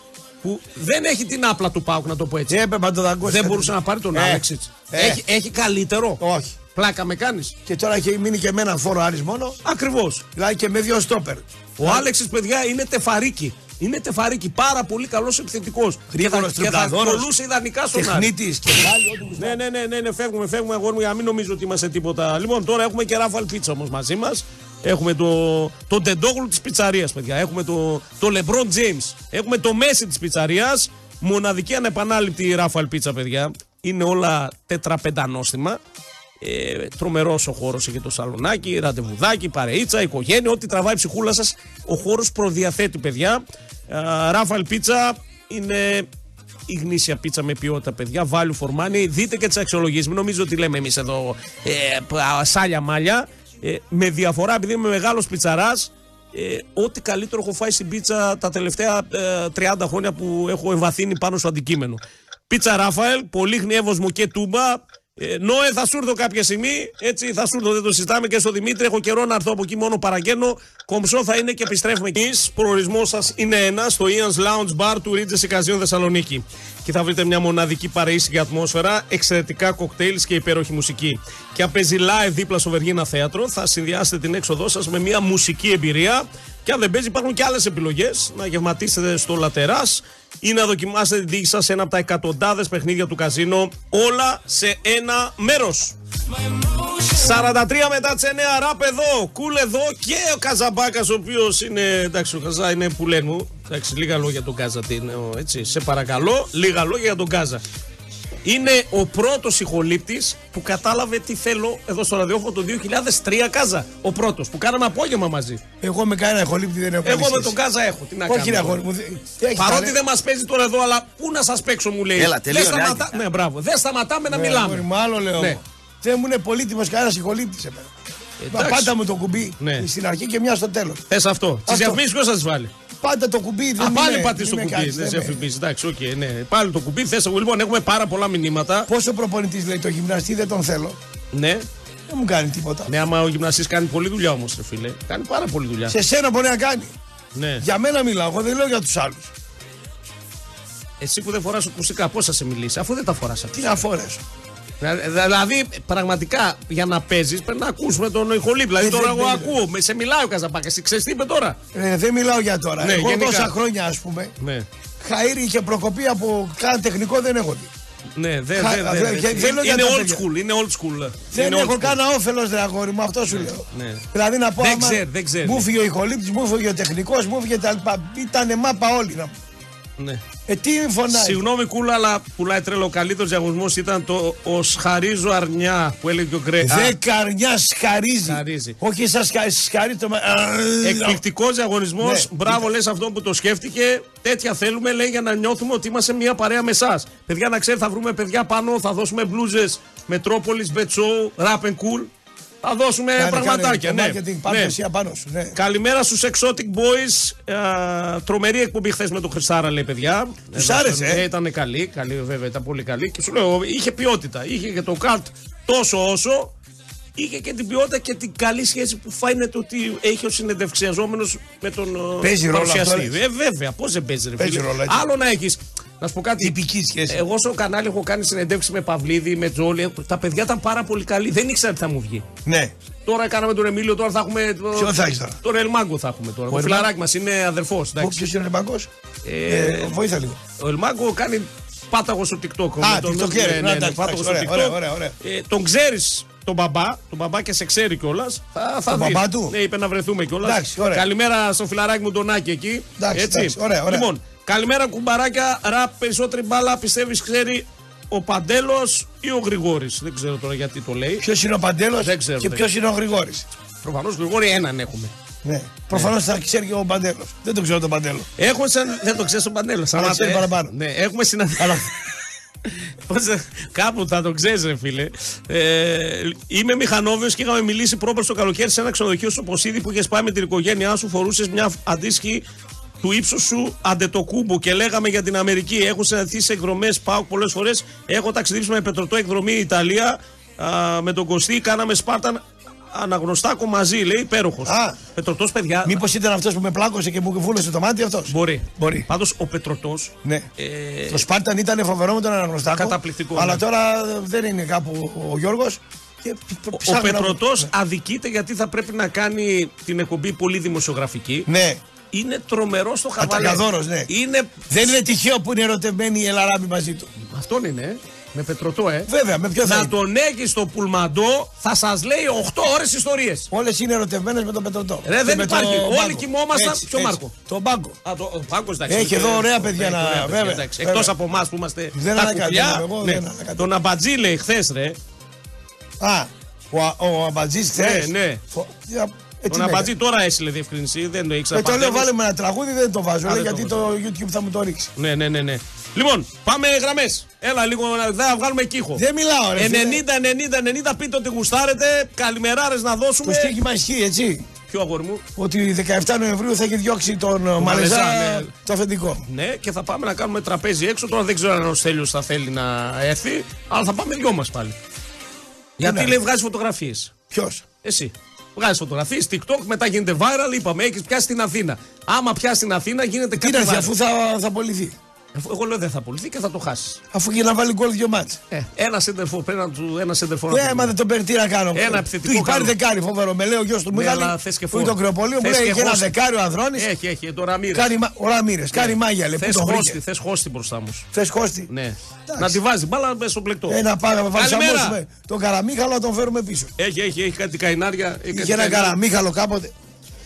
που δεν έχει την άπλα του Πάουκ, να το πω έτσι.
Έπρεπε να τον δαγκώσει.
δεν μπορούσε να πάρει τον
Ε,
Άλεξ.
ε.
Έχει, έχει καλύτερο.
Όχι.
Πλάκα με κάνεις.
Και τώρα έχει μείνει και με έναν φόρο Άρης μόνο.
Ακριβώς.
Δηλαδή και με δύο στόπερ.
Ο Άλεξ, παιδιά, είναι τεφαρίκι. Είναι τεφαρίκι. Πάρα πολύ καλός επιθετικός. Και θα,
Γρήγορος
και θα
τριμπλαδόρος.
κολούσε ιδανικά στον Άρη.
Τεχνίτης και πάλι ό,τι γουστάρει.
Ναι, ναι, ναι, ναι, ναι, φεύγουμε, φεύγουμε, αγόρι μου, για να μην νομίζω ότι είμαστε τίποτα. Λοιπόν, τώρα έχουμε και Ράφαλ Πίτσα όμως μαζί μας. Έχουμε το, τον Τεντόγλου της πιτσαρίας, παιδιά. Έχουμε το, το LeBron James. Έχουμε το Messi της πιτσαρίας. Μοναδική ανεπανάληπτη Ράφαλ Πίτσα, παιδιά. Είναι όλα τετραπεντανόστιμα. Ε, Τρομερός ο χώρος εκεί το σαλονάκι, ραντεβουδάκι, παρείτσα, οικογένεια, ό,τι τραβάει η ψυχούλα σας. Ο χώρος προδιαθέτει, παιδιά. Ε, Ράφαλ Πίτσα είναι η γνήσια πίτσα με ποιότητα, παιδιά. Value for money. Δείτε και τις αξιολογίες. Μην νομίζω ότι λέμε εμείς εδώ ε, πα- σάλια μάλια. Ε, με διαφορά, επειδή είμαι μεγάλος πιτσαράς, ε, ό,τι καλύτερο έχω φάει στην πίτσα τα τελευταία ε, 30 χρόνια που έχω εμβαθύνει πάνω στο αντικείμενο. Πίτσα Ράφαελ, πολύ γνιεύος μου και τούμπα. Ε, Νόε, θα σου έρθω κάποια στιγμή. Έτσι, θα σου έρθω, δεν το συζητάμε και στο Δημήτρη. Έχω καιρό να έρθω από εκεί, μόνο παραγγέλνω. Κομψό θα είναι και επιστρέφουμε εκεί. Προορισμός σας είναι ένας, στο Ian's Lounge Bar του Ρίτζες Σικαζίων Θεσσαλονίκη. Και θα βρείτε μια μοναδική παρείσικη ατμόσφαιρα, εξαιρετικά κοκτέιλ και υπέροχη μουσική. Και αν παίζει live δίπλα στο Βεργίνα Θέατρο, θα συνδυάσετε την έξοδό σας με μια μουσική εμπειρία. Και αν δεν παίζει, υπάρχουν και άλλες επιλογές. Να γευματίσετε στο Λατεράς ή να δοκιμάσετε την τύχη σας σε ένα από τα εκατοντάδες παιχνίδια του καζίνο. Όλα σε ένα μέρος. 43 μετά τις 9, ραπ εδώ, κούλ εδώ και ο Καζαμπάκας, ο οποίος είναι. Εντάξει, ο Καζά είναι που λένε μου. Εντάξει, λίγα λόγια τον Κάζα, τι είναι, ο, έτσι. Σε παρακαλώ, λίγα λόγια για τον Κάζα. Είναι ο πρώτος ηχολήπτης που κατάλαβε τι θέλω εδώ στο ραδιόφωνο το 2003 Κάζα. Ο πρώτος που κάναμε απόγευμα μαζί.
Εγώ με κανένα ηχολήπτη δεν έχω
Εγώ
καλή
με
σχέση.
τον Κάζα έχω. Τι να κάνω.
Όχι, ρε αγόρι μου. δεν- έχει
Παρότι
ταλέ-
δεν μας παίζει τώρα εδώ, αλλά πού να σας παίξω, μου λέει.
Έλα, τελείωνε,
Δεν σταματά... Ναι, μπράβο. Δεν σταματάμε να
Ναι, αγόρι
μιλάμε.
μου, άλλο λέω.
Ναι. Ε,
Δεν μου είναι πολύτιμος κανένας συγχωρήτη εμένα. Μα
εντάξει.
Πάντα μου το κουμπί
Ναι.
στην αρχή και μια στο τέλος.
Θες αυτό. Τις
Αυτό.
διαφημίσεις ποιος θα τις βάλει.
Πάντα το κουμπί δεν
Α, πάλι
είναι-
πατήσεις το
δεν με
κουμπί.
κάνεις, ναι,
Δεν σε
με-
διαφημίσει. Εντάξει, οκ, ναι. Πάλι το κουμπί. Θες. Λοιπόν, έχουμε πάρα πολλά μηνύματα.
Πόσο προπονητής λέει το γυμναστή δεν τον θέλω.
Ναι.
Δεν μου κάνει τίποτα.
Ναι, άμα ο γυμναστής κάνει πολλή δουλειά όμως, ρε φίλε. Κάνει πάρα πολλή δουλειά.
Σε σένα μπορεί να κάνει.
Ναι.
Για μένα μιλάω, εγώ δεν λέω για τους άλλους.
Εσύ που δεν φοράς ακουστικά, πώς θα σε μιλήσει, αφού δεν τα φοράς αυτά.
Τι να φορέσω.
Δηλαδή, πραγματικά για να παίζεις πρέπει να ακούσουμε τον ηχολήπη. Δηλαδή,
Ε,
τώρα
δεν-
εγώ
δεν-
ακούω, με- σε μιλάει ο Καζαπάκα. Εσύ ξέρεις τι είπε τώρα.
Ε, δεν μιλάω για τώρα.
Ναι,
Εγώ
γενικά.
τόσα χρόνια, ας πούμε,
Ναι.
χαΐρι και προκοπή από καν τεχνικό δεν έχω δει.
Ναι, δεν
Χα-
δε, δε,
δηλαδή,
δε.
δεν λέω για
Είναι
τα
old
παιδιά.
school. Είναι old school.
Δεν
είναι old
έχω
school.
κανένα όφελος, ρε αγόρι μου, αυτό σου λέω.
ναι.
Δηλαδή να πω.
Δεν
άμα
ξέρει, δεν ναι. ξέρει.
Μου φύγε ο ηχολήπτη, μου φύγε ο τεχνικός, μου φύγε τα λοιπά. Ήτανε μάπα όλοι να μου.
Ναι.
Ε, τι φωνάει.
Συγγνώμη, κούλα, αλλά πουλάει τρελό. Ο καλύτερος διαγωνισμός ήταν το Ο Σχαρίζω Αρνιά που έλεγε και ο Γκρέ.
Δε καρνιά σχαρίζει.
Σχαρίζει.
Όχι, σας σχαρίζει το. μα-
Εκπληκτικός διαγωνισμός.
Ναι.
Μπράβο, λες αυτό που το σκέφτηκε. Τέτοια θέλουμε, λέει, για να νιώθουμε ότι είμαστε μια παρέα με εσάς. Παιδιά, να ξέρετε, θα βρούμε παιδιά πάνω, θα δώσουμε μπλούζες Μετρόπολης, Μπετσό, Rap and Cool. Θα δώσουμε
Κάνε, κάνε
πραγματάκια.
το
Ναι.
marketing, Πάμε
ναι.
εσύ απάνω σου. Ναι.
Καλημέρα στους Exotic Boys. Α, τρομερή εκπομπή χθες με τον Χρυσάρα, λέει παιδιά.
Τους άρεσε, ε.
ήταν καλή, καλή, βέβαια, ήταν πολύ καλή. Και σου λέω, είχε ποιότητα. Είχε και το καλτ τόσο όσο. Είχε και την ποιότητα και την καλή σχέση που φαίνεται ότι έχει ο συνεντευξιαζόμενος με τον ε,
Παίζει ρόλο
παρουσιαστή.
αυτό, λες.
Ε, βέβαια, πώς δεν παίζει, ρε,
Παίζει
φίλε.
ρόλο, έτσι.
Άλλο να έχεις. Να σου πω κάτι.
Τυπική σχέση.
Εγώ στο κανάλι έχω κάνει συνεντεύξεις με Παυλίδη, με Τζόλι. Τα παιδιά ήταν πάρα πολύ καλή. Δεν ήξερα τι θα μου βγει.
Ναι.
Τώρα κάναμε τον Εμίλιο, τώρα θα έχουμε. το-
Ποιον θα έχεις τώρα?
Τον Ελμάγκο θα έχουμε τώρα. Ο,
Ελμάγκο.
φιλαράκι μας είναι αδερφός.
Ποιος είναι ο ρεμπαγκό.
Ε,
βοήθα λίγο.
Ο Ελμάγκο κάνει πάταγο στο TikTok.
Α,
Με τον-
TikToker,
ναι, ναι, ναι,
εντάξει,
πάταγο στο
ωραία,
TikTok.
ωραία, ωραία, ωραία.
Ε, τον ξέρεις τον μπαμπά, τον μπαμπά και σε ξέρει κιόλας. Θα, θα
Τον
δεις.
μπαμπά του?
Ναι, είπε να βρεθούμε κιόλας.
Εντάξει, ωραία.
Καλημέρα στο φιλαράκι μου τον Άκη εκεί.
Εντάξει, εντάξει, ωραία, ωραία.
Λοιπόν, καλημέρα κουμπαράκια. Ραπ περισσότερη μπάλα πιστεύεις ξέρει ο Παντέλος ή ο Γρηγόρης. Δεν ξέρω τώρα γιατί το λέει.
Ποιος είναι ο Παντέλος
Δεν ξέρω,
και
δεν
ποιος είναι ο Γρηγόρης.
Προφανώς Γρηγόρη έναν έχουμε.
Ναι. Προφανώς θα ξέρει και ο Παντέλος. Δεν τον ξέρω τον Παντέλο.
Έχουμε σαν. Δεν το ξέρει τον Παντέλο. σαν
Αλλά
να
ξέρει
το-
παραπάνω.
Ναι, έχουμε *laughs* συναντήσει. Κάπου θα το ξέρεις, ρε φίλε. Ε, είμαι μηχανόβιος και είχαμε μιλήσει πρόπερ στο καλοκαίρι σε ένα ξενοδοχείο στο Ποσίδη που είχες πάει με την οικογένειά σου. Φορούσες μια αντίστοιχη του ύψους σου αντετοκούμπο και λέγαμε για την Αμερική. Έχω συναντηθεί σε εκδρομές πάω πολλές φορές. Έχω ταξιδέψει με πετρωτό εκδρομή Ιταλία. Α, με τον Κωστή κάναμε Σπάρταν αναγνωστάκο μαζί, λέει υπέροχος.
Α.
Πετρωτός, παιδιά.
Μήπως ήταν αυτός που με πλάκωσε και μου βούλωσε το μάτι αυτός.
Μπορεί.
Μπορεί.
Πάντως ο Πετρωτός.
Ναι.
Ε,
Το Σπάρταν ήταν φοβερό με τον Αναγνωστάκο.
Καταπληκτικό,
Αλλά
ναι.
τώρα δεν είναι κάπου ο Γιώργος. Και ψάχνω
ο
να Ναι. βρω-
Πετρωτό αδικείται γιατί θα πρέπει να κάνει την εκπομπή πολύ δημοσιογραφική.
Ναι.
Είναι τρομερό στο χαβαλέ.
Ατακαδόρος, ναι.
Είναι.
Δεν είναι τυχαίο που είναι ερωτευμένη η Ελαράμπη μαζί του.
Αυτόν είναι. ε. Με Πετρωτό, ε.
Βέβαια, με ποιο θα
Να
είναι.
τον έχει στο πουλμαντό, θα σας λέει 8 ώρες ιστορίες.
Όλες είναι ερωτευμένες με τον Πετρωτό.
Ρε, δεν
Και με τον
υπάρχει. Όλοι
Μπάγκο.
κοιμόμασταν-
Έτσι,
ποιο
έτσι.
Μάρκο?
Τον Μπάγκο.
Α, το, ο Πάγκος, εντάξει.
Έχει εδώ ωραία παιδιά να- βέβαια, βέβαια.
Εκτός από εμάς που είμαστε.
Δεν
τα
ανακατεύω
κουκλιά.
εγώ,
ναι.
δεν Ε, ανακατεύω.
Τον Αμπατζή λέει χθες, ρε.
Α, ο, Α- ο Αμπατζής χθες.
ναι. Τον Αμπατζή τώρα έσυλε διευκρινισή, δεν το ήξερα.
Ε, το λέω
Παντέλος.
βάλε με ένα τραγούδι, δεν το βάζω.
Α,
λέει,
δεν το
γιατί το
βάζω.
YouTube θα μου το ρίξει.
Ναι, ναι, ναι, ναι. Λοιπόν, πάμε γραμμές. Έλα λίγο να θα βγάλουμε κύχο.
Δεν μιλάω, ρε.
90,
φίλε.
90, 90, πείτε ότι γουστάρετε. Καλημεράρες να
Το
δώσουμε.
στίχημα ισχύει, έτσι.
Ποιο αγόρι μου.
Ότι 17 Νοεμβρίου θα έχει διώξει τον ε,
Μαλεζά,
Μαλεζά
ναι.
το αφεντικό.
Ναι, και θα πάμε να κάνουμε τραπέζι έξω. Τώρα δεν ξέρω αν ο Στέλιος θα θέλει να έρθει, αλλά θα πάμε δυο μας πάλι. Γιατί
να
λέει βγάζει φωτογραφίες.
Ποιος.
Εσύ. Βγάζει φωτογραφίες, TikTok, μετά γίνεται viral. Είπαμε, έχεις πιάσει την Αθήνα. Άμα πιάσει την Αθήνα, γίνεται
Τι
κάτι.
να
viral. Ε,
έρθει, αφού θα, θα απολυθεί.
Εγώ λέω δεν θα απολυθεί και θα το χάσεις.
Αφού και να βάλει γκολ δύο μάτς.
Ένα σέντερφο πρέπει να του. Ένα σέντερφο να
Ναι,
του
Ε. άμα δεν τον παίρνει, τι να κάνω.
Ένα
Του
επιθετικό
έχει πάρει
καλό.
δεκάρι, φοβερό. Με λέει ο γιος του
Ναι,
Μιχάλη.
αλλά θες και
που είναι
φόρ.
το κρεοπολείο, μου
Θες
λέει
και
έχει ένα
χώστη.
δεκάρι ο Ανδρώνης.
Έχει, έχει, ε, τώρα μοίρα.
Κάνει μα- ωραία μοίρες, Κάνει μάγια, λέει. Πού
Θες
τον
χώστη,
Ε, βρήκε.
θες χώστη μπροστά μου.
Θες χώστη.
Ναι.
Εντάξει. Ε,
Να τη βάζει μπάλα μέσα στο πλεκτό.
Ένα πάγαμε,
Καλημέρα.
βαλσαμώσουμε ε, τον Καραμίχαλο, να τον φέρουμε πίσω.
Έχει, έχει, έχει κάτι καϊνάρια. έχει κάτι
Είχε ένα
καϊνάρια.
Καραμίχαλο κάποτε.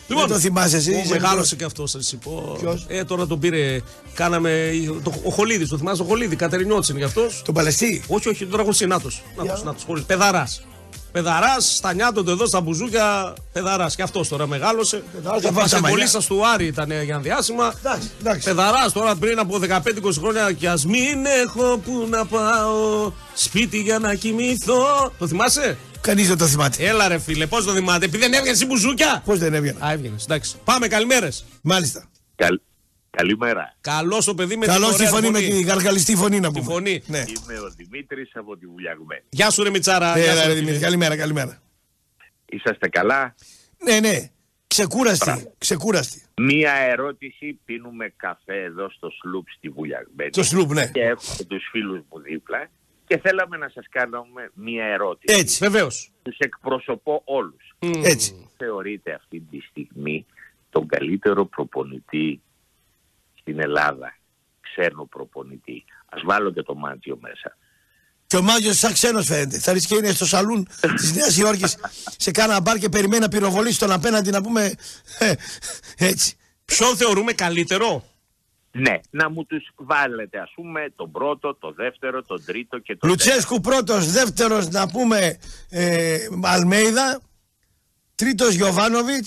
Λοιπόν,
δεν το θυμάσαι εσύ,
που
είσαι
Μεγάλωσε
μικρός.
και αυτός, σα πω.
Ποιος?
Ε, τώρα τον πήρε. Κάναμε. Το, ο Χολίδης, το θυμάσαι ο Χολίδη, Κατερινιώτης είναι γι' αυτός.
Τον Παλαιστή.
Όχι, όχι, τον τραγουδιστή. Νάτος. Νάτος, Νάτο. Χωρί. Πεδαράς. Πεδαράς, στανιάτονται εδώ στα μπουζούκια. Πεδαράς. Και αυτός τώρα μεγάλωσε.
Πεδαράς, θα
Ο
βάζει τα μαλλιά.
Πασεκολίστα του Άρη ήταν ε, για διάσημα.
Εντάξει, εντάξει.
Πεδαράς τώρα πριν από 15-20 χρόνια. Και ας μην έχω που να πάω σπίτι για να κοιμηθώ. Το θυμάσαι.
Κανείς δεν το θυμάται.
Έλα ρε φίλε, πώς το θυμάται. Επειδή δεν έβγαινε η μπουζούκια.
Πώς δεν έβγαινα.
Α, έβγαινες. Εντάξει. Πάμε, καλημέρες.
Μάλιστα.
Καλ... Καλημέρα.
Καλός το παιδί με
Καλό
την
στη
ωραία
φωνή με την γαργαλιστή φωνή να πούμε.
φωνή.
Ναι.
Είμαι ο Δημήτρης από τη Βουλιαγμένη.
Γεια σου, ρε Μιτσάρα. Γεια σου, ρε
Έλα, Ναι, ρε
φίλε.
Δημήτρη. Καλημέρα, καλημέρα.
Είσαστε καλά.
Ναι, ναι. Ξεκούραστη. Ξεκούραστη.
Μία ερώτηση. Πίνουμε καφέ εδώ στο Σλουπ ε. στη Βουλιαγμένη.
Το σλουπ, ναι.
Και έχω και τους φίλους μου δίπλα. Και θέλαμε να σας κάνουμε μία ερώτηση.
Έτσι.
Βεβαίως.
Τους εκπροσωπώ όλους.
Έτσι.
Θεωρείτε αυτή τη στιγμή τον καλύτερο προπονητή στην Ελλάδα. Ξένο προπονητή. Ας βάλω και το μάτιο μέσα.
Και ο Μάγιος σαν ξένος φαίνεται. Θα ρίξει και είναι στο σαλούν της Νέας Υόρκης σε κάνα μπαρ και περιμένει να πυροβολήσει τον απέναντι να πούμε. ε, Έτσι.
Ποιον θεωρούμε καλύτερο.
Ναι, να μου τους βάλετε ας πούμε τον πρώτο, τον δεύτερο, τον τρίτο και τον
Λουτσέσκου πρώτος, δεύτερος να πούμε ε, Αλμέιδα. Τρίτος Γιωβάνοβιτ.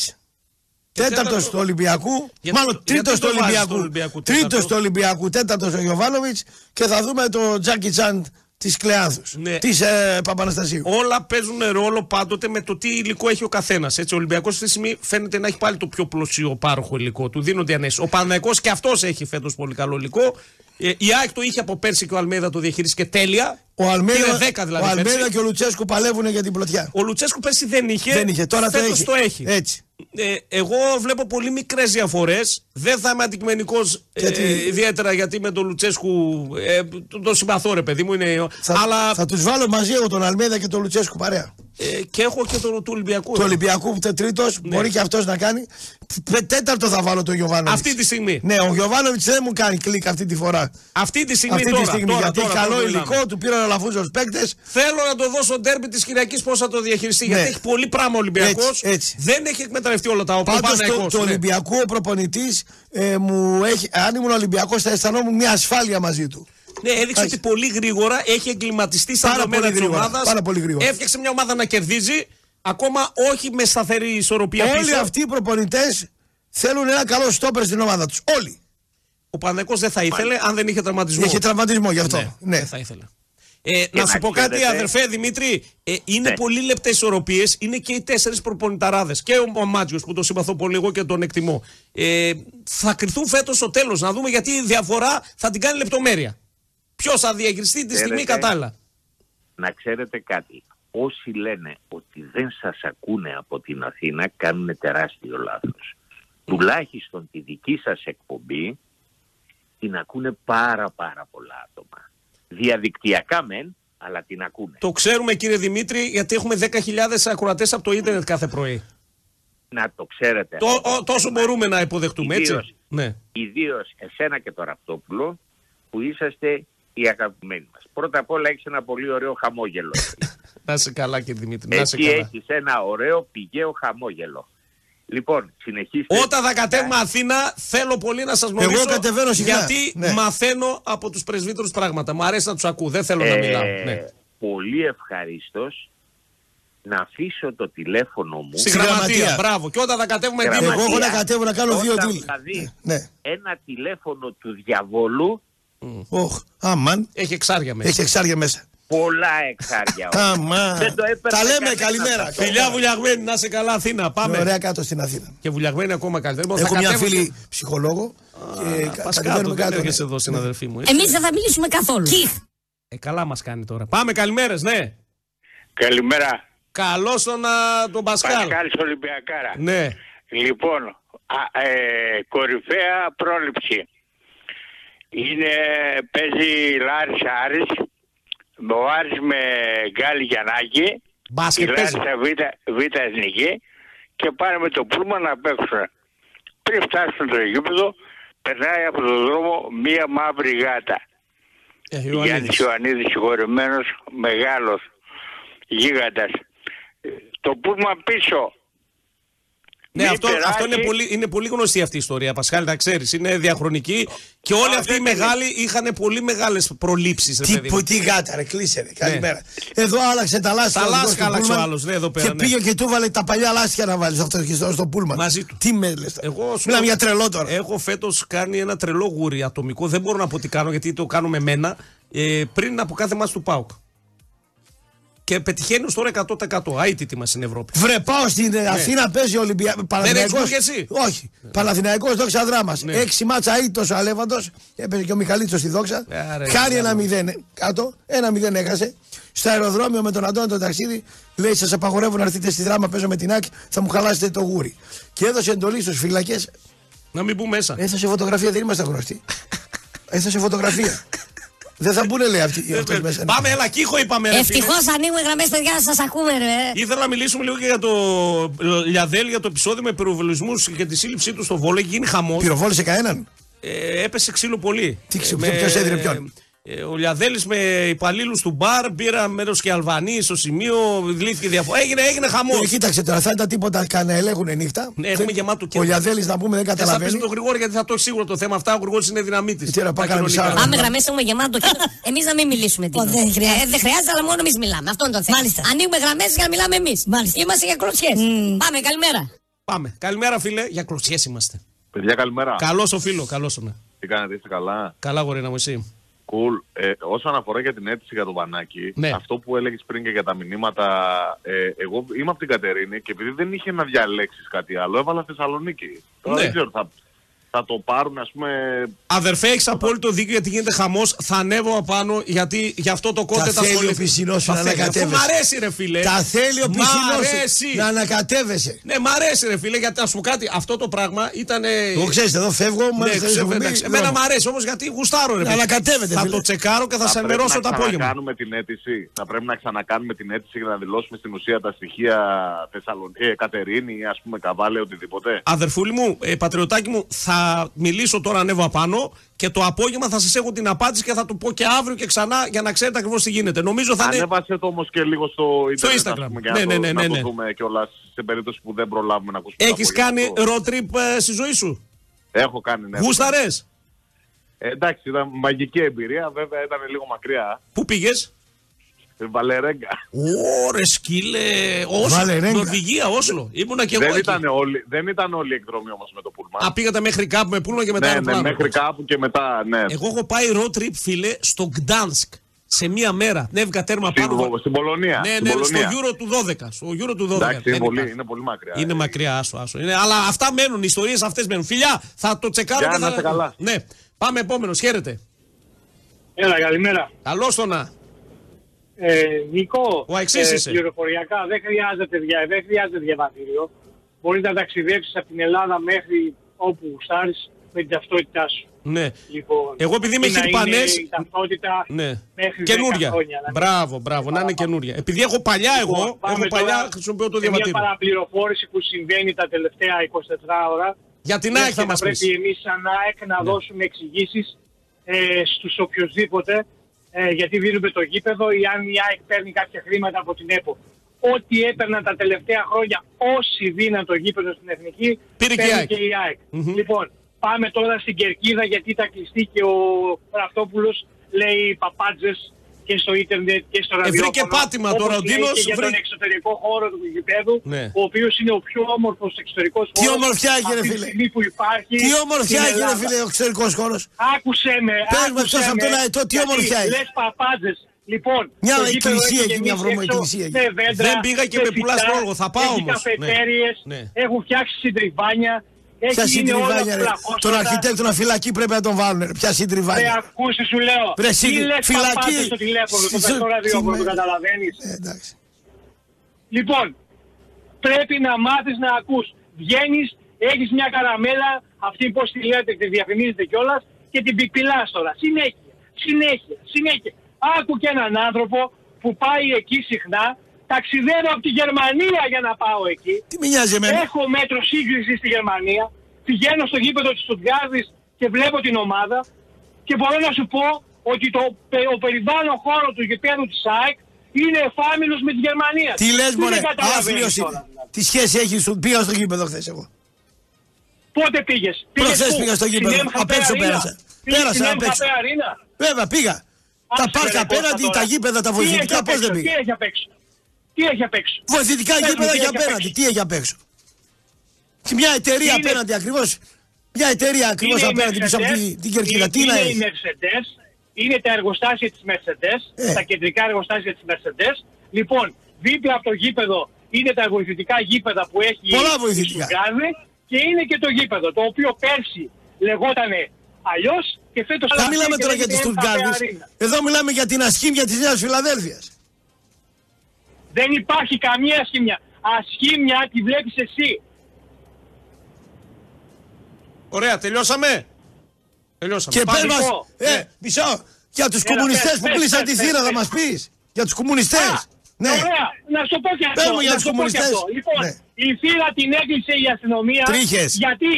Τέταρτο
τέταρτο-
του Ολυμπιακού.
Γιατί-
Μάλλον
γιατί
τρίτο
το
του
βάζεις
Ολυμπιακού.
το Ολυμπιακού
τρίτος
τέταρτο?
του Ολυμπιακού. Τέταρτος ο Γιωβάνοβιτ. Και θα δούμε το Τζάκι Τσάντ της Κλεάνθου.
Ναι.
Της ε, Παπαναστασίου.
Όλα παίζουν ρόλο πάντοτε με το τι υλικό έχει ο καθένας. Ο Ολυμπιακός αυτή τη στιγμή φαίνεται να έχει πάλι το πιο πλωσίο πάροχο υλικό. Του δίνονται ανέσει. Ο Παναγικός και αυτός έχει φέτος πολύ καλό υλικό. Ε, η ΑΕΚ το είχε από πέρσι και ο Αλμέδα το διαχειρίστηκε τέλεια.
Ο Αλμέιδα,
Πήρε 10 δηλαδή.
ο
πέρσι.
Αλμέιδα και ο Λουτσέσκου παλεύουν για την πλωτιά.
Ο Λουτσέσκου πέρσι δεν είχε.
Δεν είχε, τώρα το
φέτος
έχει.
το έχει.
Έτσι.
Ε, εγώ βλέπω πολύ μικρές διαφορές. Δεν θα είμαι αντικειμενικός
Γιατί-
ιδιαίτερα γιατί με τον Λουτσέσκου ε, τον, τον συμπαθώ, ρε παιδί μου. Είναι...
Θα,
Αλλά
θα τους βάλω μαζί εγώ τον Αλμέιδα και τον Λουτσέσκου παρέα.
ε, και έχω και τον του Ολυμπιακού.
Του Ολυμπιακού που τρίτος,
Ναι.
μπορεί και αυτός να κάνει. Τε- Τέταρτο θα βάλω τον Γιωβάνοβιτ.
Αυτή τη στιγμή.
Ναι, ο Γιωβάνοβιτ δεν μου κάνει κλικ αυτή τη φορά.
Αυτή τη στιγμή
Αυτή
τώρα.
τη στιγμή
τώρα,
γιατί
τώρα,
καλό
τώρα
υλικό,
μιλάμε.
του πήραν αλαφούζο παίκτες.
Θέλω να το δώσω ντέρμπι της Κυριακής πώς θα το διαχειριστεί.
Ναι.
Γιατί έχει πολύ πράγμα ο Ολυμπιακός.
Έτσι, έτσι.
Δεν έχει εκμεταλλευτεί όλα τα όπλα.
Πάντω
Παναθηναϊκός,
το, το
ναι.
Ολυμπιακού ο προπονητής ε, μου έχει. Αν ήμουν Ολυμπιακός θα αισθανόμουν μια ασφάλεια μαζί του.
Ναι, έδειξε
Άχι.
ότι πολύ γρήγορα έχει εγκληματιστεί στα
Πάρα
δεδομένα
πολύ
της
γρήγορα,
ομάδας.
πάρα πολύ γρήγορα.
Έφτιαξε μια ομάδα να κερδίζει. Ακόμα όχι με σταθερή ισορροπία
Όλοι
πίσω.
αυτοί οι προπονητές θέλουν ένα καλό στόπερ στην ομάδα τους. Όλοι.
Ο Παναθηναϊκός δεν θα ήθελε αν δεν είχε τραυματισμό.
Έχει τραυματισμό γι' αυτό.
ναι,
Ναι.
Δεν θα ήθελε. Ε, να
να
σου πω κάτι,
ξέρετε-
αδερφέ Δημήτρη. Ε, είναι
Ναι.
πολύ λεπτές ισορροπίες. Είναι και οι τέσσερις προπονηταράδες. Και ο Μάτζιος που τον συμπαθώ πολύ, εγώ και τον εκτιμώ. Ε, θα κρυθούν φέτος στο τέλος. Να δούμε γιατί η διαφορά θα την κάνει λεπτομέρεια. Ποιος θα διαχειριστεί τη στιγμή
Ξέρετε,
κατάλληλα.
να ξέρετε κάτι. Όσοι λένε ότι δεν σας ακούνε από την Αθήνα κάνουν τεράστιο λάθος. Τουλάχιστον τη δική σας εκπομπή την ακούνε πάρα πάρα πολλά άτομα. Διαδικτυακά μεν, αλλά την ακούνε.
Το ξέρουμε κύριε Δημήτρη, γιατί έχουμε 10.000 ακροατές από το ίντερνετ κάθε πρωί.
Να το ξέρετε.
Το, ο- τόσο μπορούμε να υποδεχτούμε, έτσι.
Ιδίως.
Ναι.
Ιδίως εσένα και το Ραπτόπουλο που είσαστε οι αγαπημένοι μας. Πρώτα απ' όλα έχεις ένα πολύ ωραίο
*laughs*
χαμόγελο.
Να είσαι καλά, κύριε Δημήτρη. Να είσαι
Εκεί
καλά.
έχεις ένα ωραίο πηγαίο χαμόγελο. Λοιπόν, συνεχίστε.
Όταν θα κατέβουμε Αθήνα, θέλω πολύ να σας γνωρίσω.
Ε, Εγώ κατεβαίνω συχνά.
Γιατί
Ναι.
μαθαίνω από τους πρεσβύτερους πράγματα. Μου αρέσει να τους ακούω. Δεν θέλω να
Ε,
μιλάω. Ναι.
Πολύ ευχαρίστως να αφήσω το τηλέφωνο μου.
Στη γραμματεία.
γραμματεία.
Μπράβο. Και όταν θα κατέβουμε
Γραμματεία.
Εγώ
Δήμο.
έχω να κατέβω να κάνω δύο
Όταν
τίλ.
θα δεις
Ναι.
ένα τηλέφωνο του διαβολού,
Οχ, αμάν.
Έχει εξάρια μέσα.
Έχει εξάρια μέσα.
*laughs*
πολλά εξάρια.
Αμάν.
Δεν το έπαιρνε
Τα λέμε,
κανένας
καλημέρα.
αυτό.
Φιλιά βουλιαγμένη, να είσαι καλά, Αθήνα. Πάμε.
Είναι Ναι, Ωραία κάτω στην Αθήνα.
Και βουλιαγμένη ακόμα καλύτερα. Λοιπόν,
Έχω
θα
μια
κατέβω
φίλη
και-
ψυχολόγο. και
Α,
κα-
πας κάτω,
κατεβαίνουμε
δεν
κάτω.
έρχεσαι
ναι.
εδώ, συναδελφή μου. έτσι.
Εμείς δεν θα μιλήσουμε καθόλου. Κιχ.
Ε, καλά μας κάνει τώρα. Πάμε, καλημέρες, ναι.
Καλημέρα.
Καλό τον, α, τον Πασκάλ.
Πασκάλης Ολυμπιακάρα.
Ναι.
Λοιπόν, α, ε, κορυφαία πρόληψη. Είναι, παίζει Λάρης Άρης, ο Άρης με Γκάλι Γιαννάκη, η
Μπάσκετ
Λάρης
παίζει.
στα β, β' Εθνική και πάνε με το πούλμα να παίξουν. Πριν φτάσουν στο γήπεδο, περνάει από τον δρόμο μία μαύρη γάτα.
Ε,
Γιάννης
Ιωαννίδης.
Ιωαννίδης συγχωρημένος, μεγάλος, γίγαντας. Ε, Το πούλμα πίσω.
Ναι,
Μην
αυτό,
περάσει.
αυτό είναι, πολύ, είναι πολύ γνωστή αυτή η ιστορία, Πασχάλη, τα ξέρεις. Είναι διαχρονική και όλοι
Α,
αυτοί οι
δεν είναι.
μεγάλοι είχαν πολύ μεγάλες προλήψεις.
Τι, που, τι γάτα, ρε, κλείσε ρε. Καλημέρα. Εδώ άλλαξε τα λάστιχα.
Ναι. Τα
οδηγός
λάστιχα
του
άλλαξε ο
Πούλμαν
άλλος, ναι, εδώ πέρα,
Και
ναι.
πήγε και του έβαλε τα παλιά λάστιχα να βάλεις αυτό στο, στο πούλμαν.
Μαζί του.
Τι με λες.
Εγώ σου
Μιλάμε
λέω- Ε,
για τρελό τώρα.
Έχω φέτος κάνει ένα τρελό γούρι ατομικό. Δεν μπορώ να πω τι κάνω γιατί το κάνω με μένα. Ε, πριν από κάθε μα του ΠΑΟΚ. Και πετυχαίνω τώρα 100%. Αίτητη μα στην Ευρώπη.
Βρε, πάω στην
Ναι.
ε, Αθήνα, παίζει ο Ολυμπιακό.
έχεις βγει ναι, εσύ? Ναι.
Όχι. Παναθηναϊκός δόξα δράμα. Έξι μάτσα ήττος ο Αλέβαντος. Έπαιζε και ο Μιχαλίτσος στη δόξα.
Άρα,
Χάρη
καλό.
ένα μηδέν ε, κάτω. Ένα μηδέν έχασε. Στο αεροδρόμιο με τον Αντώνη τον ταξίδι. Λέει, σας απαγορεύω να έρθετε στη δράμα. Παίζω με την άκη. Θα μου χαλάσετε το γούρι. Και έδωσε εντολή στους φύλακε.
Να μην μπουν μέσα.
Ε, Έδωσε φωτογραφία. Δεν είμαστε γνωστοί. Έδωσε φωτογραφία. Δεν θα μπουν, λέει αυτοί οι
Ε,
αυτοί
ε,
μέσα. ναι.
Πάμε, έλα, κύχο είπαμε. ρε, φίλε.
Ευτυχώ ανοίγουν οι γραμμές, παιδιά, σας ακούμε, ρε.
Ήθελα να μιλήσουμε λίγο και για το Λιαδέλ, για το επεισόδιο με πυροβολισμούς και τη σύλληψή του στο βόλε. Γίνει χαμός.
Πυροβόλησε κανέναν.
Ε, έπεσε ξύλο πολύ.
Τι ξύλο,
με-
ποιος έδινε ποιον?
Ε, ο Λιαδέλης με υπαλλήλους του μπαρ πήρα μέρος και Αλβανοί στο σημείο, λύθηκε διαφορά. Έγινε, έγινε χαμός.
Ε, κοίταξε τώρα, θα ήταν τίποτα κανένα ελέγχουν νύχτα.
Ναι, έχουμε
Δεν-
γεμάτο
Ο
κέντρο.
Λιαδέλης να πούμε δεν
Και θα πει
καταλαβαίνει.
με τον Γρηγόρη γιατί θα το έχει σίγουρο το θέμα. Αυτά ο Γρηγόρης είναι δυναμή της.
Τι ώρα, πάμε κανένα μισάωρο.
Πάμε γραμμές, έχουμε γεμάτο
*laughs*
κέντρο. Εμείς να μην μιλήσουμε τίποτα.
δεν χρειάζεται.
Ε, δεν χρειάζεται, αλλά μόνο εμείς μιλάμε. Αυτό είναι το θέμα.
Μάλιστα.
Ανοίγουμε γραμμές για να μιλάμε εμείς.
Μάλιστα.
Είμαστε για κλωτσιές. Πάμε, καλημέρα.
Πάμε. Καλημέρα, φίλε. Για κλωτσιές είμαστε.
Παιδιά, καλημέρα.
Καλό ο φίλο, καλό σου. ναι.
Τι κάνετε, είστε καλά.
Καλά, γορίνα μου, εσύ.
Cool. Ε, όσον αφορά για την αίτηση για τον Πανάκη,
Ναι.
αυτό που έλεγες πριν και για τα μηνύματα, ε, εγώ είμαι από την Κατερίνη και επειδή δεν είχε να διαλέξεις κάτι άλλο, έβαλα Θεσσαλονίκη. Τώρα
Ναι.
δεν ξέρω, θα, θα το πάρουν, ας πούμε.
Αδερφέ, έχεις απόλυτο δίκιο γιατί γίνεται χαμός. Θα ανέβω απάνω γιατί γι' αυτό το κότε
Τα
τα
θέλει
σχολεία.
ο πισινός σου
Τα
να
θέλει.
ανακατεύεσαι.
Αφού Μ' αρέσει, ρε φίλε.
Τα θέλει ο
Μ'
πισινός
αρέσει.
να ανακατεύεσαι.
Ναι, μ' αρέσει, ρε φίλε, γιατί να σου πω κάτι. Αυτό το πράγμα ήταν.
Εγώ ξέρεις, εδώ φεύγω, μου
Ναι,
έρθει
ξέρω,
στο κουμπί, Ε,
εντάξει.
δρόμο.
Εμένα μ' αρέσει όμως γιατί γουστάρω, ρε
Να
Ναι, φίλε.
ανακατεύεται,
Θα
φίλε.
το τσεκάρω και θα σε
θα πρέπει
ενημερώσω το
να
απόγευμα.
ξανακάνουμε την αίτηση. Θα πρέπει να ξανακάνουμε την αίτηση για να δηλώσουμε στην ουσία τα στοιχεία Θεσσαλονίκη, ε, Κατερίνη, ας πούμε, Καβάλε, οτιδήποτε.
Αδερφούλη μου, ε, πατριωτάκι μου, θα μιλήσω τώρα ανέβω απάνω και το απόγευμα θα σας έχω την απάντηση και θα το πω και αύριο και ξανά για να ξέρετε ακριβώς τι γίνεται. Νομίζω θα είναι.
Ανέβασε το όμως και λίγο στο Ιντερνετ. ας
Instagram.
πούμε, και
Ναι,
να
ναι,
το-
ναι,
να
ναι,
το
ναι.
δούμε κιόλας σε περίπτωση που δεν προλάβουμε να ακούσουμε. το
Έχει
απόγευμα
κάνει
αυτό.
road trip ε, στη ζωή σου.
Έχω κάνει, ναι.
Γούσταρε.
Ε, εντάξει, ήταν μαγική εμπειρία. Βέβαια ήταν λίγο μακριά.
Πού πήγες.
Ε, Βαλερέγκα.
Ωρε σκύλε. Όσλο.
Βαλερέγγα.
Νορβηγία, Όσλο. Ήμουνα και εγώ.
δεν,
εκεί.
ήταν όλοι, δεν ήταν όλη η εκδρομή όμως με το πούλμα.
Α, πήγατε μέχρι κάπου με πούλμα και μετά
ναι, ναι,
αεροπλάνο.
μέχρι κάπου και μετά, ναι.
Εγώ έχω πάει road trip, φίλε, στο Gdansk. Σε μία μέρα. Νεύγα τέρμα
Στην,
πάνω.
στην Πολωνία.
Ναι,
στην
ναι, στο
Πολωνία.
Euro του 12. Στο Euro του 12.
Εντάξει, είναι
Δεν
πολύ,
υπάρχει.
είναι πολύ μακριά.
Είναι
Ε,
μακριά, άσο, άσο. Είναι, αλλά αυτά μένουν, οι ιστορίες αυτές μένουν. Φιλιά, θα το τσεκάρω
Γεια,
και
να
θα.
είστε καλά.
Ναι, πάμε επόμενος. Χαίρετε.
Έλα, καλημέρα.
Καλώς το να.
Ε, Νικό,
Ο αεξής είσαι.
πληροφοριακά δεν χρειάζεται, δια, δεν χρειάζεται διαβατήριο. Μπορείς να ταξιδέψεις από την Ελλάδα μέχρι όπου γουστάρεις με την ταυτότητά σου.
Ναι.
Λοιπόν,
Εγώ επειδή είμαι
να είναι
χιρπανές-
η ταυτότητα
Ναι.
μέχρι 10
Καινούρια.
χρόνια. να μην-
Μπράβο, μπράβο. Να είναι καινούρια. Επειδή έχω παλιά
Λοιπόν,
εγώ,
πάμε
έχω παλιά
τώρα
χρησιμοποιώ το
σε Μια
διαβατήριο.
παραπληροφόρηση που συμβαίνει τα τελευταία 24 ώρα.
Για την ΑΕΚ
Και
θα Ναι. μας
Πρέπει
πεις.
εμείς σαν ΑΕΚ να δώσουμε εξηγήσεις ε, στους οποιοδήποτε ε, γιατί δίνουμε το γήπεδο ή αν η ΑΕΚ παίρνει κάποια χρήματα από την ΕΠΟ. Ό,τι έπαιρναν τα τελευταία χρόνια, όσοι δίναν το γήπεδο στην Εθνική,
Πήρε και η
παίρνει
ΑΕΚ.
και η ΑΕΚ. Λοιπόν, πάμε τώρα στην Κερκίδα γιατί ήταν κλειστή και ο Ραυτόπουλος λέει παπάντζες και στο ίντερνετ και στο
Ε, βρήκε
ραδιόφωνο.
πάτημα
Όπως
τώρα ο
λέει και
Ντίνος,
Για τον
βρήκε-
εξωτερικό χώρο του γηπέδου,
Ναι.
ο οποίος είναι ο πιο όμορφος εξωτερικός χώρο.
Τι ομορφιά έχει, ρε φίλε.
που υπάρχει.
Τι ομορφιά
στην
έχει, ρε
Ελλάδα.
φίλε, ο εξωτερικός χώρος.
Άκουσε με.
Πες μου,
άκουσε
εκτός από
με,
τον αετό, τι
γιατί
ομορφιά έχει.
Λες παπάντζες. Λοιπόν,
Μια
το γήπεδο
εκκλησία
έχει
εκεί, μια
γεμίσει
βρώμα
έξω
εκκλησία εκεί.
με δέντρα,
Δεν πήγα και με πουλάς
φυτά,
Γιώργο, θα πάω
έχει
όμως.
καφετέριες,
Ναι. Ναι.
έχουν φτιάξει συντριβάνια.
Ποια
έχει γίνει όλα
συντριβάνια, ρε.
φλακόστατα.
Τον αρχιτέκτονα φυλακή πρέπει να τον βάλουν. ρε. Ποια
Δεν
συντριβάνια.
ακούσει, σου λέω.
Ρε,
Τι
συν-
λες
φυλακή.
παπάντες στο τηλέφωνο, το
Συ-
πες στο ραδιόφωνο,
συ-
το καταλαβαίνεις.
Ε, εντάξει.
Λοιπόν, πρέπει να μάθεις να ακούς. Βγαίνεις, έχεις μια καραμέλα, αυτή πώς τη λέτε, τη διαφημίζετε κιόλας και την πιπηλάς τώρα. Συνέχεια, συνέχεια, συνέχεια. Άκου και έναν άνθρωπο που πάει εκεί συχνά, ταξιδεύω από τη Γερμανία για να πάω εκεί.
Τι με νοιάζει εμένα.
Έχω μέτρο σύγκριση στη Γερμανία. Πηγαίνω στο γήπεδο της Στουτγκάρδης και βλέπω την ομάδα. Και μπορώ να σου πω ότι το, πε- ο περιβάλλον χώρο του γηπέδου της ΑΕΚ είναι εφάμιλος με τη Γερμανία.
Τι λες,
Δεν
Μωρέ,
καταλαβαίνεις
άθλιος
τώρα,
είναι.
δηλαδή.
Τι σχέση έχεις σου. Πήγα στο γήπεδο χθες εγώ.
Πότε πήγες.
Προχθές πήγα στο γήπεδο. Απ' έξω πέρασα. Πέρασα απ' έξω. Βέβαια, πήγα. Τα πάρκα απέναντι, τα γήπεδα, τα βοηθητικά πώς δεν
Τι
πήγα.
έχει απ' έξω. Τι έχει απ' έξω.
Βοηθητικά
Πες μου,
γήπεδα
τι
για
έχει απ'
απέναντι.
έξω.
Τι έχει απ' έξω. Και μια εταιρεία
Είναι-
απέναντι ακριβώς. Μια εταιρεία ακριβώ
Είναι η
απέναντι πίσω από
Mercedes,
τη- την κερκίδα.
είναι-
Τι να
είναι
έχει.
η Mercedes, είναι τα εργοστάσια της Mercedes,
Ε.
τα κεντρικά εργοστάσια της Mercedes. Λοιπόν, δίπλα από το γήπεδο είναι τα βοηθητικά γήπεδα που έχει
Πολλά
η
βοηθητικά.
Στουτγκάρδη και είναι και το γήπεδο, το οποίο πέρσι λεγότανε αλλιώς και φέτος...
Αλλά μιλάμε τώρα για τη
τις
Στουρκάδη. Εδώ μιλάμε για την ασχήμια της Νέας Φιλαδέλφιας.
Δεν υπάρχει καμία ασχήμια. Ασχήμια τη βλέπεις εσύ.
Ωραία, τελειώσαμε. Τελειώσαμε.
Και
Πάμε.
πες μας.
λοιπόν,
Ε, μισό. Για τους
Έλα,
κομμουνιστές
πες,
που
πες,
πλήσαν
πες,
τη
πες,
θύρα θα
πες.
μας πεις. Για τους κομμουνιστές. Ναι.
Ωραία, να σου το πω και
Πες
αυτό.
μου για
να
τους
σου το πω και
κομμουνιστές.
αυτό. Λοιπόν,
Ναι.
η θύρα την έκλεισε η αστυνομία.
Τρίχες.
Γιατί,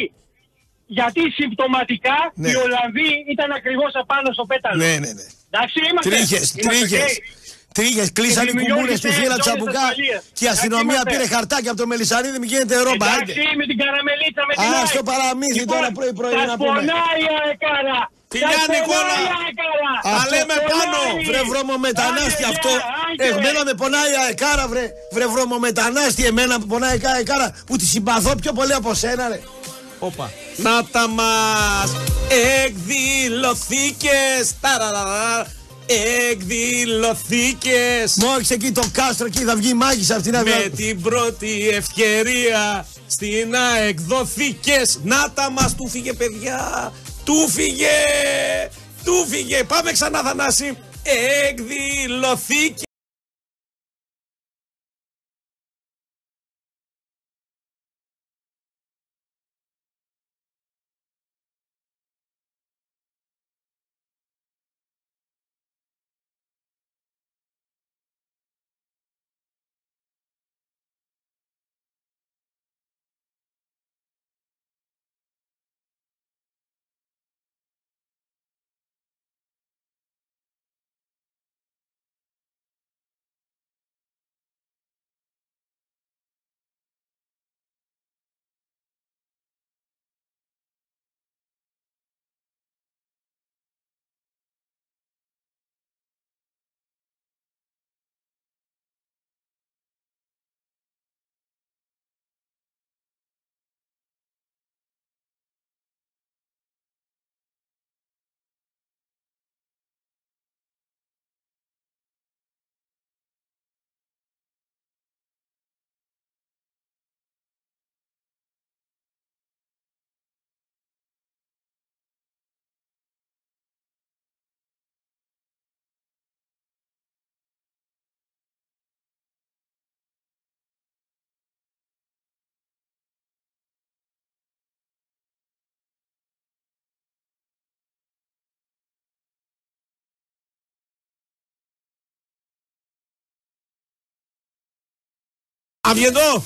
γιατί συμπτωματικά
Ναι.
οι Ολλανδοί ήταν ακριβώς απάνω στο πέταλο.
Ναι, ναι, ναι.
Εντάξει, είμαστε.
Τρίχες,
είμαστε
τρίχες.
γκέι.
Τρίχε, κλείσαν οι
δημιουργήστε
κουμπούνε στη θύρα
ζώνες
Τσαμπουκά
ασφαλείας.
και η αστυνομία
Εντάξει,
πήρε
είμαστε.
χαρτάκι από το Μελισανίδη, μην γίνεται ρόμπα.
Εντάξει,
Άντε.
με την καραμελίτσα με την
Α,
ΑΕΚ.
στο παραμύθι
Λοιπόν,
τώρα πρωί-πρωί
σας
να πούμε.
πονάει η αεκάρα.
Φιλιά,
Σας πονάει
Νικόλα.
η αεκάρα.
Α,
Σας
Αυτό
λέμε πάνω,
πονάει.
Βρε βρώμο μετανάστη
Άντε,
αυτό.
ναι,
Ε,
γεια, άντε.
Εμένα με πονάει η αεκάρα, βρε. Βρε βρώμο μετανάστη, εμένα με πονάει η αεκάρα που τη συμπαθώ πιο πολύ από σένα, ρε.
Όπα. Να τα μας εκδηλωθήκες. Εκδηλωθήκε.
Μόριξε εκεί το κάστρο και θα βγει μάγισσα αυτήν την
Με την πρώτη ευκαιρία στην ΑΕΚ δοθήκες. Να τα μας του φύγε παιδιά Του φύγε Του φύγε Πάμε ξανά Θανάση Εκδηλωθήκες Αβγεντώ